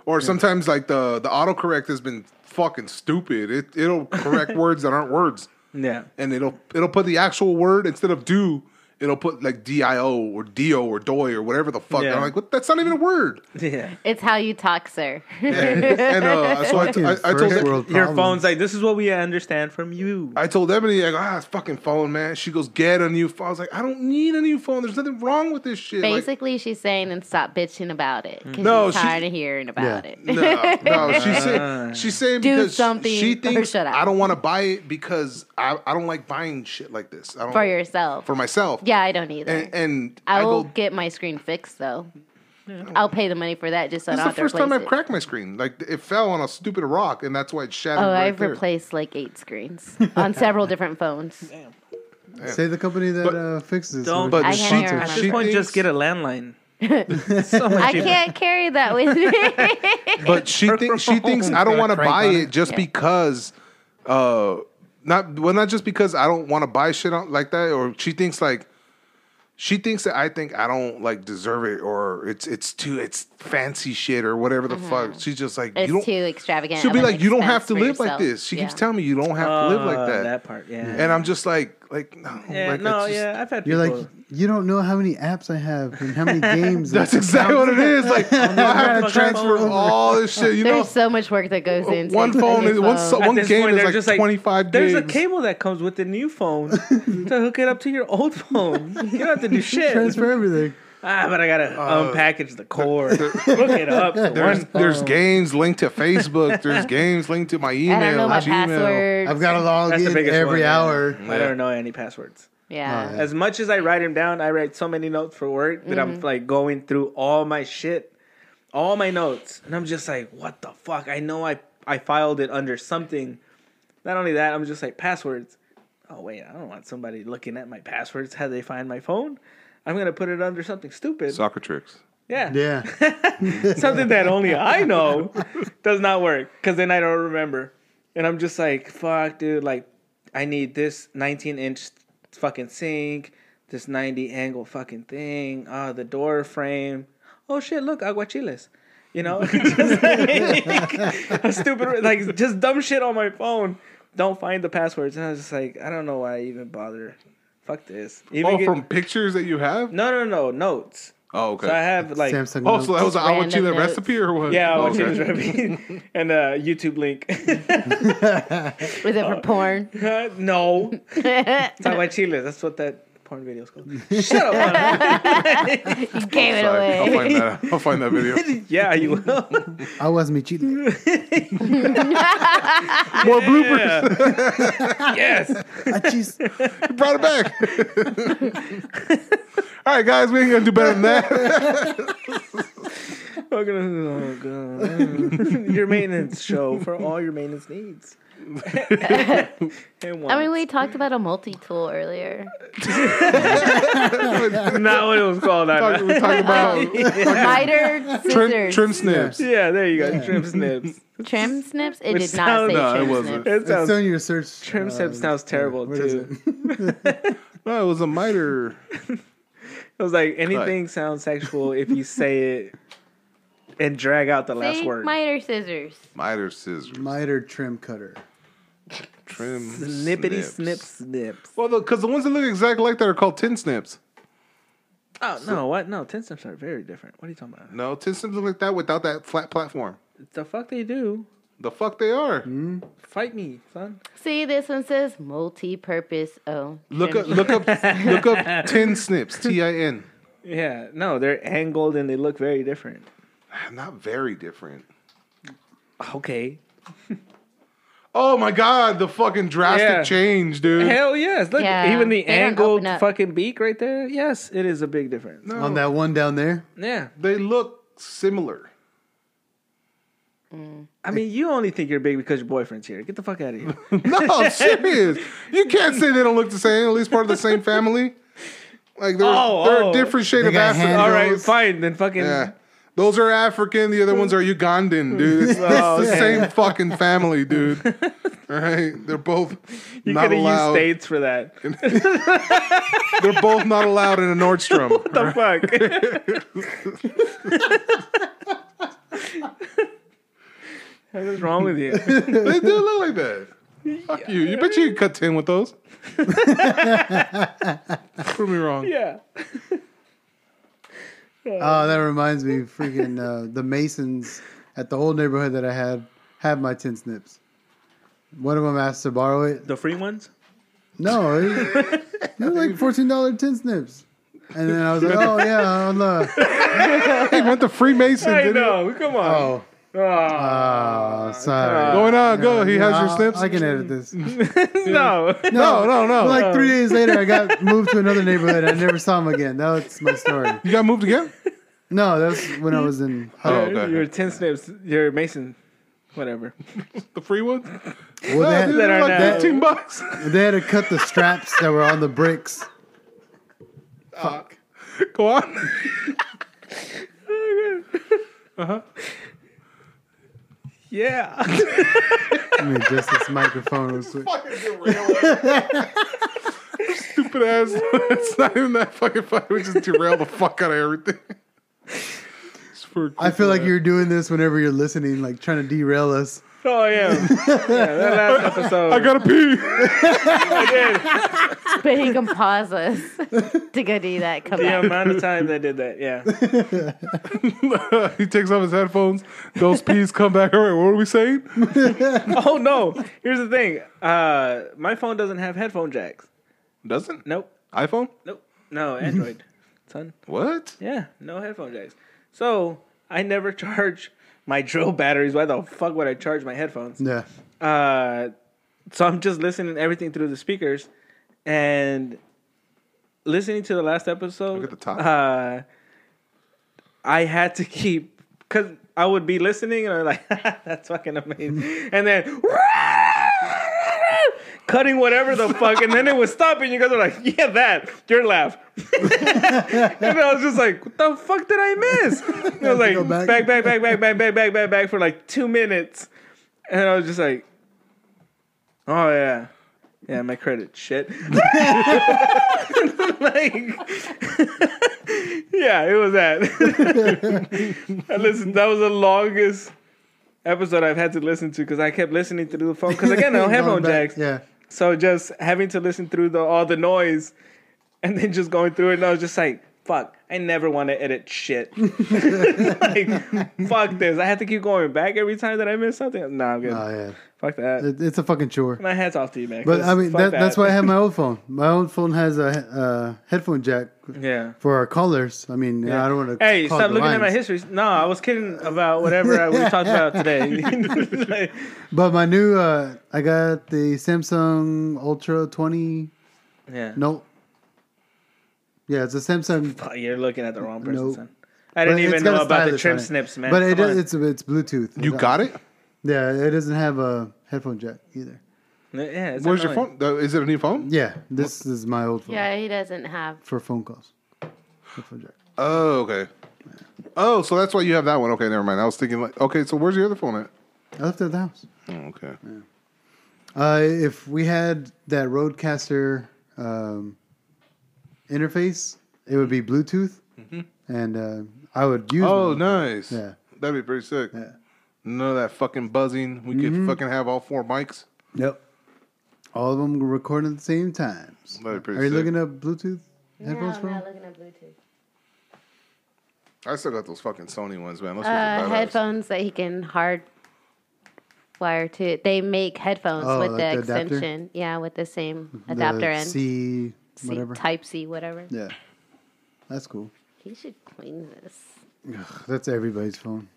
S2: Or sometimes like the the autocorrect has been fucking stupid. It it'll correct words that aren't words,
S1: Yeah.
S2: and it'll it'll put the actual word instead of do. It'll put like D I O or D O or doi or whatever the fuck. And
S1: Yeah.
S2: I'm like, what? That's not even a word.
S1: Yeah.
S7: It's how you talk, sir.
S2: and uh, so I, I, I told
S4: First world
S1: Your
S4: problems.
S1: phone's like, this is what we understand from you.
S2: I told Ebony, I go, ah, it's fucking phone, man. She goes, get a new phone. I was like, I don't need a new phone. There's nothing wrong with this shit. Like,
S7: Basically, she's saying and stop bitching about it because
S2: Mm-hmm. No,
S7: she's
S2: she-
S7: tired of hearing about it.
S2: No, no, she's
S1: Uh-huh.
S2: saying she's saying
S7: Do
S2: because
S7: something
S2: she
S7: or
S2: thinks
S7: shut up.
S2: I don't want to buy it because I, I don't like buying shit like this. I don't
S7: For yourself.
S2: for myself.
S7: yeah, I don't either.
S2: and, and I,
S7: I will
S2: go.
S7: get my screen fixed though. I'll pay the money for that just so I
S2: This
S7: don't
S2: is the
S7: have to
S2: first
S7: replace
S2: time I've
S7: it.
S2: cracked my screen. Like it fell on a stupid rock, and that's why it shattered.
S7: Oh,
S2: right
S7: I've
S2: there.
S7: replaced like eight screens on several different phones.
S4: Say the company that uh, fixes.
S1: Don't-
S4: But
S2: But
S7: I
S2: she, she
S7: can't remember.
S1: At this point,
S2: thinks-
S1: just get a landline. so much
S7: I
S1: cheaper.
S7: can't carry that with me.
S2: but she thinks she thinks I don't want to
S4: Crank
S2: buy
S4: on
S2: it,
S4: it.
S2: just because uh not well not just because I don't want to buy shit out like that or she thinks like she thinks that I think I don't like deserve it or it's it's too it's fancy shit or whatever the fuck. She's just like you
S7: Mm-hmm. it's
S2: don't
S7: too extravagant.
S2: she'll
S7: of
S2: be
S7: an
S2: like you don't
S7: expense
S2: have to
S7: for
S2: live like
S7: yourself.
S2: this. She keeps
S7: Yeah.
S2: telling me you don't have to live like
S1: Uh,
S2: that.
S1: That part, yeah.
S2: And I'm just like like no
S1: yeah,
S2: like, I
S1: no,
S2: just-
S1: yeah, I've had
S4: You're
S1: people.
S4: like, you don't know how many apps I have and how many games.
S2: That's exactly what it is. Like I have to
S1: Fucking
S2: transfer
S1: phone.
S2: all this shit. You know,
S7: There's so much work that goes
S2: Uh,
S7: into
S2: one
S7: the
S2: phone
S7: new
S2: is one so-
S7: phone.
S1: At
S2: one
S1: this
S2: game
S1: point,
S2: is
S1: they're
S2: like
S1: just like
S2: 25
S1: There's a
S2: gigs."
S1: cable that comes with the new phone to hook it up to your old phone. You don't have to do shit.
S4: Transfer everything.
S1: Ah, but I gotta unpackage the core, hook it up. To
S2: Uh, There's,
S1: one
S2: there's
S1: phone.
S2: games linked to Facebook. There's games linked to my email.
S7: I don't know my
S2: Gmail.
S7: password.
S4: I've got to log
S1: That's the
S4: in
S1: biggest
S4: every
S1: one, yeah. Mm-hmm.
S4: hour.
S1: I don't know any passwords.
S7: yeah.
S4: Oh, yeah.
S1: As much as I write them down, I write so many notes for work that I'm like going through all my shit, all my notes, and I'm just like, what the fuck? I know I I filed it under something. Not only that, I'm just like passwords. Oh wait, I don't want somebody looking at my passwords. How they find my phone? I'm gonna put it under something stupid.
S2: Soccer tricks.
S1: yeah,
S4: Yeah.
S1: something that only I know does not work because then I don't remember. And I'm just like, fuck, dude, like, I need this 19 inch fucking sink, this 90 angle fucking thing, ah, the door frame. Oh shit, look, aguachiles. You know, just like, a stupid, like, just dumb shit on my phone. Don't find the passwords. And I was just like, I don't know why I even bother. Fuck this. Even
S2: Oh,
S1: get-
S2: from pictures that you have.
S1: no, no, no, notes.
S2: Oh, okay.
S1: So I have like
S4: Samsung.
S2: oh,
S4: Note.
S2: so that was an
S7: Random
S2: Awachila
S7: notes.
S2: recipe or what?
S1: Yeah, I
S2: oh,
S1: watch okay. and uh, YouTube link.
S7: Was it for porn?
S1: no, it's not my Chile. That's what that porn video's called. Shut up. Juan.
S7: You gave it
S2: Sorry, I'll
S7: away.
S2: find that. I'll find that video.
S1: yeah, you will.
S4: I was me cheating.
S2: More bloopers.
S1: yes.
S4: I cheese.
S2: You brought it back. All right, guys, we ain't gonna do better than that.
S1: We're gonna- oh, God. your maintenance show for all your maintenance needs. and one.
S7: I mean, we talked about a multi tool earlier.
S1: not what it was called. I know.
S2: we talking about
S7: Miter,
S2: trim,
S7: scissors,
S2: trim snibs.
S1: Yeah, there you go. Trim snips.
S7: trim snips. It
S1: Which
S7: did not
S1: sounds-
S7: say
S2: No, it
S7: trim
S2: wasn't.
S7: snips.
S1: It
S4: It's
S1: sounds,
S4: on your search. uh,
S1: trim snips sounds terrible
S4: what is
S1: too.
S2: No, Oh, it was a miter.
S1: It was like anything sounds sexual if you say it and drag out the last
S7: Say
S1: word.
S7: miter, scissors.
S2: Miter scissors.
S4: miter trim cutter.
S2: Trim
S1: Snippity snip snips.
S2: Well, because the, ones that look exactly like that are called tin snips.
S1: Oh no, what? No, ten steps are very different. What are you talking about?
S2: No, ten steps look like that without that flat platform.
S1: The fuck they do?
S2: The fuck they are.
S1: Fight me, son.
S7: See, this one says multi-purpose. Oh,
S2: Look up,
S7: trim-
S2: look up, look up. Tin snips. T I N.
S1: Yeah, no, they're angled and they look very different.
S2: Not very different.
S1: Okay.
S2: Oh my god, the fucking drastic
S1: Yeah.
S2: change, dude.
S1: Hell yes. Look,
S7: Yeah,
S1: even the
S7: they don't
S1: angled
S7: open up.
S1: fucking beak right there. Yes, it is a big difference.
S2: No,
S4: on that one down there.
S1: Yeah.
S2: they look similar.
S1: I mean, you only think you're big because your boyfriend's here. Get the fuck out of here.
S2: No, I'm serious. You can't say they don't look the same. At least part of the same family. Like they're,
S1: Oh,
S2: they're
S1: oh.
S2: a different shade
S4: They
S2: of
S4: got
S2: African.
S4: hand-
S1: All right,
S4: Those-
S1: fine. Then fucking.
S2: Yeah. Those are African. The other ones are Ugandan, dude. It's,
S1: Oh,
S2: it's the
S1: okay.
S2: same fucking family, dude. All right, they're both
S1: You
S2: not
S1: could have used
S2: allowed.
S1: states for that.
S2: They're both not allowed in a Nordstrom.
S1: the fuck? what is wrong with you?
S2: they do look like that. Fuck you. You bet you could cut ten with those. Prove me wrong.
S1: Yeah.
S4: Oh, that reminds me, freaking uh, the Masons at the old neighborhood that I had had my tin snips. One of them asked to borrow it.
S1: The free ones?
S4: No, it was, it was like fourteen dollar tin snips. And then I was like, oh yeah, I'll, uh,
S2: He went to Freemasons.
S1: I
S2: didn't he?
S1: know. Come on. Ah.
S4: oh,
S1: Uh,
S4: oh, sorry.
S2: Going on, go. He has
S4: Yeah,
S2: your snips.
S4: I can edit this.
S1: no.
S2: no, no, no.
S4: But like three days later, I got moved to another neighborhood. I never saw him again. That's my story.
S2: you got moved again?
S4: No, that's when I was in.
S2: Oh,
S1: Your- Your tin snips, your Mason, whatever.
S2: The free ones?
S4: Well, they, had,
S1: That are
S2: like
S1: now-
S2: 15 bucks.
S4: they had to cut the straps that were on the bricks.
S2: go on.
S1: Yeah.
S4: I mean, just this microphone was.
S2: Stupid ass. it's not even that fucking funny. We just derail the fuck out of everything. It's for a
S4: I feel like
S2: quick,
S4: you're doing this whenever you're listening, like trying to derail us.
S1: Oh yeah. yeah that last episode.
S2: uh, I gotta pee.
S7: but he can pause us to go do that. Come
S1: the
S7: back.
S1: amount of times I did that. Yeah.
S2: he takes off his headphones. Those peas come back. All right, what are we saying?
S1: Oh no. Here's the thing. Uh, my phone doesn't have headphone jacks.
S2: Doesn't?
S1: Nope.
S2: iPhone?
S1: Nope. No Android. Son.
S2: What?
S1: Yeah. No headphone jacks. So I never charge my drill batteries. Why the fuck would I charge my headphones?
S4: Yeah.
S1: uh, so I'm just listening to everything through the speakers, and listening to the last episode.
S2: Look at the top.
S1: Uh, I had to keep because I would be listening, and I'm like, "That's fucking amazing," and then. Cutting whatever the fuck, and then it would stop, and you guys are like, "Yeah, that your laugh," and I was just like, "What the fuck did I miss?" And I was like,
S4: Go
S1: back,
S4: back.
S1: back, back, back, back, back, back, back, back, back for like two minutes, and I was just like, "Oh yeah, yeah, my credit shit." like, yeah, it was that. I listened. That was the longest episode I've had to listen to because I kept listening through the phone. Because again, I don't have
S4: Going
S1: headphone
S4: back,
S1: jacks,
S4: Yeah.
S1: so just having to listen through the all the noise, and then just going through it, and I was just like. Fuck! I never want to edit shit. like, fuck this! I have to keep going back every time that I miss something. Nah, I'm good.
S4: Oh yeah.
S1: Fuck that.
S4: It, it's a fucking chore.
S1: My hat's off to you, man.
S4: But
S1: 'cause
S4: I mean,
S1: fuck
S4: that, that's why I have my old phone. My own phone has a uh, headphone jack
S1: Yeah.
S4: for our callers. I mean, I don't want to.
S1: Hey,
S4: call
S1: stop
S4: the
S1: looking at my
S4: lines.
S1: histories. No, I was kidding about whatever I- we talked about today. Like,
S4: But my new, uh, I got the Samsung Ultra 20.
S1: yeah.
S4: Nope. Yeah, it's a Samsung.
S1: Oh, you're looking at the wrong person.
S4: Nope.
S1: Son. I didn't
S4: but it's
S1: even
S4: got
S1: know
S4: a
S1: about the
S4: stylus
S1: trim
S4: on it.
S1: snips, man.
S4: But it,
S1: Come on.
S4: it's it's Bluetooth.
S2: You got it?
S4: Yeah, it doesn't have a headphone jack either.
S1: yeah, it's
S2: Where's your
S1: annoying.
S2: phone? Uh, Is it a new phone?
S4: Yeah, this is my old phone
S7: Yeah, he doesn't have.
S4: for phone calls. Headphone jack.
S2: Oh, okay. Oh, so that's why you have that one. Okay, never mind. I was thinking like, okay, so where's your other phone at?
S4: I left it at the house.
S2: Oh, okay.
S4: Uh, if we had that Roadcaster um, interface, it would be Bluetooth, and uh, I would use.
S2: Mm-hmm. Oh,
S4: mine.
S2: nice.
S4: Yeah.
S2: That'd be pretty sick.
S4: Yeah.
S2: None of that fucking buzzing. We could fucking have all four mics.
S4: Yep. All of them were recording at the same times.
S2: That'd be pretty
S4: Are you
S2: sick.
S4: looking up Bluetooth
S7: No,
S4: headphones
S7: I'm
S4: for?
S7: not looking at Bluetooth.
S2: I still got those fucking Sony ones, man. Those
S7: Uh,
S2: fucking badass.
S7: headphones that he can hard wire to it. They make headphones
S4: Oh,
S7: with
S4: like
S7: the,
S4: the adapter?
S7: extension. Yeah, with the same
S4: The
S7: adapter and
S4: C whatever.
S7: Type C, whatever.
S4: Yeah, that's cool.
S7: He should clean this.
S4: Ugh, that's everybody's phone.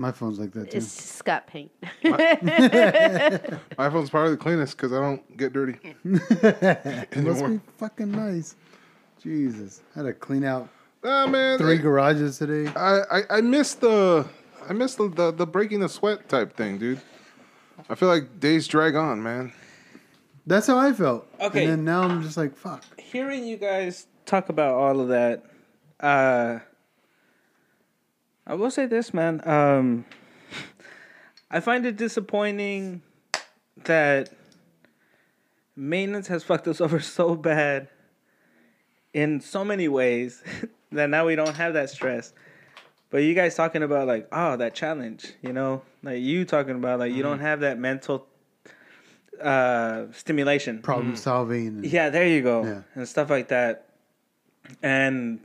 S4: My phone's like that too.
S7: It's just got paint.
S2: My phone's probably the cleanest because I don't get dirty
S4: It must
S2: anymore.
S4: be fucking nice. Jesus, I had to clean out
S2: Ah, man.
S4: three
S2: Three
S4: garages today.
S2: I, I, I miss the I miss the, the the breaking the sweat type thing, dude. I feel like days drag on, man.
S4: That's how I felt.
S1: Okay.
S4: and then now I'm just like, fuck.
S1: hearing you guys talk about all of that, uh, I will say this, man. Um, I find it disappointing that maintenance has fucked us over so bad in so many ways that now we don't have that stress. But you guys talking about like, oh, that challenge, you know, like you talking about like you don't have that mental uh, stimulation.
S2: Mm-hmm.
S4: Problem solving. and-
S1: Yeah, there you go.
S4: Mm. Yeah.
S1: And stuff like that. And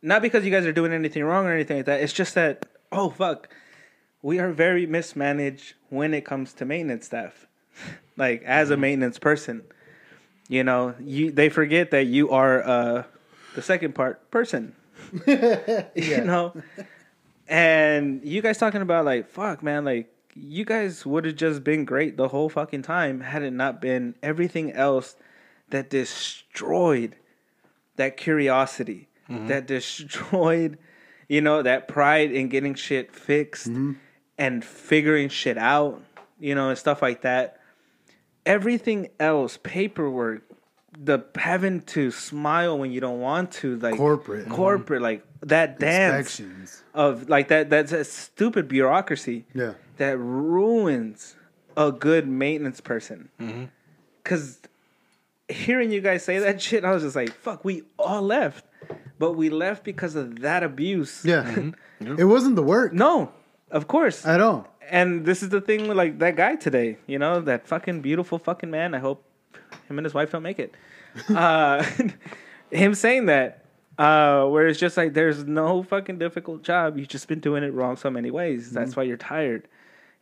S1: not because you guys are doing anything wrong or anything like that. It's just that, oh, fuck. We are very mismanaged when it comes to maintenance staff. like, as a maintenance person, you know, you they forget that you are uh, the second part person. You know? And you guys talking about, like, fuck, man, like, you guys would have just been great the whole fucking time had it not been everything else that destroyed that curiosity, that destroyed, you know, that pride in getting shit fixed and figuring shit out, you know, and stuff like that. Everything else, paperwork, the having to smile when you don't want to, like
S4: Corporate.
S1: corporate, like that dance
S4: Inspections.
S1: of like that that's a stupid bureaucracy
S4: Yeah.
S1: that ruins a good maintenance person. Because hearing you guys say that shit, I was just like, fuck, we all left. But we left because of that abuse.
S4: Yeah.
S2: Mm-hmm.
S4: It wasn't the work
S1: No, of course.
S4: at all.
S1: and this is the thing with like that guy today, you know, that fucking beautiful fucking man. I hope him and his wife don't make it. Uh, him saying that, uh, where it's just like there's no fucking difficult job. You've just been doing it wrong so many ways. That's why you're tired.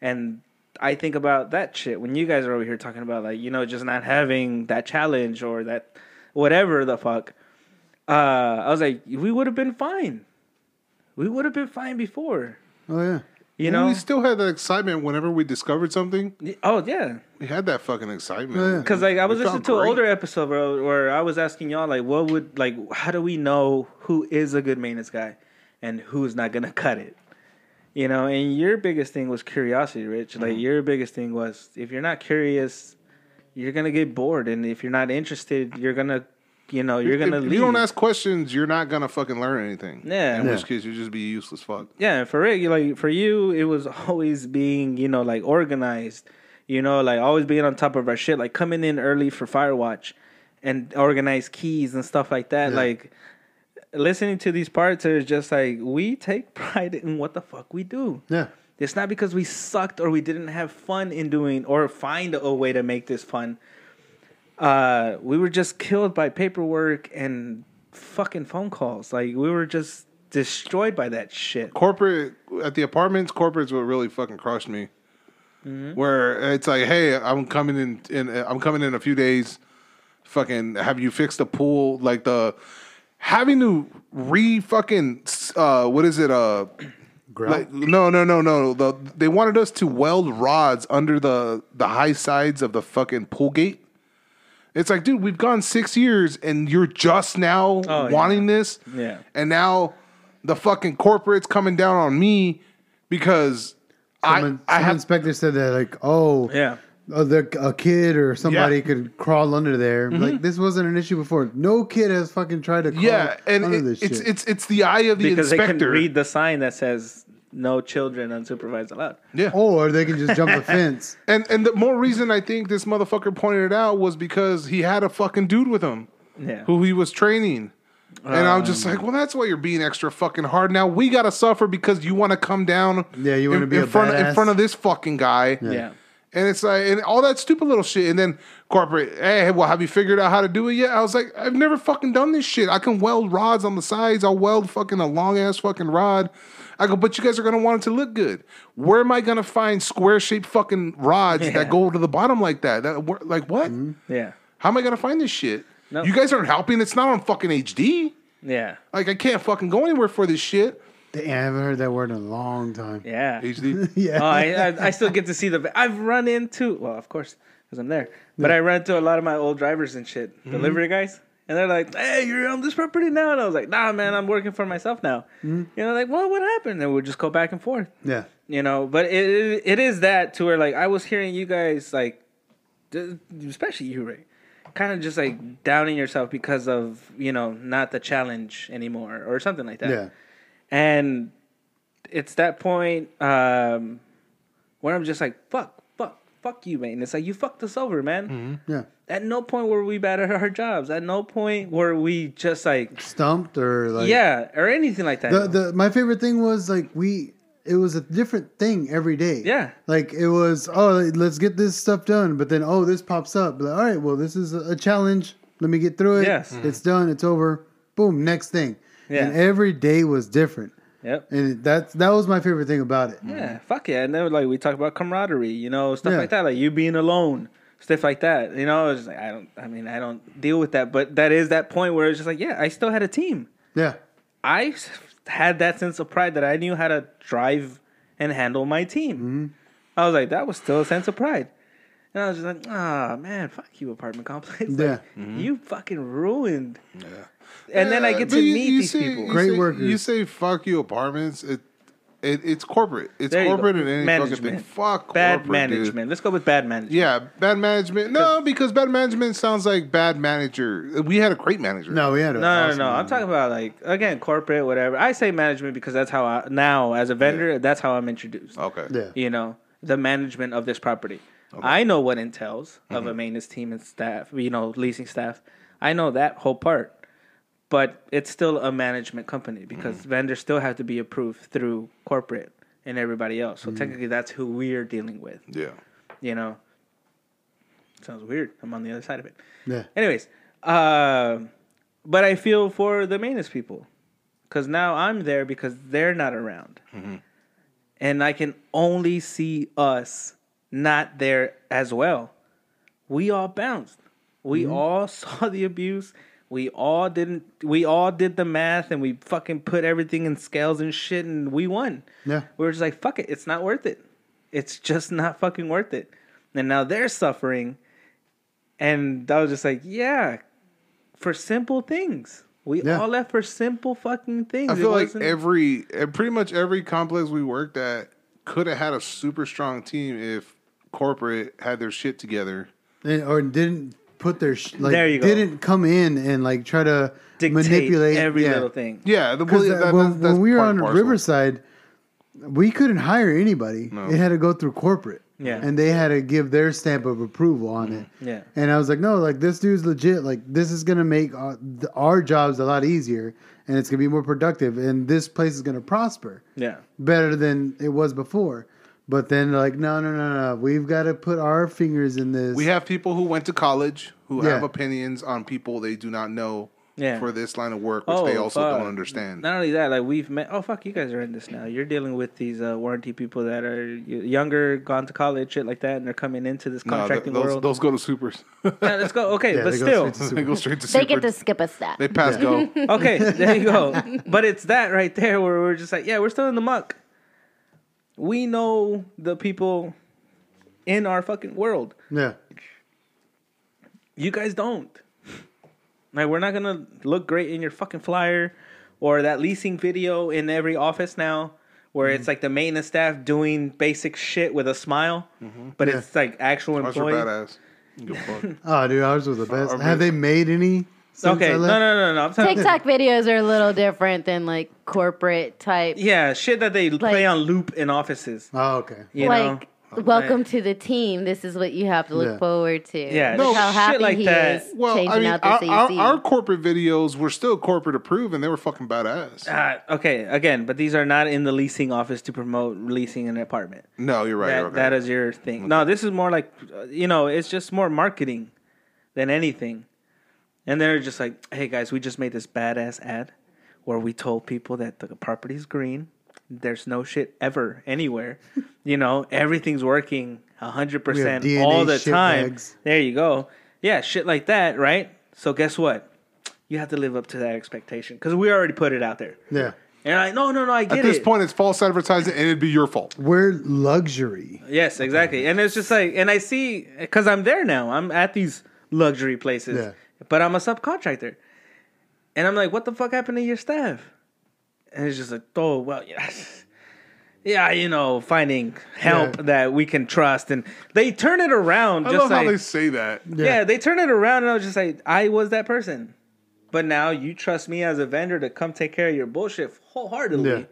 S1: And I think about that shit when you guys are over here talking about like you know just not having that challenge or that whatever the fuck. Uh, I was like, we would have been fine. We would have been fine before.
S4: Oh yeah.
S1: You know,
S2: we still had that excitement whenever we discovered something.
S1: oh yeah,
S2: We had that fucking excitement.
S4: Yeah.
S1: Because like I was
S2: It
S1: listening
S2: felt
S1: to an
S2: great.
S1: older episode where, where I was asking y'all like, what would like, how do we know who is a good maintenance guy and who's not gonna cut it? You know, and your biggest thing was curiosity, Rich.
S2: Mm-hmm.
S1: Like your biggest thing was if you're not curious, you're gonna get bored, and if you're not interested, you're gonna, you know, you're gonna
S2: if
S1: leave.
S2: you don't ask questions, you're not gonna fucking learn anything.
S1: Yeah.
S2: In
S1: Yeah.
S2: which case, you just be useless fuck.
S1: yeah, for Rick, you like for you, it was always being, you know, like organized, you know, like always being on top of our shit, like coming in early for Firewatch and organize keys and stuff like that. Like listening to these parts is just like we take pride in what the fuck we do.
S4: Yeah.
S1: It's not because we sucked or we didn't have fun in doing or find a way to make this fun. Uh, we were just killed by paperwork and fucking phone calls. Like we were just destroyed by that shit.
S2: Corporate at the apartments, corporates what really fucking crushed me.
S1: Mm-hmm.
S2: Where it's like, hey, I'm coming in, in. I'm coming in a few days. Fucking, have you fixed the pool? Like the having to re fucking uh, what is it? Uh, Like, no, no, no, no. The, they wanted us to weld rods under the the high sides of the fucking pool gate. It's like, dude, we've gone six years, and you're just now
S1: Oh, yeah.
S2: wanting this.
S1: Yeah.
S2: And now the fucking corporate's coming down on me because
S4: Someone,
S2: I I
S4: some
S2: have
S4: inspector said that like, oh,
S1: Yeah.
S4: oh, the, a kid or somebody
S2: Yeah. Mm-hmm.
S4: could crawl under there. Like this wasn't an issue before. No kid has fucking tried to crawl
S2: yeah, and
S4: under
S2: it-
S4: this
S2: it's
S4: shit.
S2: it's it's the eye of the
S1: because they couldn't
S2: inspector.
S1: read the sign that says no children unsupervised allowed.
S2: yeah.
S4: or they can just jump the fence.
S2: And and the more reason I think this motherfucker pointed it out was because he had a fucking dude with him.
S1: Yeah.
S2: who he was training. And I'm
S4: Um,
S2: just like, well, that's why you're being extra fucking hard. Now we gotta suffer because you want to come down.
S4: Yeah, you wanna
S2: in-
S4: be
S2: in
S4: a
S2: front of, in
S4: badass.
S2: front of this fucking guy.
S1: Yeah.
S2: And it's like, and all that stupid little shit. And then corporate, hey, well, have you figured out how to do it yet? I was like, I've never fucking done this shit. I can weld rods on the sides. I'll weld fucking a long ass fucking rod. I go, but you guys are gonna want it to look good. Where am I gonna find square shaped fucking rods that go to the bottom like that? That where- like what?
S4: Mm-hmm.
S1: Yeah.
S2: How am I gonna find this shit? You guys aren't helping. It's not on fucking HD.
S1: Yeah.
S2: Like I can't fucking go anywhere for this shit.
S4: Damn, I haven't heard that word in a long time.
S1: Yeah.
S2: HD.
S4: Yeah.
S1: Oh, I, I, I still get to see the. I've run into, well, of course, because I'm there. But I run into a lot of my old drivers and shit,
S2: Mm-hmm.
S1: delivery guys, and they're like, "Hey, you're on this property now," and I was like, "Nah, man, I'm working for myself now."
S2: Mm-hmm.
S1: You know, like, well, what happened? And we'll just go back and forth.
S4: yeah.
S1: You know, but it, it it is that to where like I was hearing you guys like, d- especially you, Ray, kind of just like downing yourself because of you know not the challenge anymore or something like that
S4: Yeah.
S1: and it's that point um, where I'm just like, fuck, fuck, fuck you, man. It's like you fucked us over, man.
S4: Yeah.
S1: At no point were we bad at our jobs. At no point were we just like,
S4: Stumped or like
S1: yeah, or anything like that.
S4: the, the my favorite thing was like we it was a different thing every day.
S1: Yeah.
S4: Like it was oh like, let's get this stuff done, but then oh this pops up. Like, all right, well this is a a challenge. Let me get through it.
S1: Yes. Mhm.
S4: It's done. It's over. Boom. Next thing.
S1: Yeah.
S4: And every day was different,
S1: yep.
S4: and that that was my favorite thing about it.
S1: Yeah, fuck yeah. And then like we talk about camaraderie, you know, stuff
S4: Yeah.
S1: like that, like you being alone, stuff like that. You know, it's like, I don't. I mean, I don't deal with that, but that is that point where it's just like, yeah, I still had a team.
S4: Yeah.
S1: I s- had that sense of pride that I knew how to drive and handle my team.
S2: Mm-hmm.
S1: I was like, that was still a sense of pride. And I was just like, ah, man, fuck you, apartment complex. Like,
S4: Yeah.
S1: You fucking ruined. And then I
S2: Yeah,
S1: get
S2: but
S1: to
S2: you-
S1: meet
S2: you
S1: these
S2: say-
S1: people.
S2: you
S4: Great
S2: say-
S4: workers.
S2: You say fuck you apartments. It, it it's corporate. It's
S1: There you go.
S2: corporate and any fucking thing.
S1: Management.
S2: Fuck
S1: Bad
S2: corporate,
S1: management.
S2: dude.
S1: Let's go with bad management.
S2: Yeah, bad management. No, because bad management sounds like bad manager. We had a great manager.
S4: No, we had a
S1: No, no,
S4: awesome
S1: no. I'm talking about like again corporate, whatever. I say management because that's how I now as a vendor, that's how I'm introduced.
S2: Okay.
S4: Yeah.
S1: you know the management of this property i know what entails of a maintenance team and staff you know leasing staff i know that whole part but it's still a management company because vendors still have to be approved through corporate and everybody else so technically that's who we're dealing with
S2: Yeah.
S1: you know sounds weird i'm on the other side of it
S4: Yeah.
S1: anyways um but i feel for the maintenance people because now i'm there because they're not around and i can only see us not there as well we all bounced we all saw the abuse we all didn't we all did the math and we fucking put everything in scales and shit and we won
S4: Yeah.
S1: we were just like fuck it it's not worth it it's just not fucking worth it and now they're suffering and I was just like, yeah, for simple things. We
S4: Yeah.
S1: all left for simple fucking things.
S2: I
S1: It
S2: feel like
S1: wasn't-
S2: every, eh, pretty much every complex we worked at could have had a super strong team if corporate had their shit together.
S4: And- or didn't put their sh- like
S1: There you go.
S4: didn't come in and like try to
S1: dictate
S4: manipulate
S1: every
S4: yeah.
S1: little thing.
S2: Yeah, the
S4: Because
S2: well, that-
S4: when,
S2: that's- that's
S4: when we were
S2: part
S4: on
S2: and parcel.
S4: Riverside, we couldn't hire anybody. It had to go through corporate.
S1: Yeah. Mm-hmm.
S4: And they had to give their stamp of approval on it.
S1: Yeah.
S4: And I was like, no, like this dude's legit. Like this is going to make our, th- our jobs a lot easier and it's going to be more productive and this place is going to prosper
S1: Yeah.
S4: better than it was before. But then like, no, no, no, no. We've got to put our fingers in this.
S2: We have people who went to college who
S4: Yeah.
S2: have opinions on people they do not know
S1: Yeah.
S2: for this line of work, which
S1: Oh,
S2: they also
S1: fuck.
S2: don't understand.
S1: Not only that, like we've met. Oh fuck, you guys are in this now. You're dealing with these uh, warranty people that are y- younger, gone to college, shit like that, and they're coming into this
S2: No, th-
S1: contracting
S2: those,
S1: world.
S2: those go to supers.
S1: Yeah, let's go. Okay,
S4: Yeah,
S1: but
S4: they go
S1: still,
S4: straight to
S2: they
S4: super-
S2: go straight to super.
S7: They get to skip a step.
S2: They pass go.
S1: okay, there you go. But it's that right there where we're just like, yeah, we're still in the muck. We know the people in our fucking world.
S4: yeah.
S1: you guys don't. Like we're not gonna look great in your fucking flyer or that leasing video in every office now, where it's like the maintenance staff doing basic shit with a smile, but it's like actual
S2: That's your
S1: employees.
S2: badass. You give a fuck.
S4: Oh, dude, ours was the best.
S2: Our-
S4: have they made any? since
S1: Okay,
S4: I
S1: no,
S4: left?
S1: no, no, no. I'm talking.
S7: TikTok videos are a little different than like corporate type.
S1: Yeah, shit that they play on loop in offices.
S4: Oh, okay.
S1: You know,
S7: like Welcome to the team. This is what you have to look
S4: Yeah.
S7: forward to.
S6: Yeah,
S7: Look
S6: No,
S7: how
S6: shit
S7: happy
S6: like
S7: he
S6: that.
S7: is
S2: Well,
S7: changing
S2: I mean,
S7: out
S2: our,
S7: this
S2: our,
S7: AC.
S2: our corporate videos were still corporate approved, and they were fucking badass.
S1: Ah, okay, again, but these are not in the leasing office to promote leasing an apartment.
S2: no, you're right.
S1: that,
S2: you're okay.
S1: that is your thing. No, this is more like, uh, you know, it's just more marketing than anything. And they're just like, hey guys, we just made this badass ad where we told people that the property's green. There's no shit ever anywhere. you know, everything's working 100%
S4: We have
S1: all
S4: DNA
S1: the
S4: shit
S1: time.
S4: bags.
S1: There you go. Yeah, shit like that, right? So guess what? You have to live up to that expectation because we already put it out there.
S4: Yeah.
S1: And I no, no, no, I get
S2: At this
S1: it.
S2: point, it's false advertising, and it'd be your fault.
S4: We're luxury.
S1: Yes, exactly. And it's just like, and I see, because I'm there now. I'm at these luxury places,
S4: Yeah.
S1: but I'm a subcontractor. And I'm like, what the fuck happened to your staff? And it's just like, oh, well, yes. Yeah, you know, finding help
S4: Yeah.
S1: that we can trust. And they turn it around.
S2: I
S1: just
S2: love
S1: like,
S2: how they say that.
S1: yeah. they turn it around. And I was just like, I was that person. But now you trust me as a vendor to come take care of your bullshit wholeheartedly.
S4: Yeah.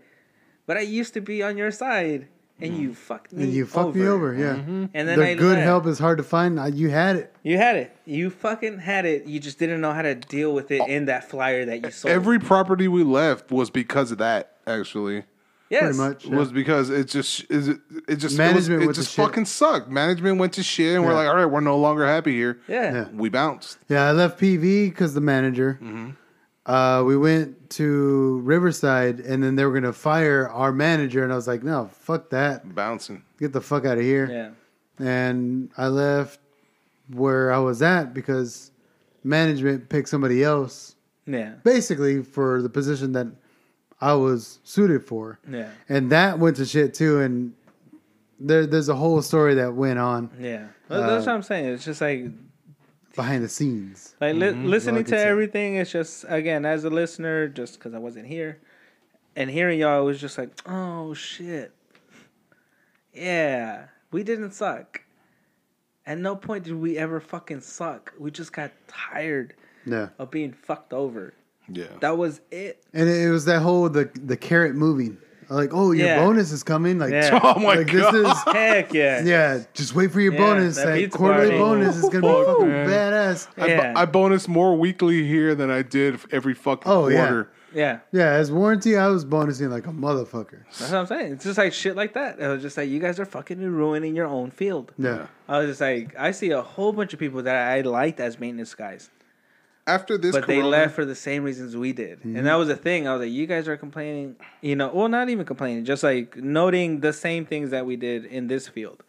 S1: But I used to be on your side. And you fucked me.
S4: And you fucked me over. Yeah.
S1: And Mm-hmm. then
S4: The
S1: I
S4: good
S1: left.
S4: help is hard to find. Uh, You had it.
S1: You had it. You fucking had it. You just didn't know how to deal with it in that flyer that you sold.
S2: Every property we left was because of that. Actually,
S1: yes.
S4: Pretty much. yeah.
S2: was because it just is it, it just
S4: Management
S2: it,
S4: went
S2: was,
S4: to
S2: it just
S4: shit.
S2: fucking sucked. Management went to shit, and we're
S4: Yeah.
S2: like, all right, we're no longer happy here.
S1: Yeah.
S4: Yeah.
S2: we bounced.
S4: Yeah, I left PV because the manager. Uh, we went to Riverside, and then they were gonna fire our manager, and I was like, "No, fuck that!
S2: Bouncing.
S4: Get the fuck out of here!"
S1: Yeah.
S4: And I left where I was at because management picked somebody else,
S1: Yeah.
S4: basically for the position that I was suited for,
S1: Yeah.
S4: and that went to shit too. And there, there's a whole story that went on
S1: Yeah. That's,
S4: Uh,
S1: that's what I'm saying. It's just like
S4: behind the scenes.
S1: like li-
S4: Well, mm-hmm. I
S1: listening
S4: can
S1: to
S4: see.
S1: everything. It's just again as a listener, just because I wasn't here, and hearing y'all, it was just like, oh shit. Yeah, we didn't suck. At no point did we ever fucking suck. We just got tired
S4: Yeah.
S1: of being fucked over.
S2: Yeah,
S1: That was it.
S4: And it, it was that whole the the carrot moving. Like, oh, your
S1: Yeah.
S4: bonus is coming. Like,
S1: Yeah.
S2: Oh my
S4: like,
S2: God.
S4: This is,
S1: Heck yeah.
S4: yeah, just wait for your
S1: Yeah,
S4: bonus.
S1: that
S4: That,
S1: pizza
S4: quarterly
S1: party.
S4: bonus is gonna be
S1: Fuck,
S4: fucking
S2: man.
S4: badass.
S2: I, bo-
S1: Yeah.
S2: I bonus more weekly here than I did every fucking
S4: Oh, yeah.
S2: quarter.
S1: Yeah.
S4: Yeah, as warranty, I was bonusing like a motherfucker.
S1: That's what I'm saying. It's just like shit like that. It was just like you guys are fucking ruining your own field.
S4: Yeah,
S1: I was just like, I see a whole bunch of people that I liked as maintenance guys,
S2: After this,
S1: but they
S2: corona-
S1: left for the same reasons we did, and that was the thing. I was like, you guys are complaining, you know, well, not even complaining, just like noting the same things that we did in this field,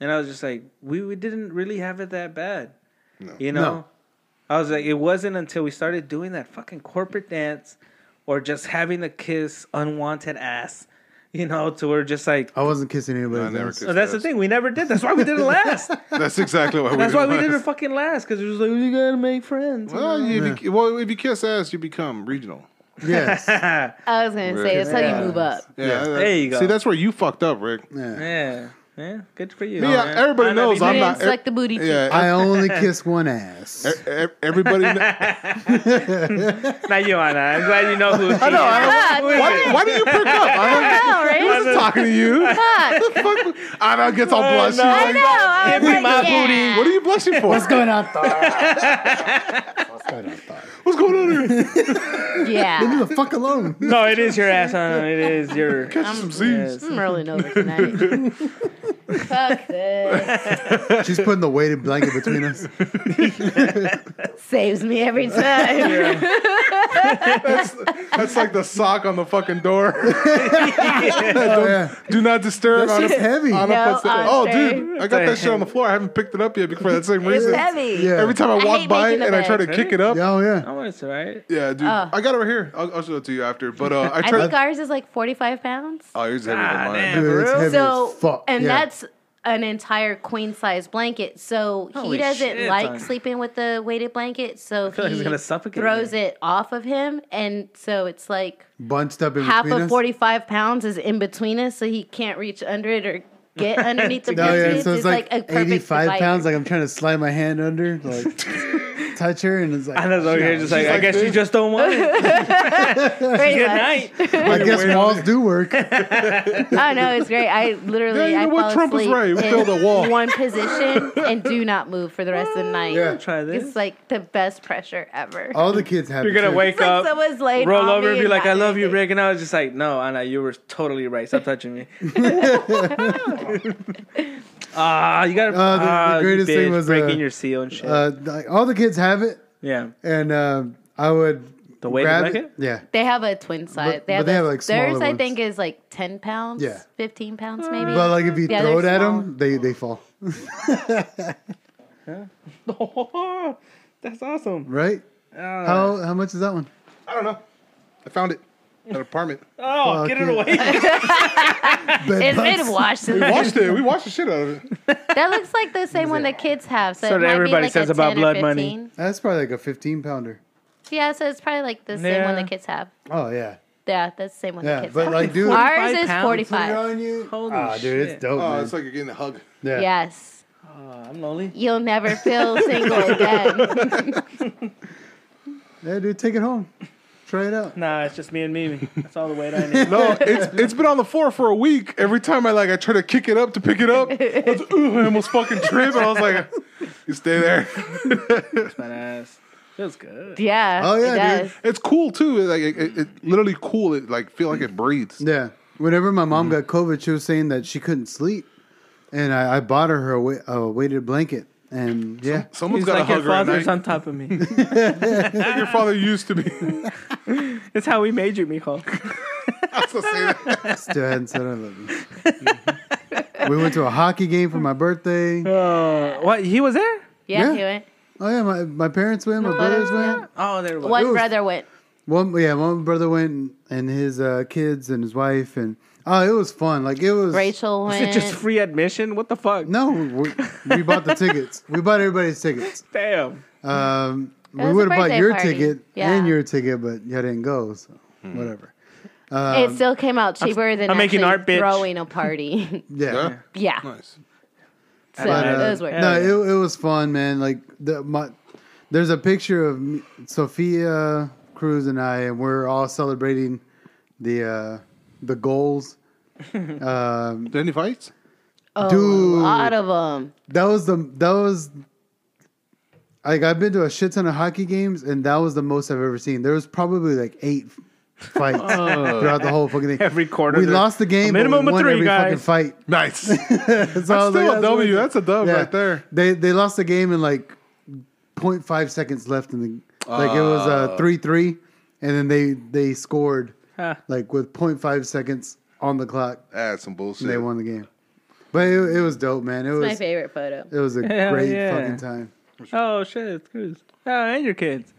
S1: and I was just like, we, we didn't really have it that bad, you know.
S4: No.
S1: I was like, it wasn't until we started doing that fucking corporate dance, or just having to kiss unwanted ass, you know, to where just like
S4: I wasn't kissing anybody.
S2: I never kissed
S1: Oh, that's the
S2: ass.
S1: thing. We never did. That's why we didn't last.
S2: That's exactly why.
S1: That's
S2: we
S1: why we
S2: didn't
S1: didn't
S2: last.
S1: fucking last because it was like you gotta make friends.
S2: Well, if you, well, if you kiss ass, you become regional.
S4: Yes, yeah,
S7: I was gonna say that's how
S4: Yeah.
S7: you move up.
S2: Yeah,
S4: Yeah.
S2: that-
S1: There you go.
S2: See, that's where you fucked up, Rick.
S1: Yeah, yeah. Good for you.
S2: Me, I-
S1: man.
S2: everybody
S1: Might not
S2: knows
S1: be
S2: I'm
S1: me.
S7: You
S2: not-
S7: didn't suck the booty cheek.
S2: Yeah,
S4: I only kiss one ass.
S2: e- e- everybody. kn-
S1: Not you, Anna. I'm glad you know who. She
S2: I know.
S1: Is.
S2: I
S7: Fuck.
S2: don't, why, why do you pick up? I
S7: know,
S2: don't, Oh,
S7: right?
S2: wasn't talking to you.
S7: Fuck.
S2: Fuck. Anna gets all blushy.
S1: no.
S7: I
S4: Oh,
S2: Like,
S7: know. I
S1: Give
S7: was
S1: me
S7: like,
S1: my
S7: yeah.
S2: what are you blushing for? What's going,
S4: on, Thor? What's going on, Thor?
S2: on here?
S7: Yeah.
S4: Leave the fuck alone.
S1: No, it is your ass, Anna. It is your.
S2: Catch some Z's.
S7: I'm rolling over tonight. Fuck this.
S4: She's putting the weighted blanket between us.
S7: Saves me every time.
S2: That's like the sock on the fucking door.
S4: Oh, yeah.
S2: do not disturb.
S4: That
S2: Anna,
S4: shit's heavy.
S2: Anna
S7: No,
S2: puts that- oh,
S7: Andre.
S2: dude, I got that shit on the floor. I haven't picked it up yet because for that same
S7: It's
S2: reason.
S7: heavy.
S4: Yeah.
S2: Every time I
S7: I
S2: walk
S7: hate
S2: by
S7: making
S2: it
S7: the
S2: and I try to
S7: bed.
S2: kick it up,
S4: Yeah, oh yeah.
S1: Oh, it's all right.
S2: yeah, dude,
S7: Oh.
S2: I got it right here. I'll, I'll show it to you after. But uh, I
S7: I
S2: tried.
S7: think ours is like 45 pounds.
S2: oh, yours is heavier
S1: Ah,
S2: than mine.
S1: damn.
S4: Dude,
S1: For
S4: it's
S1: real?
S4: heavy
S7: So,
S4: as fuck.
S7: and
S4: yeah.
S7: that's an entire queen size blanket. So
S1: Holy
S7: he doesn't
S1: shit,
S7: like
S1: son.
S7: sleeping with the weighted blanket. So
S1: feel like
S7: he
S1: he's gonna suffocate
S7: throws
S1: me.
S7: it off of him, and so it's like
S4: bunched up in
S7: half
S4: between
S7: of
S4: us.
S7: 45 pounds is in between us, so he can't reach under it or get underneath the
S4: No,
S7: blanket.
S4: yeah, so Oh, it's like,
S7: a perfect
S4: 85
S7: divider.
S4: pounds. Like I'm trying to slide my hand under. Like, touch her, and it's like,
S1: And I was over here just like, I
S2: like
S1: guess you
S2: this.
S1: just don't want it.
S7: Pretty
S1: Good
S7: much.
S1: night.
S4: I guess walls do work.
S7: Oh no, it's great. I literally
S2: Yeah, you know
S7: I
S2: what?
S7: fall
S2: Trump is
S7: asleep
S2: right. We
S7: in
S2: build a wall.
S7: one position and do not move for the rest of the night.
S4: Yeah. Oh.
S1: Try this.
S7: It's like the best pressure ever.
S4: All the kids have.
S1: You're
S4: it,
S1: gonna
S4: too.
S1: wake
S7: It's like
S1: up,
S7: someone's laying
S1: roll
S7: on
S1: over,
S7: me
S1: and be
S7: and
S1: like,
S7: not
S1: "I love you,
S7: anything."
S1: Rick," and I was just like, "No, Anna, you were totally right. Stop touching me." Ah, you got to
S4: Uh, the- the
S1: ah,
S4: greatest
S1: you
S4: thing
S1: bitch,
S4: was,
S1: breaking
S4: uh,
S1: your seal and shit.
S4: Uh, like, all the kids have it,
S1: yeah,
S4: and uh, I would.
S1: The wavy
S4: grab
S1: blanket?
S4: Yeah.
S7: They have a twin side.
S4: but they
S7: a-
S4: have, like,
S7: theirs.
S4: smaller
S7: I
S4: ones.
S7: think is like ten pounds,
S4: Yeah.
S7: fifteen pounds maybe.
S4: But like if you
S7: Yeah,
S4: throw it
S7: they're
S4: at
S7: small.
S4: them, they they fall.
S1: that's awesome.
S4: Right? how how much is that one?
S2: I don't know. I found it at an apartment.
S1: Oh,
S4: Fuck
S1: get
S4: it.
S1: it away!
S4: Bed
S7: it's
S4: bugs.
S7: been washed.
S2: We watched it. We watched the shit out of it.
S7: that looks like the same one that kids have. So,
S1: So
S7: it
S1: that
S7: might
S1: everybody
S7: be like
S1: says
S7: a
S1: about
S7: 10 or
S1: blood money.
S7: 15.
S4: That's probably like a fifteen pounder.
S7: Yeah, so it's probably like the same one
S1: Yeah.
S7: that kids have.
S4: Oh yeah.
S7: Yeah, that's the same one
S4: Yeah,
S7: that kids
S4: but,
S7: have.
S4: like, dude-
S7: ours
S1: 45
S7: is
S1: pounds.
S7: forty
S4: Put it
S7: five.
S4: on you.
S1: Holy
S4: Ah, dude,
S1: shit.
S4: it's dope.
S2: Oh,
S4: man.
S2: it's like you're getting a hug.
S4: yeah.
S7: Yes.
S1: I'm lonely.
S7: You'll never feel single again.
S4: Yeah, dude, take it home. Try it out.
S1: Nah, it's just me and Mimi. That's all the weight I need.
S2: No, it's it's been on the floor for a week. Every time I like I try to kick it up to pick it up, I, was, "Ooh," I almost fucking trip, and I was like, "You stay there."
S1: My ass feels good.
S7: yeah.
S4: Oh, yeah,
S7: it
S4: dude.
S7: does.
S2: It's cool too. It, like it, it, it literally cool. It like feel like it breathes.
S4: Yeah. Whenever my mom got COVID, she was saying that she couldn't sleep, and I, I bought her a, wa- a weighted blanket, and yeah,
S2: Someone's
S1: It's
S2: got
S1: like
S2: a
S1: your
S2: hug right
S1: father's
S2: now.
S1: on top of me.
S2: Like your father used to be.
S1: It's how we made you, mijo.
S2: I was gonna say that.
S4: still hadn't said I love you. we went to a hockey game for my birthday.
S1: Uh, what? He was there?
S7: Yeah,
S4: Yeah.
S7: he went.
S4: Oh yeah, my, my parents went, my brothers went.
S1: Oh, there was.
S7: One
S4: Oof.
S7: brother went.
S4: One yeah, one brother went and, and his uh, kids and his wife and oh, it was fun. Like it was
S7: Rachel
S1: Is
S7: went.
S1: it just free admission? What the fuck?
S4: No, we, we bought the tickets. We bought everybody's tickets.
S1: Damn.
S4: Um, we
S7: was a
S4: would have bought
S7: birthday
S4: your
S7: party.
S4: ticket
S7: Yeah.
S4: and your ticket, but y'all didn't go, so
S1: Hmm.
S4: whatever.
S7: it still came out cheaper than
S1: I'm making
S7: actually
S1: art, bitch.
S7: throwing a party.
S4: Yeah.
S2: Yeah.
S7: yeah.
S2: Nice.
S7: So
S4: But, uh,
S7: those were
S4: no, it, it was fun, man. Like the my, there's a picture of me, Sophia Cruz and I, and we're all celebrating the uh, the goals. um,
S2: Any fights?
S7: a
S4: dude.
S7: lot of them.
S4: that was the that was like I've been to a shit ton of hockey games, and that was the most I've ever seen. There was probably like eight fights throughout the whole fucking thing.
S1: Oh. Every quarter.
S4: we
S1: there's
S4: lost the game,
S1: a
S4: but
S1: minimum
S4: we
S1: of
S4: won
S1: three,
S4: every fucking
S1: guys.
S4: fight.
S2: Nice. That's
S4: So I
S2: still
S4: was like,
S2: a W.
S4: what-
S2: That's a dub
S4: Yeah.
S2: right there.
S4: They they lost the game in like 0.5 seconds left in the like it was uh three three, and then they they scored
S1: Huh.
S4: like with 0.5 seconds on the clock.
S2: That's some bullshit.
S4: And they won the game, but it, it was dope, man. It
S7: My
S4: was
S7: favorite photo.
S4: it was a
S1: Hell
S4: great
S1: yeah.
S4: fucking time.
S1: Oh, shit. It's Cruz. Oh, and your kids.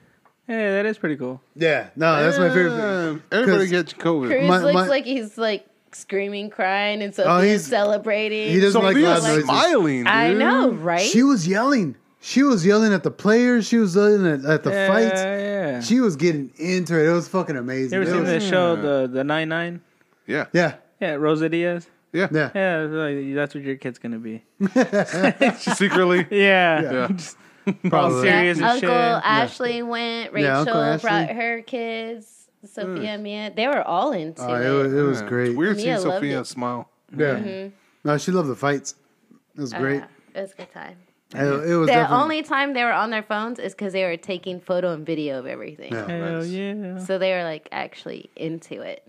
S1: Hey, that is pretty cool.
S4: Yeah, no, that's my favorite. thing.
S2: Um, everybody
S4: 'Cause-
S2: gets COVID.
S7: Cruz
S4: My-
S7: looks
S4: my-
S7: like he's like screaming, crying, and so
S4: Oh,
S7: he's
S4: he's-
S7: celebrating.
S4: He doesn't like
S2: Sophia's
S4: loud noises.
S2: smiling. Dude.
S7: I know, right?
S4: She was yelling. She was yelling at the players. She was yelling at, at the
S1: Yeah,
S4: fights.
S1: yeah.
S4: She was getting into it. It was fucking amazing.
S1: You ever
S4: It
S1: seen
S4: was-
S1: the show, the the Nine Nine?
S2: Yeah.
S4: yeah,
S1: Yeah, Rosa Diaz.
S2: Yeah.
S4: yeah.
S1: Yeah, it's like, that's what your kid's gonna be.
S2: Secretly.
S1: Yeah,
S2: Yeah.
S1: all
S4: Probably.
S1: serious and
S7: Uncle
S1: shit.
S7: Ashley went. Rachel
S4: Yeah, Uncle
S7: brought
S4: Ashley.
S7: her kids. Sophia, and Mia, they were all into
S4: Oh,
S7: it.
S4: it, was, it was
S2: Yeah.
S4: great.
S2: It's weird
S7: Mia
S2: seeing
S7: loved
S2: Sophia
S7: it.
S2: smile.
S4: Yeah.
S7: Mm-hmm.
S4: No, she loved the fights. It was
S7: Oh,
S4: great.
S7: yeah. It was a good time.
S4: It, it was
S7: The
S4: definitely-
S7: only time they were on their phones is because they were taking photo and video of everything.
S4: Yeah.
S1: Hell
S2: Nice.
S1: yeah.
S7: So they were like actually into it.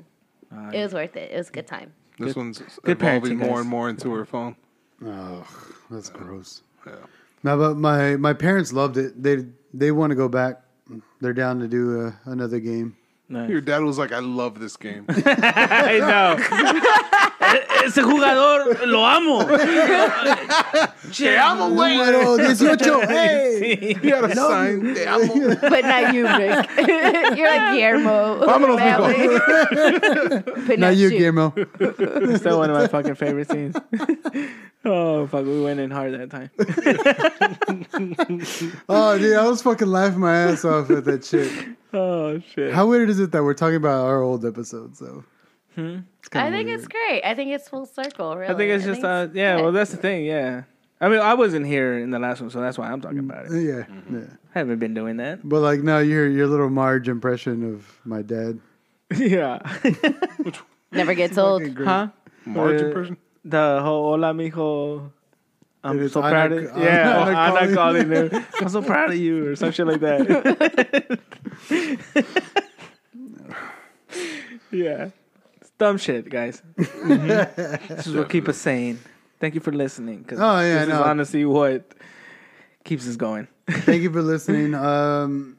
S7: It was worth it. It was a good time.
S2: This one's
S1: good
S2: evolving
S1: parenting, guys.
S2: more and more into her phone.
S4: Ugh, that's gross.
S2: Yeah.
S4: No, but my my parents loved it. They they want to go back. They're down to do uh, another game.
S2: Your dad was like, "I love this game."
S1: I know. E-, Ese jugador lo amo. Te amo,
S4: Número
S2: oh,
S4: 18. Hey,
S2: he had a sign. "Te amo."
S7: But not you, Rick. You're like Guillermo.
S2: Vámonos, mijo.
S4: not
S7: But not
S4: you, Guillermo.
S1: It's still one of my fucking favorite scenes. oh fuck, we went in hard that time.
S4: Oh, dude, I was fucking laughing my ass off at that shit.
S1: Oh shit.
S4: How weird is it that we're talking about our old episodes? though? It's kinda
S7: I think
S4: weird.
S7: it's great. I think it's full circle, really.
S1: I think it's just uh, yeah. Well, that's the thing. Yeah. I mean, I wasn't here in the last one, so that's why I'm talking about it.
S2: Mm-hmm.
S4: yeah, yeah.
S1: I haven't been doing that.
S4: But like, no, your your little Marge impression of my dad.
S1: Yeah.
S7: Never gets old.
S4: Fucking great.
S1: huh?
S2: March
S1: Uh,
S2: impression?
S1: The whole hola mijo. I'm
S4: It is
S1: so proud
S4: Ana-
S1: of yeah,
S4: Ana
S1: or Ana
S4: calling.
S1: calling her. I'm so proud of you, or some shit like that. yeah, it's dumb shit, guys. This is what keep us sane. Thank you for listening. 'cause
S4: Oh, yeah,
S1: this
S4: no.
S1: is honestly what keeps us going.
S4: Thank you for listening. Um,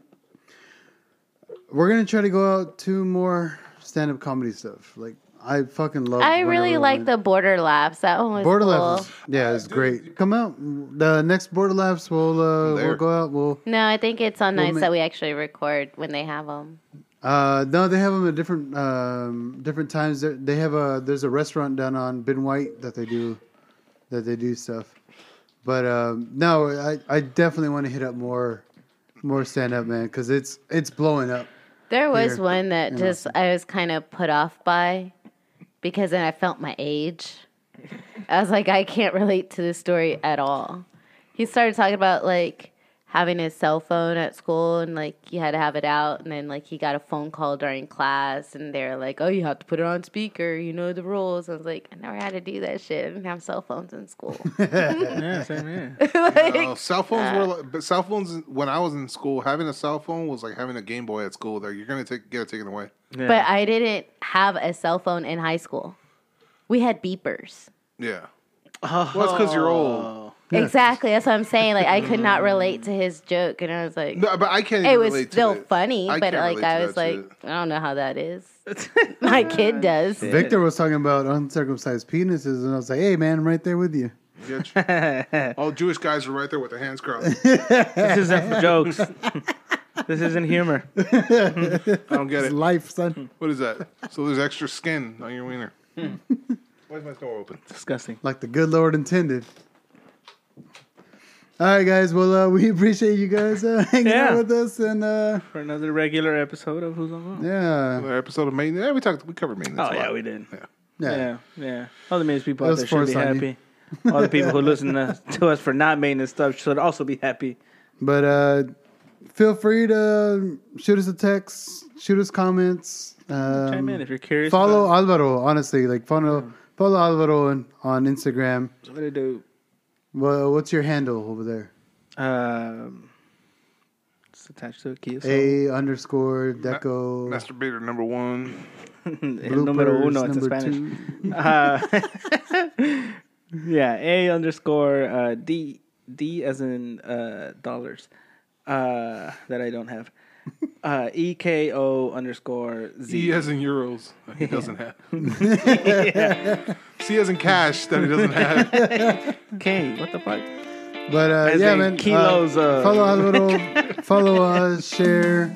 S4: we're gonna try to go out to more stand up comedy stuff. Like I fucking love.
S7: I really like the border laughs. That one was
S4: Border
S7: cool.
S4: Laughs. is- Yeah, it's great. Come out. The next Border Laughs, we'll uh,
S2: there.
S4: we'll go out. We'll
S7: No, I think it's on
S4: We'll
S7: nights
S4: ma-
S7: that we actually record when they have them.
S4: uh, no, they have them at different um, different times. There- They have a there's a restaurant down on Ben White that they do that they do stuff. But um, no, I, I definitely want to hit up more more stand up man because it's it's blowing up.
S7: There was
S4: Here.
S7: one that just I was kind of put off by because then I felt my age. I was like, I can't relate to this story at all. He started talking about like having his cell phone at school and like he had to have it out and then like he got a phone call during class and they're like, Oh, you have to put it on speaker, you know the rules. I was like, I never had to do that shit. I didn't have cell phones in school.
S1: Yeah, same here.
S2: Uh, cell phones were like, but cell phones when I was in school, having a cell phone was like having a Game Boy at school. Like you're gonna take get it taken away.
S7: But I didn't have a cell phone in high school. We had beepers.
S2: Yeah. Well, it's because you're
S1: Oh.
S2: old.
S7: Exactly. That's what I'm saying. Like I could not relate to his joke, and I was like,
S2: Mm-hmm. No, but I can't.
S7: it
S2: even
S7: was
S2: relate to
S7: still
S2: that.
S7: funny,
S2: I
S7: but
S2: can't
S7: like
S2: relate to
S7: I was
S2: that
S7: like,
S2: shit.
S7: I don't know how that is. My kid does.
S4: Victor was talking about uncircumcised penises, and I was like, "Hey, man, I'm right there with you."
S2: Bitch. All Jewish guys are right there with their hands crossed.
S1: This isn't for jokes. this isn't humor.
S2: I don't get
S4: It's
S2: it.
S4: life, son.
S2: What is that? So there's extra skin on your wiener.
S1: Hmm.
S2: Why's my door open?
S1: Disgusting.
S4: Like the good Lord intended. All right, guys. Well, uh, we appreciate you guys uh, hanging out
S1: Yeah.
S4: with us, and uh,
S1: For another regular episode of Who's on Call.
S4: yeah,
S2: Another episode of maintenance. Yeah, we talked. We covered maintenance.
S1: Oh
S2: a
S1: yeah,
S2: lot.
S1: we did.
S4: yeah.
S1: Yeah, yeah. All the maintenance people out
S4: That was
S1: there should be
S4: forced on
S1: happy. All the people who listen to, to us for not maintenance stuff should also be happy.
S4: But uh, feel free to shoot us a text, shoot us comments. Um,
S1: Chime in if you're curious.
S4: follow
S1: about
S4: Alvaro. Honestly, like follow follow Alvaro on, on Instagram.
S1: it. What to do?
S4: Well, what's your handle over there?
S1: Um, it's attached to a key. So
S4: A underscore deco
S2: Masturbator number one.
S1: el número uno. It's in
S4: number
S1: Spanish.
S4: two.
S1: Yeah, a underscore uh, d d as in uh, dollars uh, that I don't have. Uh, E K O underscore Z.
S2: Z as in euros. that He doesn't have. C as in cash that he doesn't have.
S1: K. What the fuck?
S4: But uh,
S1: As
S4: yeah,
S1: in
S4: man.
S1: kilos
S4: uh,
S1: of-
S4: Follow Alvaro. follow us. Share.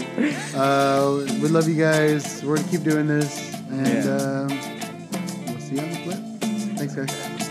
S4: Uh, we love you guys. We're gonna keep doing this, and uh,
S1: Yeah.
S4: um, we'll see you on the flip. Thanks, guys.